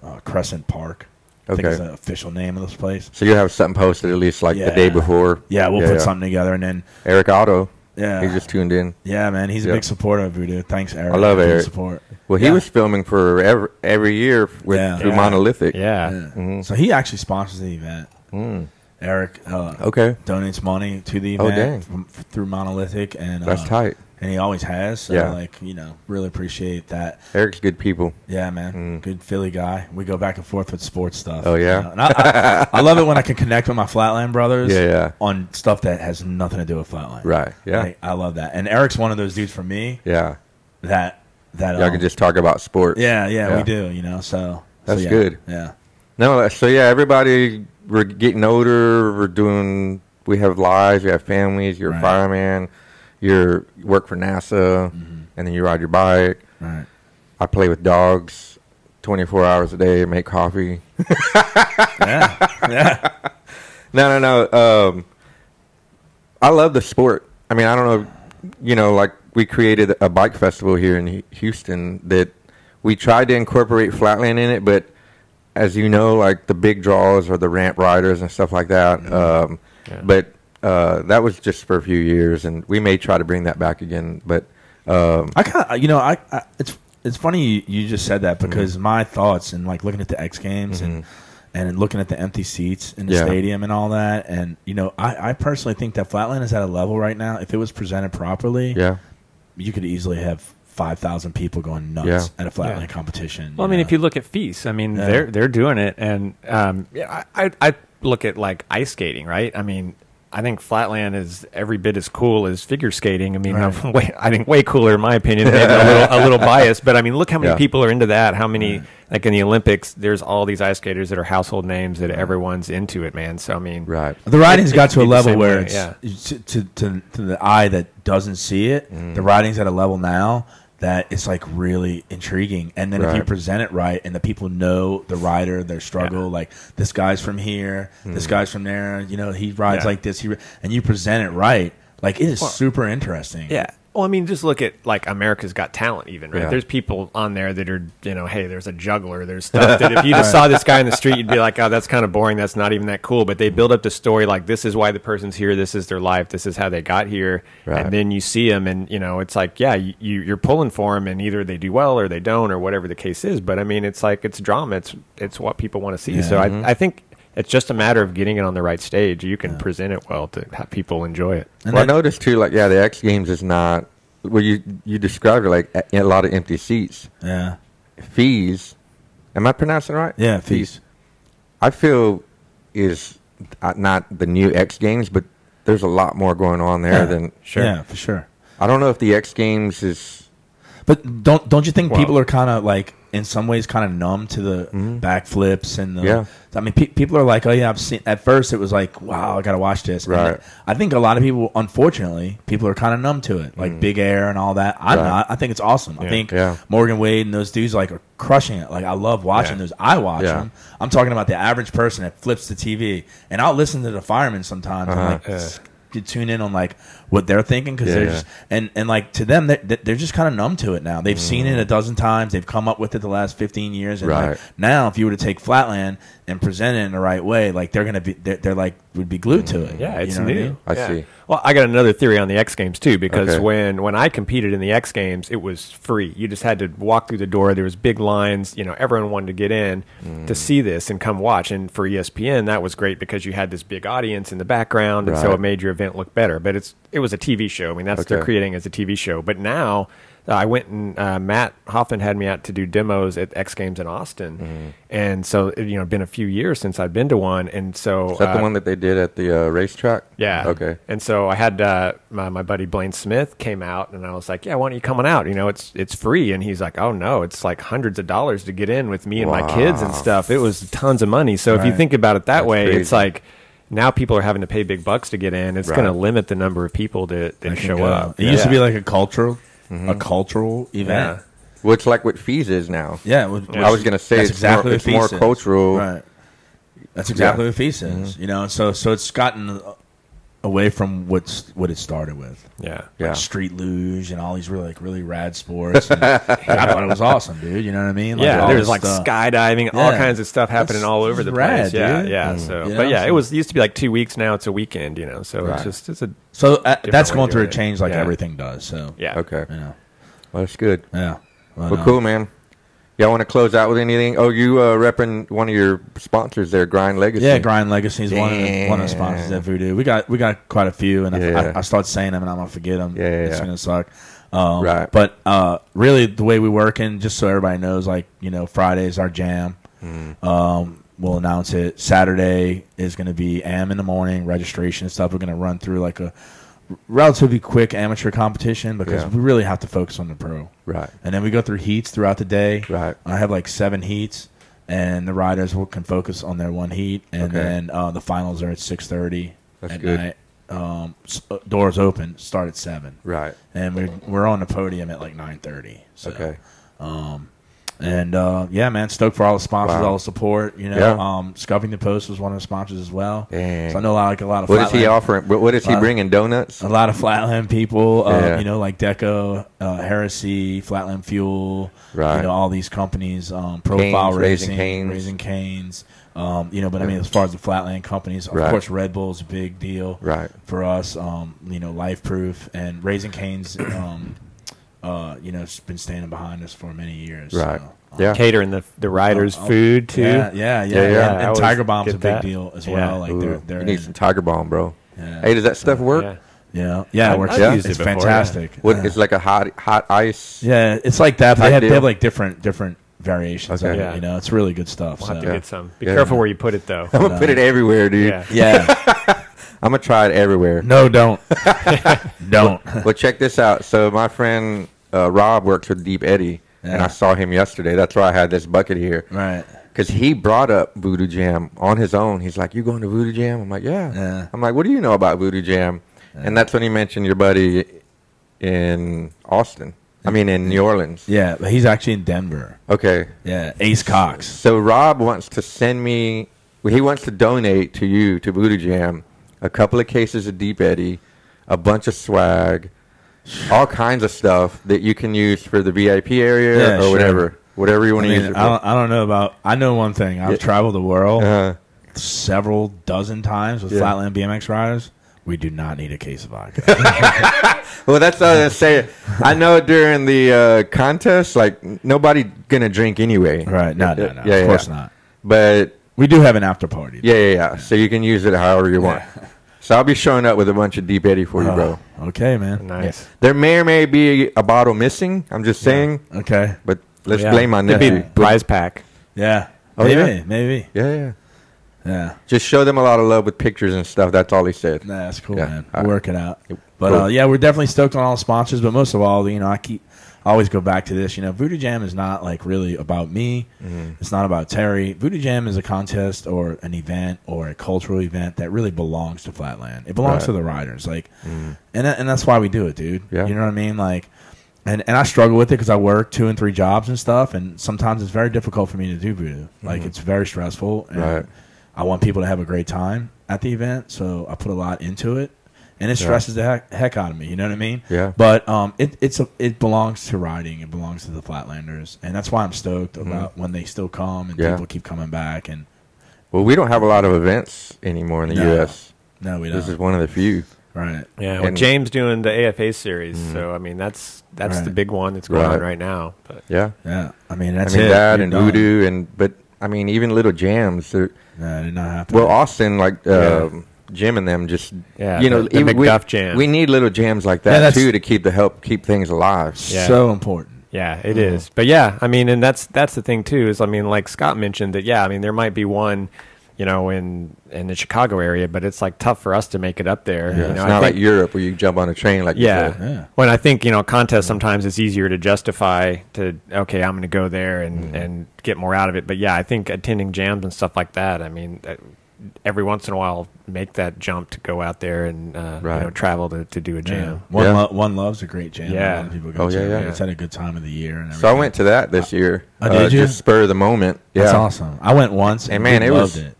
[SPEAKER 2] uh, Crescent Park. I think
[SPEAKER 1] Okay.
[SPEAKER 2] it's the official name of this place.
[SPEAKER 1] So you'll have something posted at least like the day
[SPEAKER 2] Yeah.
[SPEAKER 1] before.
[SPEAKER 2] Yeah, we'll put something together, and then
[SPEAKER 1] Eric Otto.
[SPEAKER 2] Yeah.
[SPEAKER 1] He just tuned in.
[SPEAKER 2] Yeah, man, he's a
[SPEAKER 1] Yeah.
[SPEAKER 2] big supporter of Voodoo. Thanks, Eric.
[SPEAKER 1] I love
[SPEAKER 2] for the
[SPEAKER 1] Eric.
[SPEAKER 2] Support.
[SPEAKER 1] Well, he
[SPEAKER 2] Yeah.
[SPEAKER 1] was filming for every, every year with
[SPEAKER 2] Yeah.
[SPEAKER 1] through
[SPEAKER 2] Yeah.
[SPEAKER 1] Monolithic.
[SPEAKER 3] Yeah.
[SPEAKER 2] Yeah.
[SPEAKER 1] Mm-hmm.
[SPEAKER 2] So he actually sponsors the event. Eric uh,
[SPEAKER 1] Okay.
[SPEAKER 2] donates money to the
[SPEAKER 1] Mm. Oh,
[SPEAKER 2] event
[SPEAKER 1] dang.
[SPEAKER 2] from, f- through Monolithic, and
[SPEAKER 1] That's
[SPEAKER 2] uh,
[SPEAKER 1] tight.
[SPEAKER 2] And he always has. So,
[SPEAKER 1] Yeah.
[SPEAKER 2] like you know, really appreciate that.
[SPEAKER 1] Eric's good people.
[SPEAKER 2] Yeah, man, good Philly guy. We go back and forth with sports stuff.
[SPEAKER 1] Mm. Oh, yeah?
[SPEAKER 2] you know? And I, I, I love it when I can connect with my Flatland brothers.
[SPEAKER 1] Yeah, yeah.
[SPEAKER 2] on stuff that has nothing to do with Flatland.
[SPEAKER 1] Right, yeah.
[SPEAKER 2] Like, I love that. And Eric's one of those dudes for me
[SPEAKER 1] Yeah.
[SPEAKER 2] that that
[SPEAKER 1] Y'all
[SPEAKER 2] um,
[SPEAKER 1] can just talk about sports.
[SPEAKER 2] Yeah, yeah,
[SPEAKER 1] Yeah.
[SPEAKER 2] we do. You know, so
[SPEAKER 1] That's
[SPEAKER 2] so, yeah,
[SPEAKER 1] good.
[SPEAKER 2] Yeah,
[SPEAKER 1] No, uh, so yeah, everybody, we're getting older. We're doing, we have lives, we have families. You're a
[SPEAKER 2] Right.
[SPEAKER 1] fireman. You're, you work for NASA.
[SPEAKER 2] Mm-hmm.
[SPEAKER 1] And then you ride your bike.
[SPEAKER 2] right.
[SPEAKER 1] I play with dogs 24 hours a day, make coffee.
[SPEAKER 2] Yeah, yeah,
[SPEAKER 1] No, no, no. Um, I love the sport. I mean, I don't know. You know, like we created a bike festival here in Hu- Houston that we tried to incorporate Flatland in it, but as you know, like the big draws are the ramp riders and stuff like that. Um,
[SPEAKER 3] Yeah.
[SPEAKER 1] But uh, that was just for a few years, and we may try to bring that back again. But um,
[SPEAKER 2] I kind of, you know, I, I it's it's funny you, you just said that because
[SPEAKER 1] Mm-hmm.
[SPEAKER 2] my thoughts and like looking at the X Games and and and looking at the empty seats in the
[SPEAKER 1] Yeah.
[SPEAKER 2] stadium and all that, and you know, I I personally think that Flatland is at a level right now. If it was presented properly,
[SPEAKER 1] yeah,
[SPEAKER 2] you could easily have five thousand people going nuts
[SPEAKER 1] Yeah.
[SPEAKER 2] at a Flatland
[SPEAKER 3] Yeah.
[SPEAKER 2] competition.
[SPEAKER 3] Well, I mean, if you look at fees, I mean,
[SPEAKER 2] Yeah.
[SPEAKER 3] they're they're doing it, and um, yeah, I, I I look at like ice skating, right? I mean, I think flatland is every bit as cool as figure skating. I mean,
[SPEAKER 2] Right.
[SPEAKER 3] I'm way, I think way cooler in my opinion. Maybe a little a little biased, but I mean, look how many
[SPEAKER 1] Yeah.
[SPEAKER 3] people are into that. How many like in the Olympics? There's all these ice skaters that are household names that everyone's into it, man. So I mean,
[SPEAKER 1] right.
[SPEAKER 2] The writing's
[SPEAKER 3] It-
[SPEAKER 2] got
[SPEAKER 3] it
[SPEAKER 2] to a
[SPEAKER 3] could
[SPEAKER 2] level
[SPEAKER 3] be the same
[SPEAKER 2] where
[SPEAKER 3] way, Mm.
[SPEAKER 2] it's to, to, to, to the eye that doesn't see it. The writing's at a level now that it's like really intriguing. And then if you
[SPEAKER 1] Right.
[SPEAKER 2] present it right, and the people know the rider, their struggle, like this guy's from here, this guy's from there. You know, he rides
[SPEAKER 3] Mm. Yeah.
[SPEAKER 2] like this. He and you present it right, like it is super interesting.
[SPEAKER 3] Yeah. Well, I mean, just look at like America's Got Talent, even right.
[SPEAKER 1] Yeah.
[SPEAKER 3] There's people on there that are, you know, hey, there's a juggler. There's stuff that if you just saw this guy in the street, you'd be like, oh, that's kind of boring. That's not even that cool. But they build up the story like this is why the person's here. This is their life. This is how they got here.
[SPEAKER 1] Right.
[SPEAKER 3] And then you see them, and you know, it's like, yeah, you, you- you're pulling for them, and either they do well or they don't, or whatever the case is. But I mean, it's like it's drama. It's it's what people want to see. So
[SPEAKER 1] Mm-hmm.
[SPEAKER 3] I, I think. It's just a matter of getting it on the right stage. You can present it well to have people enjoy it.
[SPEAKER 1] Well, I noticed too, like yeah, the X Games is not. Well, you you described it like a, a lot of empty seats,
[SPEAKER 2] yeah,
[SPEAKER 1] fees. Am I pronouncing it right?
[SPEAKER 2] yeah. Fees.
[SPEAKER 1] I feel is uh, not the new X Games, but there's a lot more going on there than.
[SPEAKER 3] Sure.
[SPEAKER 2] Yeah, for sure.
[SPEAKER 1] I don't know if the X Games is.
[SPEAKER 2] But don't don't you think
[SPEAKER 3] Well-
[SPEAKER 2] people are kind of like in some ways kind of numb to the backflips and the,
[SPEAKER 1] Mm-hmm. Yeah.
[SPEAKER 2] I mean pe- people are like oh yeah I've seen at first it was like wow I gotta watch this And
[SPEAKER 1] Right.
[SPEAKER 2] I think a lot of people unfortunately people are kind of numb to it like Big Air and all that I'm
[SPEAKER 1] Mm. Right.
[SPEAKER 2] not I think it's awesome I think
[SPEAKER 1] Yeah.
[SPEAKER 2] Morgan Wade and those dudes like are crushing it like I love watching
[SPEAKER 3] Yeah.
[SPEAKER 2] those I watch
[SPEAKER 1] Yeah.
[SPEAKER 2] them I'm talking about the average person that flips the TV and I'll listen to the firemen sometimes
[SPEAKER 1] Uh-huh.
[SPEAKER 2] and like s- tune in on like what they're thinking because
[SPEAKER 1] Yeah,
[SPEAKER 2] they're
[SPEAKER 1] yeah.
[SPEAKER 2] just and and like to them they're, they're just kind of numb to it now they've seen it a dozen times they've come up with it the last 15 years and like,
[SPEAKER 1] Mm. Right.
[SPEAKER 2] now if you were to take flatland and present it in the right way like they're gonna be they're, they're like would be glued to
[SPEAKER 1] Mm.
[SPEAKER 2] it
[SPEAKER 3] Yeah,
[SPEAKER 2] You
[SPEAKER 3] it's
[SPEAKER 2] know what I
[SPEAKER 3] new.
[SPEAKER 2] mean?
[SPEAKER 1] I
[SPEAKER 3] Yeah.
[SPEAKER 1] see.
[SPEAKER 3] Well, I got another theory on the X Games too, because
[SPEAKER 1] Okay.
[SPEAKER 3] when when I competed in the X Games, it was free. You just had to walk through the door. There was big lines. You know, everyone wanted to get in to
[SPEAKER 1] Mm.
[SPEAKER 3] see this and come watch. And for E ESPN, that was great because you had this big audience in the background, and so
[SPEAKER 1] Right.
[SPEAKER 3] it made your event look better. But it's it was a TV show. I mean, that's what they're
[SPEAKER 1] Okay.
[SPEAKER 3] creating as a TV show. But now. uh, I went and uh, Matt Hoffman had me out to do demos at X Games in Austin,
[SPEAKER 1] Mm-hmm.
[SPEAKER 3] and so you know, been a few years since I've been to one, and so
[SPEAKER 1] Is that
[SPEAKER 3] uh,
[SPEAKER 1] the one that they did at the uh, racetrack?
[SPEAKER 3] yeah.
[SPEAKER 1] Okay.
[SPEAKER 3] And so I had uh, my my buddy Blaine Smith came out, and I was like, "Yeah, why don't you coming out? You know, it's it's free." And he's like, "Oh no, it's like hundreds of dollars to get in with me and my kids and
[SPEAKER 1] Wow.
[SPEAKER 3] stuff. It was tons of money." So if you
[SPEAKER 2] Right.
[SPEAKER 3] think about it that way, it's
[SPEAKER 1] crazy.
[SPEAKER 3] like now people are having to pay big bucks to get in. It's
[SPEAKER 1] Right.
[SPEAKER 3] going to limit the number of people that, that
[SPEAKER 2] Like,
[SPEAKER 3] show
[SPEAKER 2] uh,
[SPEAKER 3] up.
[SPEAKER 2] it used to
[SPEAKER 3] Yeah.
[SPEAKER 2] be like a cultural
[SPEAKER 1] Mm-hmm.
[SPEAKER 2] a cultural event
[SPEAKER 1] Well, it's like what fees is now.
[SPEAKER 2] yeah, it would-
[SPEAKER 1] I was gonna say
[SPEAKER 2] that's
[SPEAKER 1] it's more-
[SPEAKER 2] what
[SPEAKER 1] it's more
[SPEAKER 2] feast is.
[SPEAKER 1] cultural. Mm-hmm.
[SPEAKER 2] right that's exactly what feast is you know so so it's gotten uh, away from what's what it started with
[SPEAKER 3] yeah.
[SPEAKER 1] Yeah.
[SPEAKER 2] like street luge and all these really like really rad sports. And I thought it was awesome, dude. You know what I mean?
[SPEAKER 3] yeah,
[SPEAKER 2] all
[SPEAKER 3] there's
[SPEAKER 2] this
[SPEAKER 3] like
[SPEAKER 2] stuff.
[SPEAKER 3] skydiving, all
[SPEAKER 2] Yeah.
[SPEAKER 3] kinds of stuff happening
[SPEAKER 2] That's-
[SPEAKER 3] all over the
[SPEAKER 2] that's rad,
[SPEAKER 3] place. Yeah,
[SPEAKER 2] dude.
[SPEAKER 3] yeah.
[SPEAKER 2] Mm.
[SPEAKER 3] So,
[SPEAKER 2] You
[SPEAKER 3] but
[SPEAKER 2] know,
[SPEAKER 3] yeah, it
[SPEAKER 2] so-
[SPEAKER 3] was it used to be like two weeks. Now it's a weekend. You know, so
[SPEAKER 1] Right.
[SPEAKER 3] it's just it's a
[SPEAKER 2] So uh, that's
[SPEAKER 3] way
[SPEAKER 2] going
[SPEAKER 3] to
[SPEAKER 2] through
[SPEAKER 3] do
[SPEAKER 2] a
[SPEAKER 3] it.
[SPEAKER 2] change, like
[SPEAKER 3] Yeah.
[SPEAKER 2] everything does. So
[SPEAKER 3] yeah.
[SPEAKER 1] Okay.
[SPEAKER 2] you know,
[SPEAKER 1] Well, that's good.
[SPEAKER 2] yeah. Well,
[SPEAKER 1] Well, cool, man. Y'all want to close out with anything? Oh, you uh, repping one of your sponsors there, Grind Legacy.
[SPEAKER 2] Yeah, Grind Legacy is one of the, one of the
[SPEAKER 1] Damn.
[SPEAKER 2] sponsors at Voodoo. We got we got quite a few, and
[SPEAKER 1] Yeah.
[SPEAKER 2] I, I, I start saying them, and I'm gonna forget them.
[SPEAKER 1] Yeah, yeah,
[SPEAKER 2] it's
[SPEAKER 1] yeah.
[SPEAKER 2] gonna suck. Um,
[SPEAKER 1] Right.
[SPEAKER 2] But uh, really, the way we work, and just so everybody knows, like you know, Friday's our jam.
[SPEAKER 1] Mm.
[SPEAKER 2] Um, we'll announce it. Saturday is gonna be AM in the morning registration and stuff. We're gonna run through like a relatively quick amateur competition because
[SPEAKER 1] Yeah.
[SPEAKER 2] we really have to focus on the pro.
[SPEAKER 1] Right.
[SPEAKER 2] And then we go through heats throughout the day.
[SPEAKER 1] Right.
[SPEAKER 2] I have like seven heats, and the riders will, can focus on their one heat, and
[SPEAKER 1] Okay.
[SPEAKER 2] then uh, the finals are at six thirty
[SPEAKER 1] That's
[SPEAKER 2] at
[SPEAKER 1] good.
[SPEAKER 2] night. Um, s- uh, doors open, start at seven,
[SPEAKER 1] Right.
[SPEAKER 2] and we're we're on the podium at like nine thirty. So.
[SPEAKER 1] Okay.
[SPEAKER 2] And uh, yeah, man, stoked for all the sponsors,
[SPEAKER 1] Wow.
[SPEAKER 2] all the support. You know,
[SPEAKER 1] Yeah.
[SPEAKER 2] um, Scuffing the Post was one of the sponsors as well.
[SPEAKER 1] Dang.
[SPEAKER 2] So I know like a lot of
[SPEAKER 1] What is he
[SPEAKER 2] flatland-
[SPEAKER 1] offering? What what is he
[SPEAKER 2] Wow.
[SPEAKER 1] bringing? Donuts.
[SPEAKER 2] a lot of Flatland people, uh,
[SPEAKER 1] Yeah.
[SPEAKER 2] you know, like Deco, uh, Heresy, Flatland Fuel,
[SPEAKER 1] Right.
[SPEAKER 2] you know, all these companies, um, Profile
[SPEAKER 1] Canes, Raising
[SPEAKER 2] Racing,
[SPEAKER 1] Canes.
[SPEAKER 2] Raising Canes, um, you know, but I mean, as far as the Flatland companies, of
[SPEAKER 1] Right.
[SPEAKER 2] course, Red Bull's a big deal
[SPEAKER 1] Right.
[SPEAKER 2] for us, um, you know, Life Proof and Raising Canes, um, uh, you know, has been standing behind us for many years.
[SPEAKER 1] Right.
[SPEAKER 2] so, um,
[SPEAKER 1] Yeah.
[SPEAKER 3] catering the the riders'
[SPEAKER 2] Oh, oh,
[SPEAKER 3] food too.
[SPEAKER 2] Yeah, yeah, yeah.
[SPEAKER 1] Yeah,
[SPEAKER 2] yeah,
[SPEAKER 1] yeah.
[SPEAKER 2] And,
[SPEAKER 3] I always
[SPEAKER 2] Tiger Bomb's a
[SPEAKER 3] get
[SPEAKER 2] big
[SPEAKER 3] that.
[SPEAKER 2] deal as
[SPEAKER 3] Yeah.
[SPEAKER 2] well. Like they're
[SPEAKER 1] Ooh,
[SPEAKER 2] they're
[SPEAKER 1] you need
[SPEAKER 2] in-
[SPEAKER 1] some Tiger Bomb, bro.
[SPEAKER 2] Yeah.
[SPEAKER 1] Hey, does that stuff work?
[SPEAKER 3] Yeah.
[SPEAKER 2] yeah, yeah,
[SPEAKER 3] I've-
[SPEAKER 2] it works.
[SPEAKER 3] I've
[SPEAKER 2] out.
[SPEAKER 3] used it
[SPEAKER 2] it's
[SPEAKER 3] before, yeah.
[SPEAKER 2] fantastic.
[SPEAKER 1] What?
[SPEAKER 2] Yeah.
[SPEAKER 1] It's like a hot hot ice.
[SPEAKER 2] Yeah, it's like that. But
[SPEAKER 1] Type
[SPEAKER 2] they have, they
[SPEAKER 1] deal.
[SPEAKER 2] have like different different variations.
[SPEAKER 1] Okay.
[SPEAKER 2] Of
[SPEAKER 3] Yeah.
[SPEAKER 2] it, you know, it's really good stuff.
[SPEAKER 3] We'll have
[SPEAKER 2] so.
[SPEAKER 3] to get some. Be
[SPEAKER 1] Yeah.
[SPEAKER 3] careful where you put it, though.
[SPEAKER 1] I'm gonna put it everywhere, dude.
[SPEAKER 3] Yeah.
[SPEAKER 2] yeah.
[SPEAKER 1] I'm gonna try it everywhere.
[SPEAKER 2] No, don't. don't.
[SPEAKER 1] well, check this out. So my friend uh, Rob works with Deep Eddie, and
[SPEAKER 2] Yeah.
[SPEAKER 1] I saw him yesterday. That's why I had this bucket here.
[SPEAKER 2] right.
[SPEAKER 1] Because he brought up Voodoo Jam on his own. He's like, You going to Voodoo Jam? I'm like, Yeah.
[SPEAKER 2] Yeah.
[SPEAKER 1] I'm like, What do you know about Voodoo Jam? And that's when he mentioned your buddy in Austin. I mean, in New Orleans.
[SPEAKER 2] Yeah, but he's actually in Denver.
[SPEAKER 1] Okay.
[SPEAKER 2] Yeah, Ace Cox.
[SPEAKER 1] So Rob wants to send me. well, He wants to donate to you to Voodoo Jam a couple of cases of Deep Eddy, a bunch of swag, all kinds of stuff that you can use for the VIP area
[SPEAKER 2] Yeah,
[SPEAKER 1] or
[SPEAKER 2] sure.
[SPEAKER 1] whatever, whatever you
[SPEAKER 2] I,
[SPEAKER 1] want to
[SPEAKER 2] mean,
[SPEAKER 1] use. It for.
[SPEAKER 2] I, don't, I don't know about. I know one thing. I've
[SPEAKER 1] Yeah.
[SPEAKER 2] traveled the world
[SPEAKER 1] Uh,
[SPEAKER 2] several dozen times with
[SPEAKER 1] Yeah.
[SPEAKER 2] flatland BMX riders. We do not need a case of vodka.
[SPEAKER 1] well, that's all I was saying. I know during the uh, contest, like nobody gonna drink anyway,
[SPEAKER 2] right? No, no, no.
[SPEAKER 1] Yeah,
[SPEAKER 2] of
[SPEAKER 1] yeah,
[SPEAKER 2] course
[SPEAKER 1] yeah.
[SPEAKER 2] not.
[SPEAKER 1] But
[SPEAKER 2] We do have an after party.
[SPEAKER 1] yeah, yeah, yeah. So you can use it however you want. So I'll be showing up with a bunch of Deep Eddy for you, bro.
[SPEAKER 2] Oh, okay, man.
[SPEAKER 3] Nice.
[SPEAKER 1] There may or may be a bottle missing. I'm just saying,
[SPEAKER 2] Okay.
[SPEAKER 1] but let's
[SPEAKER 3] Yeah.
[SPEAKER 1] blame on
[SPEAKER 3] Could be
[SPEAKER 1] nephew.
[SPEAKER 3] prize pack.
[SPEAKER 2] Yeah.
[SPEAKER 1] Oh,
[SPEAKER 2] maybe.
[SPEAKER 1] yeah.
[SPEAKER 2] Maybe.
[SPEAKER 1] Yeah, yeah.
[SPEAKER 2] Yeah.
[SPEAKER 1] Just show them a lot of love with pictures and stuff. That's all he said.
[SPEAKER 2] Nah, that's cool,
[SPEAKER 1] Yeah.
[SPEAKER 2] man.
[SPEAKER 1] All right.
[SPEAKER 2] Work it out.
[SPEAKER 1] Yep.
[SPEAKER 2] But
[SPEAKER 1] Cool.
[SPEAKER 2] uh, yeah, we're definitely stoked on all the sponsors. But most of all, you know, I keep I always go back to this. You know, Voodoo Jam is not like really about me.
[SPEAKER 1] Mm-hmm.
[SPEAKER 2] It's not about Terry. Voodoo Jam is a contest or an event or a cultural event that really belongs to Flatland. It
[SPEAKER 1] Right.
[SPEAKER 2] belongs
[SPEAKER 1] Mm-hmm.
[SPEAKER 2] to the riders, like, and tha- and that's why we do it, dude.
[SPEAKER 1] Yeah.
[SPEAKER 2] You know what I mean? Like, and and I struggle with it because I work two and three jobs and stuff, and sometimes it's very difficult for me to do voodoo. Like, it's very stressful. And
[SPEAKER 1] Mm-hmm. Right.
[SPEAKER 2] I want people to have a great time at the event, so I put a lot into it, and it
[SPEAKER 1] Yeah.
[SPEAKER 2] stresses the heck, heck out of me. You know what I mean?
[SPEAKER 1] Yeah.
[SPEAKER 2] But um, it it's a, it belongs to riding. It belongs to the Flatlanders, and that's why I'm stoked about when they still come and
[SPEAKER 1] Mm-hmm. Yeah.
[SPEAKER 2] people keep coming back. And
[SPEAKER 1] Well, we don't have a lot of events anymore in the
[SPEAKER 2] No.
[SPEAKER 1] U.S.
[SPEAKER 2] no, we don't.
[SPEAKER 1] This is one of the few.
[SPEAKER 2] right.
[SPEAKER 3] Yeah,
[SPEAKER 1] And- Mm-hmm.
[SPEAKER 3] with James doing the AFA series, so I mean that's that's the
[SPEAKER 2] Right.
[SPEAKER 3] big one that's going
[SPEAKER 1] Right.
[SPEAKER 3] on right now. But
[SPEAKER 1] Yeah,
[SPEAKER 2] Yeah. I mean, that's
[SPEAKER 1] I mean
[SPEAKER 2] it.
[SPEAKER 1] that
[SPEAKER 2] You're
[SPEAKER 1] and
[SPEAKER 2] done.
[SPEAKER 1] voodoo and but I mean even little jams. they're-
[SPEAKER 2] No, it did not happen.
[SPEAKER 1] Well, Austin like um Jim and them just
[SPEAKER 3] Yeah,
[SPEAKER 1] you know
[SPEAKER 3] the- the
[SPEAKER 1] even we,
[SPEAKER 3] McDuff jam.
[SPEAKER 1] We need little jams like
[SPEAKER 2] Yeah,
[SPEAKER 1] that
[SPEAKER 2] that's-
[SPEAKER 1] too to keep the help keep things alive.
[SPEAKER 3] Yeah.
[SPEAKER 2] so important.
[SPEAKER 3] yeah, it is.
[SPEAKER 1] Mm-hmm.
[SPEAKER 3] But yeah, I mean, and that's that's the thing too is I mean, like Scott mentioned that yeah, I mean there might be one, you know, in in the Chicago area, but it's like tough for us to make it up there. you know,
[SPEAKER 1] it's
[SPEAKER 3] I
[SPEAKER 1] not
[SPEAKER 3] think-
[SPEAKER 1] like Europe where you jump on a train like you
[SPEAKER 3] Yeah.
[SPEAKER 1] said.
[SPEAKER 2] Yeah.
[SPEAKER 3] When I think, you know, contests sometimes it's easier to justify to okay, I'm going to go there and and get more out of it. But yeah, I think attending jams and stuff like that, I mean, that, every once in a while make that jump to go out there and uh,
[SPEAKER 1] Right.
[SPEAKER 3] you know, travel to, to do a
[SPEAKER 2] Yeah.
[SPEAKER 3] jam.
[SPEAKER 2] One,
[SPEAKER 1] Yeah.
[SPEAKER 2] Lo- one love's a great jam. A
[SPEAKER 3] Yeah.
[SPEAKER 2] lot of people go
[SPEAKER 1] Oh,
[SPEAKER 2] to.
[SPEAKER 1] yeah, yeah.
[SPEAKER 2] It's at a good time of the year. And
[SPEAKER 1] So I
[SPEAKER 2] everything.
[SPEAKER 1] went to that this year. uh,
[SPEAKER 2] Oh, did you?
[SPEAKER 1] Just spur of the moment. Yeah.
[SPEAKER 2] That's awesome. I went once.
[SPEAKER 1] Hey,
[SPEAKER 2] And
[SPEAKER 1] man,
[SPEAKER 2] man, it
[SPEAKER 1] it
[SPEAKER 2] loved
[SPEAKER 1] was-
[SPEAKER 2] it.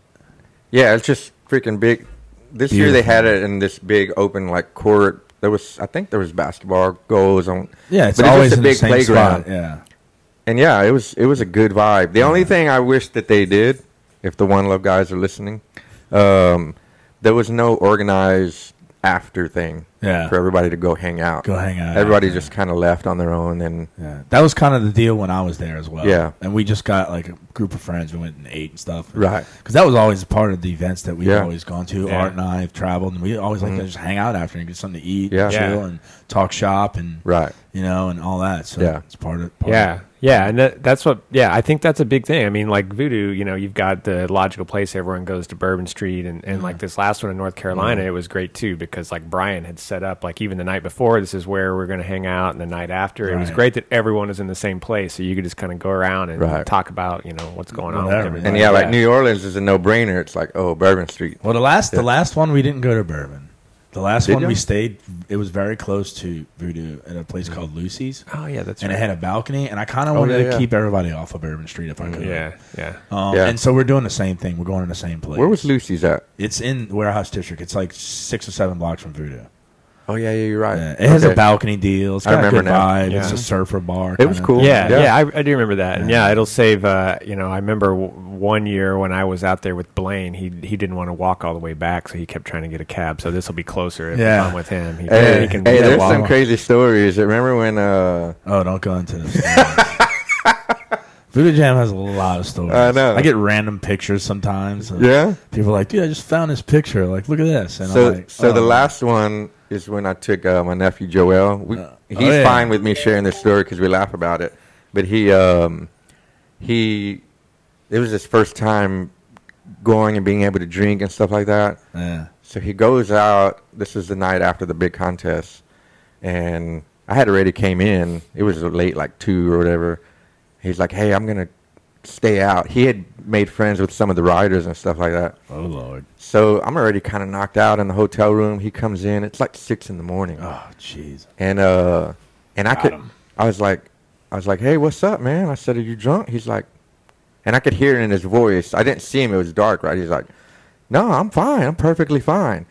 [SPEAKER 1] Yeah, it's just freaking big. This year they
[SPEAKER 2] Beautiful.
[SPEAKER 1] had it in this big open like court. There was, I think, there was basketball goals on.
[SPEAKER 2] Yeah, it's
[SPEAKER 1] but
[SPEAKER 2] always
[SPEAKER 1] just
[SPEAKER 2] in
[SPEAKER 1] a
[SPEAKER 2] the
[SPEAKER 1] big
[SPEAKER 2] same
[SPEAKER 1] playground.
[SPEAKER 2] spot. Yeah.
[SPEAKER 1] And yeah, it was it was a good vibe. The only thing I wish that they did, if the One Love guys are listening, um, there was no organized after thing
[SPEAKER 2] Yeah.
[SPEAKER 1] for everybody to go hang out.
[SPEAKER 2] Go hang out
[SPEAKER 1] Everybody
[SPEAKER 2] after.
[SPEAKER 1] just kind of left on their own, and
[SPEAKER 2] Yeah, that was kind of the deal when I was there as well.
[SPEAKER 1] Yeah.
[SPEAKER 2] and we just got like a group of friends. We went and ate and stuff.
[SPEAKER 1] Right.
[SPEAKER 2] because that was always part of the events that we've
[SPEAKER 1] Yeah. Mm.
[SPEAKER 2] always gone to.
[SPEAKER 3] Yeah.
[SPEAKER 2] Art and I have traveled, and we always like to just hang out after and get something to eat,
[SPEAKER 1] Yeah.
[SPEAKER 2] and chill,
[SPEAKER 3] Yeah.
[SPEAKER 2] and talk shop, and
[SPEAKER 1] Right.
[SPEAKER 2] you know, and all that. So
[SPEAKER 1] Yeah.
[SPEAKER 2] it's part of part
[SPEAKER 3] Yeah.
[SPEAKER 2] Of,
[SPEAKER 3] Yeah, and that, that's what. Yeah, I think that's a big thing. I mean, like voodoo, you know, you've got the logical place everyone goes to Bourbon Street, and, and like this last one in North Carolina, it was great too because like Brian had set up like even the night before, this is where we're going to hang out, and the night after, it was
[SPEAKER 2] Right.
[SPEAKER 3] great that everyone is in the same place, so you could just kind of go around and
[SPEAKER 1] Right.
[SPEAKER 3] talk about you know what's going on.
[SPEAKER 2] Whatever.
[SPEAKER 3] With everybody.
[SPEAKER 1] and yeah, like New Orleans is a no brainer. It's like oh, Bourbon Street.
[SPEAKER 2] Well, the last
[SPEAKER 1] Yeah.
[SPEAKER 2] the last one we didn't go to Bourbon. The last
[SPEAKER 1] Did
[SPEAKER 2] one
[SPEAKER 1] you?
[SPEAKER 2] we stayed, it was very close to Voodoo at a place called Lucy's,
[SPEAKER 3] Oh yeah, that's
[SPEAKER 2] and
[SPEAKER 3] right.
[SPEAKER 2] it had a balcony. And I kind of wanted
[SPEAKER 1] Mm. Oh, yeah,
[SPEAKER 2] to
[SPEAKER 1] yeah.
[SPEAKER 2] keep everybody off of Bourbon Street if I could.
[SPEAKER 3] Mm, yeah, yeah.
[SPEAKER 2] Um,
[SPEAKER 1] Yeah.
[SPEAKER 2] And so we're doing the same thing. We're going to the same place.
[SPEAKER 1] Where was Lucy's at?
[SPEAKER 2] It's in the warehouse district. It's like six or seven blocks from Voodoo.
[SPEAKER 1] Oh yeah, yeah, you're right.
[SPEAKER 2] Yeah, it has a
[SPEAKER 1] Okay.
[SPEAKER 2] balcony deal. It's
[SPEAKER 1] I
[SPEAKER 2] got a
[SPEAKER 1] remember
[SPEAKER 2] good
[SPEAKER 1] now.
[SPEAKER 2] vibe. It's
[SPEAKER 3] Yeah.
[SPEAKER 2] a surfer bar.
[SPEAKER 1] It was
[SPEAKER 2] kinda
[SPEAKER 1] cool.
[SPEAKER 2] thing.
[SPEAKER 3] Yeah,
[SPEAKER 1] Yeah.
[SPEAKER 3] yeah, I, I do remember that, and yeah, it'll save. Uh, you know, I remember w- one year when I was out there with Blaine, he he didn't want to walk all the way back, so he kept trying to get a cab. So this will be closer if
[SPEAKER 2] Yeah.
[SPEAKER 3] I'm with him. He,
[SPEAKER 1] Hey,
[SPEAKER 3] he can
[SPEAKER 1] hey,
[SPEAKER 3] yeah,
[SPEAKER 1] there's
[SPEAKER 3] walk.
[SPEAKER 1] some crazy stories. Remember when? Uh,
[SPEAKER 2] Oh, don't go into this. Voodoo Jam has a lot of stories.
[SPEAKER 1] I know.
[SPEAKER 2] I get random pictures sometimes. and
[SPEAKER 1] Yeah?
[SPEAKER 2] People are like, dude, I just found this picture. Like, look at this. And
[SPEAKER 1] so,
[SPEAKER 2] I'm like,
[SPEAKER 1] so the
[SPEAKER 2] "Oh."
[SPEAKER 1] last one is when I took uh, my nephew Joel. We, he's
[SPEAKER 2] Uh, oh, yeah.
[SPEAKER 1] fine with me sharing this story because we laugh about it. But he, um, he, it was his first time going and being able to drink and stuff like that.
[SPEAKER 2] Yeah.
[SPEAKER 1] So he goes out. This is the night after the big contest, and I had already came in. It was late, like two or whatever. He's like, "Hey, I'm gonna stay out." He had made friends with some of the riders and stuff like that.
[SPEAKER 2] Oh, Lord.
[SPEAKER 1] So I'm already kind of knocked out in the hotel room. He comes in. It's like six in the morning,
[SPEAKER 2] Oh, jeez.
[SPEAKER 1] and uh, and I could I was like, I was like, hey, what's up, man? I said, are you drunk? He's like, and I could hear it in his voice. I didn't see him. It was dark, right? He's like, no, I'm fine. I'm perfectly fine.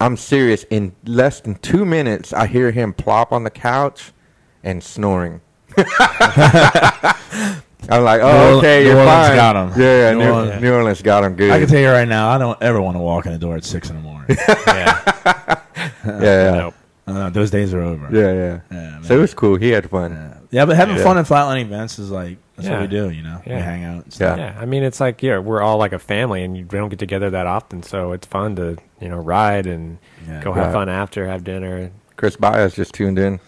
[SPEAKER 1] I'm serious. In less than two minutes, I hear him plop on the couch and snoring. I'm like,
[SPEAKER 2] New
[SPEAKER 1] oh,
[SPEAKER 2] Orle-
[SPEAKER 1] okay,
[SPEAKER 2] New
[SPEAKER 1] you're
[SPEAKER 2] Orleans
[SPEAKER 1] fine.
[SPEAKER 2] got 'em.
[SPEAKER 1] Yeah,
[SPEAKER 2] New
[SPEAKER 1] New,
[SPEAKER 2] Orleans.
[SPEAKER 1] New Orleans got him good.
[SPEAKER 2] I can tell you right now, I don't ever want to walk in the door at six in the morning.
[SPEAKER 3] Yeah.
[SPEAKER 1] yeah,
[SPEAKER 3] Nope.
[SPEAKER 2] uh, those days are over.
[SPEAKER 1] yeah, yeah,
[SPEAKER 2] Yeah,
[SPEAKER 1] so it
[SPEAKER 2] man.
[SPEAKER 1] was cool. He had fun.
[SPEAKER 2] Yeah. Yeah, but having
[SPEAKER 1] Yeah.
[SPEAKER 2] fun at flatland events is like that's what
[SPEAKER 3] Yeah.
[SPEAKER 2] we do. You know,
[SPEAKER 3] Yeah.
[SPEAKER 2] we hang out. And
[SPEAKER 1] Yeah.
[SPEAKER 2] stuff.
[SPEAKER 3] Yeah, I mean, it's like yeah, we're all like a family, and you we don't get together that often, so it's fun to you know ride and
[SPEAKER 2] Yeah.
[SPEAKER 3] go have
[SPEAKER 1] Right.
[SPEAKER 3] fun after, have dinner.
[SPEAKER 1] Chris Baez just tuned in.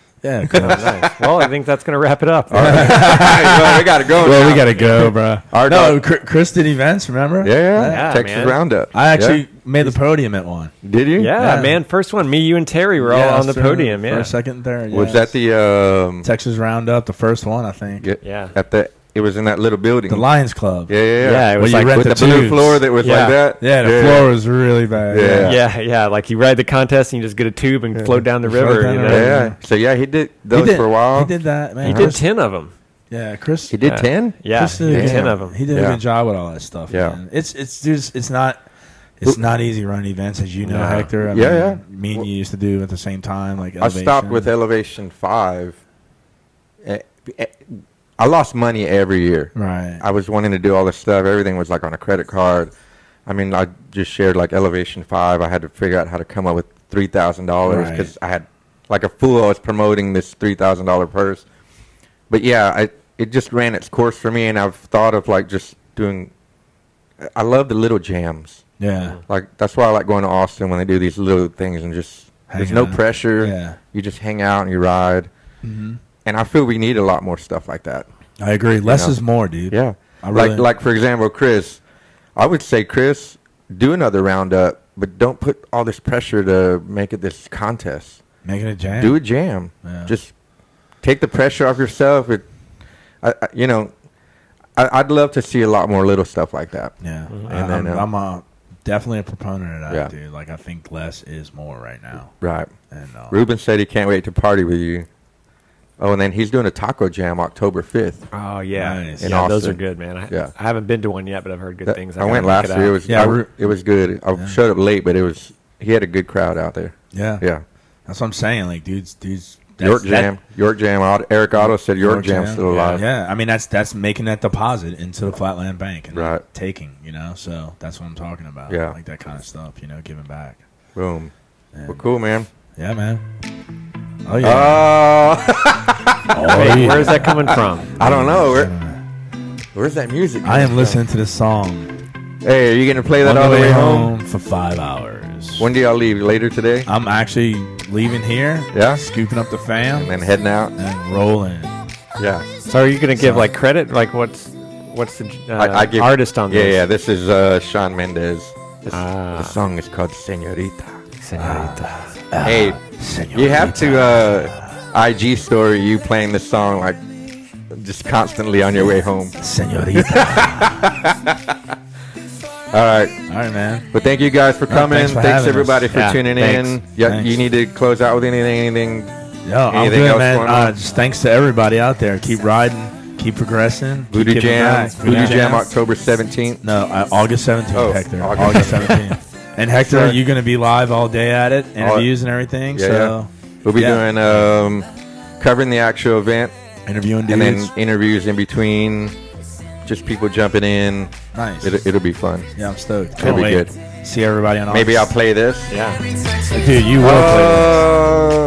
[SPEAKER 2] Yeah, cool.
[SPEAKER 3] nice. Well, I think that's gonna wrap it up.
[SPEAKER 1] well, we gotta go.
[SPEAKER 2] well,
[SPEAKER 1] now.
[SPEAKER 2] we gotta go, bro.
[SPEAKER 1] Our
[SPEAKER 2] no, Chri- Chris did events. Remember?
[SPEAKER 1] Yeah, yeah.
[SPEAKER 3] Yeah,
[SPEAKER 1] Texas
[SPEAKER 3] man.
[SPEAKER 1] Roundup.
[SPEAKER 2] I actually
[SPEAKER 1] Yeah.
[SPEAKER 2] made the podium at one.
[SPEAKER 1] did you?
[SPEAKER 3] Yeah,
[SPEAKER 2] Yeah.
[SPEAKER 3] man. First one, me, you, and Terry were
[SPEAKER 2] Yeah,
[SPEAKER 3] all on the
[SPEAKER 2] sir.
[SPEAKER 3] podium. Yeah,
[SPEAKER 2] First, second, and third.
[SPEAKER 1] Was
[SPEAKER 2] yes.
[SPEAKER 1] that the um?
[SPEAKER 2] Texas Roundup, the first one? I think.
[SPEAKER 1] yeah,
[SPEAKER 3] Yeah.
[SPEAKER 1] At the it was in that little building.
[SPEAKER 2] The Lions Club.
[SPEAKER 1] yeah, yeah, yeah.
[SPEAKER 3] Yeah, it
[SPEAKER 1] With
[SPEAKER 3] was like-
[SPEAKER 2] rent
[SPEAKER 1] the, blue
[SPEAKER 2] tubes.
[SPEAKER 1] floor that was
[SPEAKER 3] Yeah.
[SPEAKER 1] like that.
[SPEAKER 2] Yeah, the floor was really bad.
[SPEAKER 1] Yeah.
[SPEAKER 3] yeah, yeah. Like you ride the contest and you just get a tube and float down the
[SPEAKER 2] Float
[SPEAKER 3] river.
[SPEAKER 2] down
[SPEAKER 3] you
[SPEAKER 2] the
[SPEAKER 3] know?
[SPEAKER 1] Yeah. yeah. So yeah, he did
[SPEAKER 2] He
[SPEAKER 1] those
[SPEAKER 2] did,
[SPEAKER 1] for a while. Uh-huh.
[SPEAKER 2] He did that, man.
[SPEAKER 3] He did
[SPEAKER 2] Chris-
[SPEAKER 3] ten of them.
[SPEAKER 2] Yeah, Chris.
[SPEAKER 1] He did
[SPEAKER 3] Yeah.
[SPEAKER 1] ten.
[SPEAKER 3] Yeah,
[SPEAKER 2] Chris
[SPEAKER 3] he
[SPEAKER 2] did a
[SPEAKER 3] did
[SPEAKER 2] good
[SPEAKER 3] ten
[SPEAKER 2] job.
[SPEAKER 3] of them.
[SPEAKER 2] He did
[SPEAKER 1] Yeah.
[SPEAKER 2] a good job with all that stuff.
[SPEAKER 1] Yeah.
[SPEAKER 2] man. It's it's just it's not it's not easy running events as you know,
[SPEAKER 3] No.
[SPEAKER 2] Hector.
[SPEAKER 1] Yeah,
[SPEAKER 2] I mean,
[SPEAKER 1] yeah.
[SPEAKER 2] Me and you used to do at the same time, like
[SPEAKER 1] I stopped
[SPEAKER 2] elevation.
[SPEAKER 1] with elevation five. Eh, eh, I lost money every year.
[SPEAKER 2] Right.
[SPEAKER 1] I was wanting to do all this stuff. Everything was like on a credit card. I mean, I just shared like Elevation Five. I had to figure out how to come up with three thousand dollars
[SPEAKER 2] Right.
[SPEAKER 1] because I had like a fool. I was promoting this three thousand dollar purse, but yeah, I, it just ran its course for me. And I've thought of like just doing. I love the little jams.
[SPEAKER 2] yeah.
[SPEAKER 1] Like that's why I like going to Austin when they do these little things and just there's
[SPEAKER 2] Hanging
[SPEAKER 1] no
[SPEAKER 2] out.
[SPEAKER 1] pressure.
[SPEAKER 2] Yeah. Mm-hmm.
[SPEAKER 1] You just hang out and you ride. And I feel we need a lot more stuff like that.
[SPEAKER 2] I agree. Less
[SPEAKER 1] know.
[SPEAKER 2] is more, dude.
[SPEAKER 1] Yeah.
[SPEAKER 2] I
[SPEAKER 1] like
[SPEAKER 2] really-
[SPEAKER 1] like for example, Chris, I would say Chris, do another roundup, but don't put all this pressure to make it this contest.
[SPEAKER 2] Making a jam.
[SPEAKER 1] Do a jam.
[SPEAKER 2] Yeah.
[SPEAKER 1] Just take the pressure off yourself. It, I, I, you know, I, I'd love to see a lot more little stuff like that.
[SPEAKER 2] Yeah. I,
[SPEAKER 1] And then,
[SPEAKER 2] am
[SPEAKER 1] uh,
[SPEAKER 2] I'm uh, definitely a proponent of that,
[SPEAKER 1] Yeah.
[SPEAKER 2] dude. Like I think less is more right now.
[SPEAKER 1] Right.
[SPEAKER 2] And uh,
[SPEAKER 1] Ruben said he can't wait to party with you. Oh, and then he's doing a taco jam October fifth.
[SPEAKER 3] Oh yeah,
[SPEAKER 2] Nice.
[SPEAKER 3] yeah.
[SPEAKER 2] In
[SPEAKER 3] Those are
[SPEAKER 1] Austin.
[SPEAKER 3] good, man. I,
[SPEAKER 1] Yeah.
[SPEAKER 3] I haven't been to one yet, but I've heard good things.
[SPEAKER 1] I
[SPEAKER 3] gotta
[SPEAKER 1] went
[SPEAKER 3] check
[SPEAKER 1] last
[SPEAKER 3] it
[SPEAKER 1] year. It
[SPEAKER 3] out.
[SPEAKER 1] was
[SPEAKER 2] Yeah,
[SPEAKER 1] I-
[SPEAKER 2] Ru-
[SPEAKER 1] it was good. I showed up late, but it was he had a good crowd out there.
[SPEAKER 2] yeah.
[SPEAKER 1] Yeah.
[SPEAKER 2] That's what I'm saying. Like dudes dudes that's-
[SPEAKER 1] York
[SPEAKER 2] that-
[SPEAKER 1] Jam. York Jam. Od- Eric Otto said York, Jam's still alive.
[SPEAKER 2] Yeah, yeah. I mean that's that's making that deposit into the Flatland Bank and
[SPEAKER 1] Right.
[SPEAKER 2] taking, you know. So that's what I'm talking about.
[SPEAKER 1] Yeah.
[SPEAKER 2] like that kind of stuff, you know, giving back.
[SPEAKER 1] Boom.
[SPEAKER 2] And-
[SPEAKER 1] Well, cool, man.
[SPEAKER 2] Yeah, man. Oh
[SPEAKER 1] Uh,
[SPEAKER 2] yeah. oh,
[SPEAKER 3] Hey,
[SPEAKER 2] yeah.
[SPEAKER 3] where's that coming from?
[SPEAKER 1] I don't know. Where, where's that music?
[SPEAKER 2] I am
[SPEAKER 1] coming
[SPEAKER 2] listening to this song
[SPEAKER 1] from? Hey, are you going to play
[SPEAKER 2] on
[SPEAKER 1] that all the way home?
[SPEAKER 2] for five hours.
[SPEAKER 1] When do y'all leave? Later today?
[SPEAKER 2] I'm actually leaving here.
[SPEAKER 1] Yeah.
[SPEAKER 2] scooping up the
[SPEAKER 1] And
[SPEAKER 2] fam
[SPEAKER 1] then heading out?
[SPEAKER 2] and rolling.
[SPEAKER 1] Yeah.
[SPEAKER 3] So are you gonna give like credit? Like what's what's the uh,
[SPEAKER 1] I, I give,
[SPEAKER 3] artist on
[SPEAKER 1] Yeah,
[SPEAKER 3] this?
[SPEAKER 1] yeah. This is uh, Sean Mendez. This,
[SPEAKER 3] Ah.
[SPEAKER 1] The song is called Senorita.
[SPEAKER 3] Senorita.
[SPEAKER 1] hey,
[SPEAKER 2] Senorita.
[SPEAKER 1] you have to uh, IG story you playing this song like just constantly on your way home.
[SPEAKER 2] Senorita.
[SPEAKER 1] All right.
[SPEAKER 2] All right, man.
[SPEAKER 1] But thank you guys for coming.
[SPEAKER 2] thanks for
[SPEAKER 1] thanks
[SPEAKER 2] having
[SPEAKER 1] everybody
[SPEAKER 2] us.
[SPEAKER 1] for
[SPEAKER 3] Yeah,
[SPEAKER 1] tuning
[SPEAKER 2] thanks.
[SPEAKER 1] in. Yeah,
[SPEAKER 2] Thanks.
[SPEAKER 1] you need to close out with anything. Anything.
[SPEAKER 2] Yo, I'm
[SPEAKER 1] Anything
[SPEAKER 2] good,
[SPEAKER 1] else
[SPEAKER 2] man.
[SPEAKER 1] going on?
[SPEAKER 2] Uh, just thanks to everybody out there. Keep riding. Keep progressing. keep
[SPEAKER 1] Voodoo
[SPEAKER 2] giving
[SPEAKER 1] Jam.
[SPEAKER 2] back.
[SPEAKER 1] Voodoo Jam, October seventeenth.
[SPEAKER 2] No, uh, August 17th,
[SPEAKER 1] Oh,
[SPEAKER 2] Hector.
[SPEAKER 1] August
[SPEAKER 2] August 17th. and Hector,
[SPEAKER 1] Sure.
[SPEAKER 2] you're going to be live all day at it, interviews and everything.
[SPEAKER 1] Yeah,
[SPEAKER 2] so
[SPEAKER 1] We'll be
[SPEAKER 2] Yeah.
[SPEAKER 1] doing um, covering the actual event
[SPEAKER 2] interviewing
[SPEAKER 1] and
[SPEAKER 2] dudes.
[SPEAKER 1] then interviews in between. Just people jumping in.
[SPEAKER 2] nice.
[SPEAKER 1] It'll, it'll be fun.
[SPEAKER 2] yeah, I'm stoked.
[SPEAKER 1] It'll
[SPEAKER 2] Can't
[SPEAKER 1] be
[SPEAKER 2] wait.
[SPEAKER 1] good.
[SPEAKER 2] See everybody on
[SPEAKER 1] Maybe I'll
[SPEAKER 2] August.
[SPEAKER 1] play this.
[SPEAKER 3] Yeah.
[SPEAKER 2] Dude, you will
[SPEAKER 1] Uh,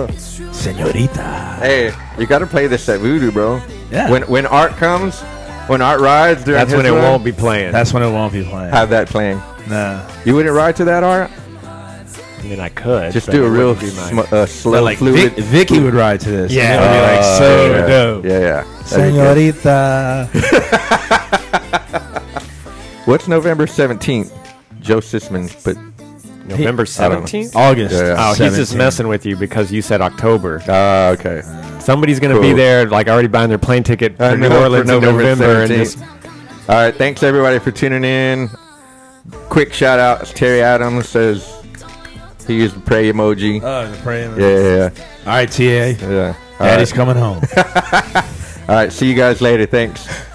[SPEAKER 2] play this. Senorita.
[SPEAKER 1] hey, you got to play this at Voodoo, bro.
[SPEAKER 2] Yeah.
[SPEAKER 1] When when Art comes, when Art rides, during
[SPEAKER 3] That's
[SPEAKER 1] his
[SPEAKER 3] when it
[SPEAKER 1] run,
[SPEAKER 3] won't be playing.
[SPEAKER 2] That's when it won't be playing.
[SPEAKER 1] have that playing.
[SPEAKER 2] no.
[SPEAKER 1] You wouldn't ride to that, Art?
[SPEAKER 3] I mean, I could
[SPEAKER 1] Just
[SPEAKER 3] but
[SPEAKER 1] do a
[SPEAKER 3] it
[SPEAKER 1] real
[SPEAKER 3] wouldn't be my-
[SPEAKER 1] sm- uh, slow,
[SPEAKER 2] like
[SPEAKER 1] fluid.
[SPEAKER 2] Vic, Vicky would ride to this.
[SPEAKER 3] Yeah.
[SPEAKER 2] And it would be like
[SPEAKER 3] Uh,
[SPEAKER 2] so
[SPEAKER 1] yeah.
[SPEAKER 2] dope.
[SPEAKER 1] Yeah, yeah. Uh, That'd be good.
[SPEAKER 2] Senorita.
[SPEAKER 1] What's November 17th? Joe Sisman, but
[SPEAKER 3] November
[SPEAKER 1] I don't know.
[SPEAKER 3] seventeenth.
[SPEAKER 2] August.
[SPEAKER 1] Yeah, yeah.
[SPEAKER 3] Oh, he's just
[SPEAKER 2] 17th.
[SPEAKER 3] messing with you because you said October.
[SPEAKER 1] ah, okay.
[SPEAKER 3] Somebody's gonna be
[SPEAKER 1] Cool.
[SPEAKER 3] there, like already buying their plane ticket
[SPEAKER 1] I
[SPEAKER 3] for New
[SPEAKER 1] know, for
[SPEAKER 3] Orleans in
[SPEAKER 1] November
[SPEAKER 3] November, and just
[SPEAKER 1] 17th. All right, thanks everybody for tuning in. Quick shout out Terry Adams says he used the pray emoji.
[SPEAKER 2] Oh, the prayer.
[SPEAKER 1] Yeah, yeah,
[SPEAKER 2] All right, TA.
[SPEAKER 1] yeah. yeah.
[SPEAKER 2] Daddy's coming home.
[SPEAKER 1] All right, see you guys later. Thanks.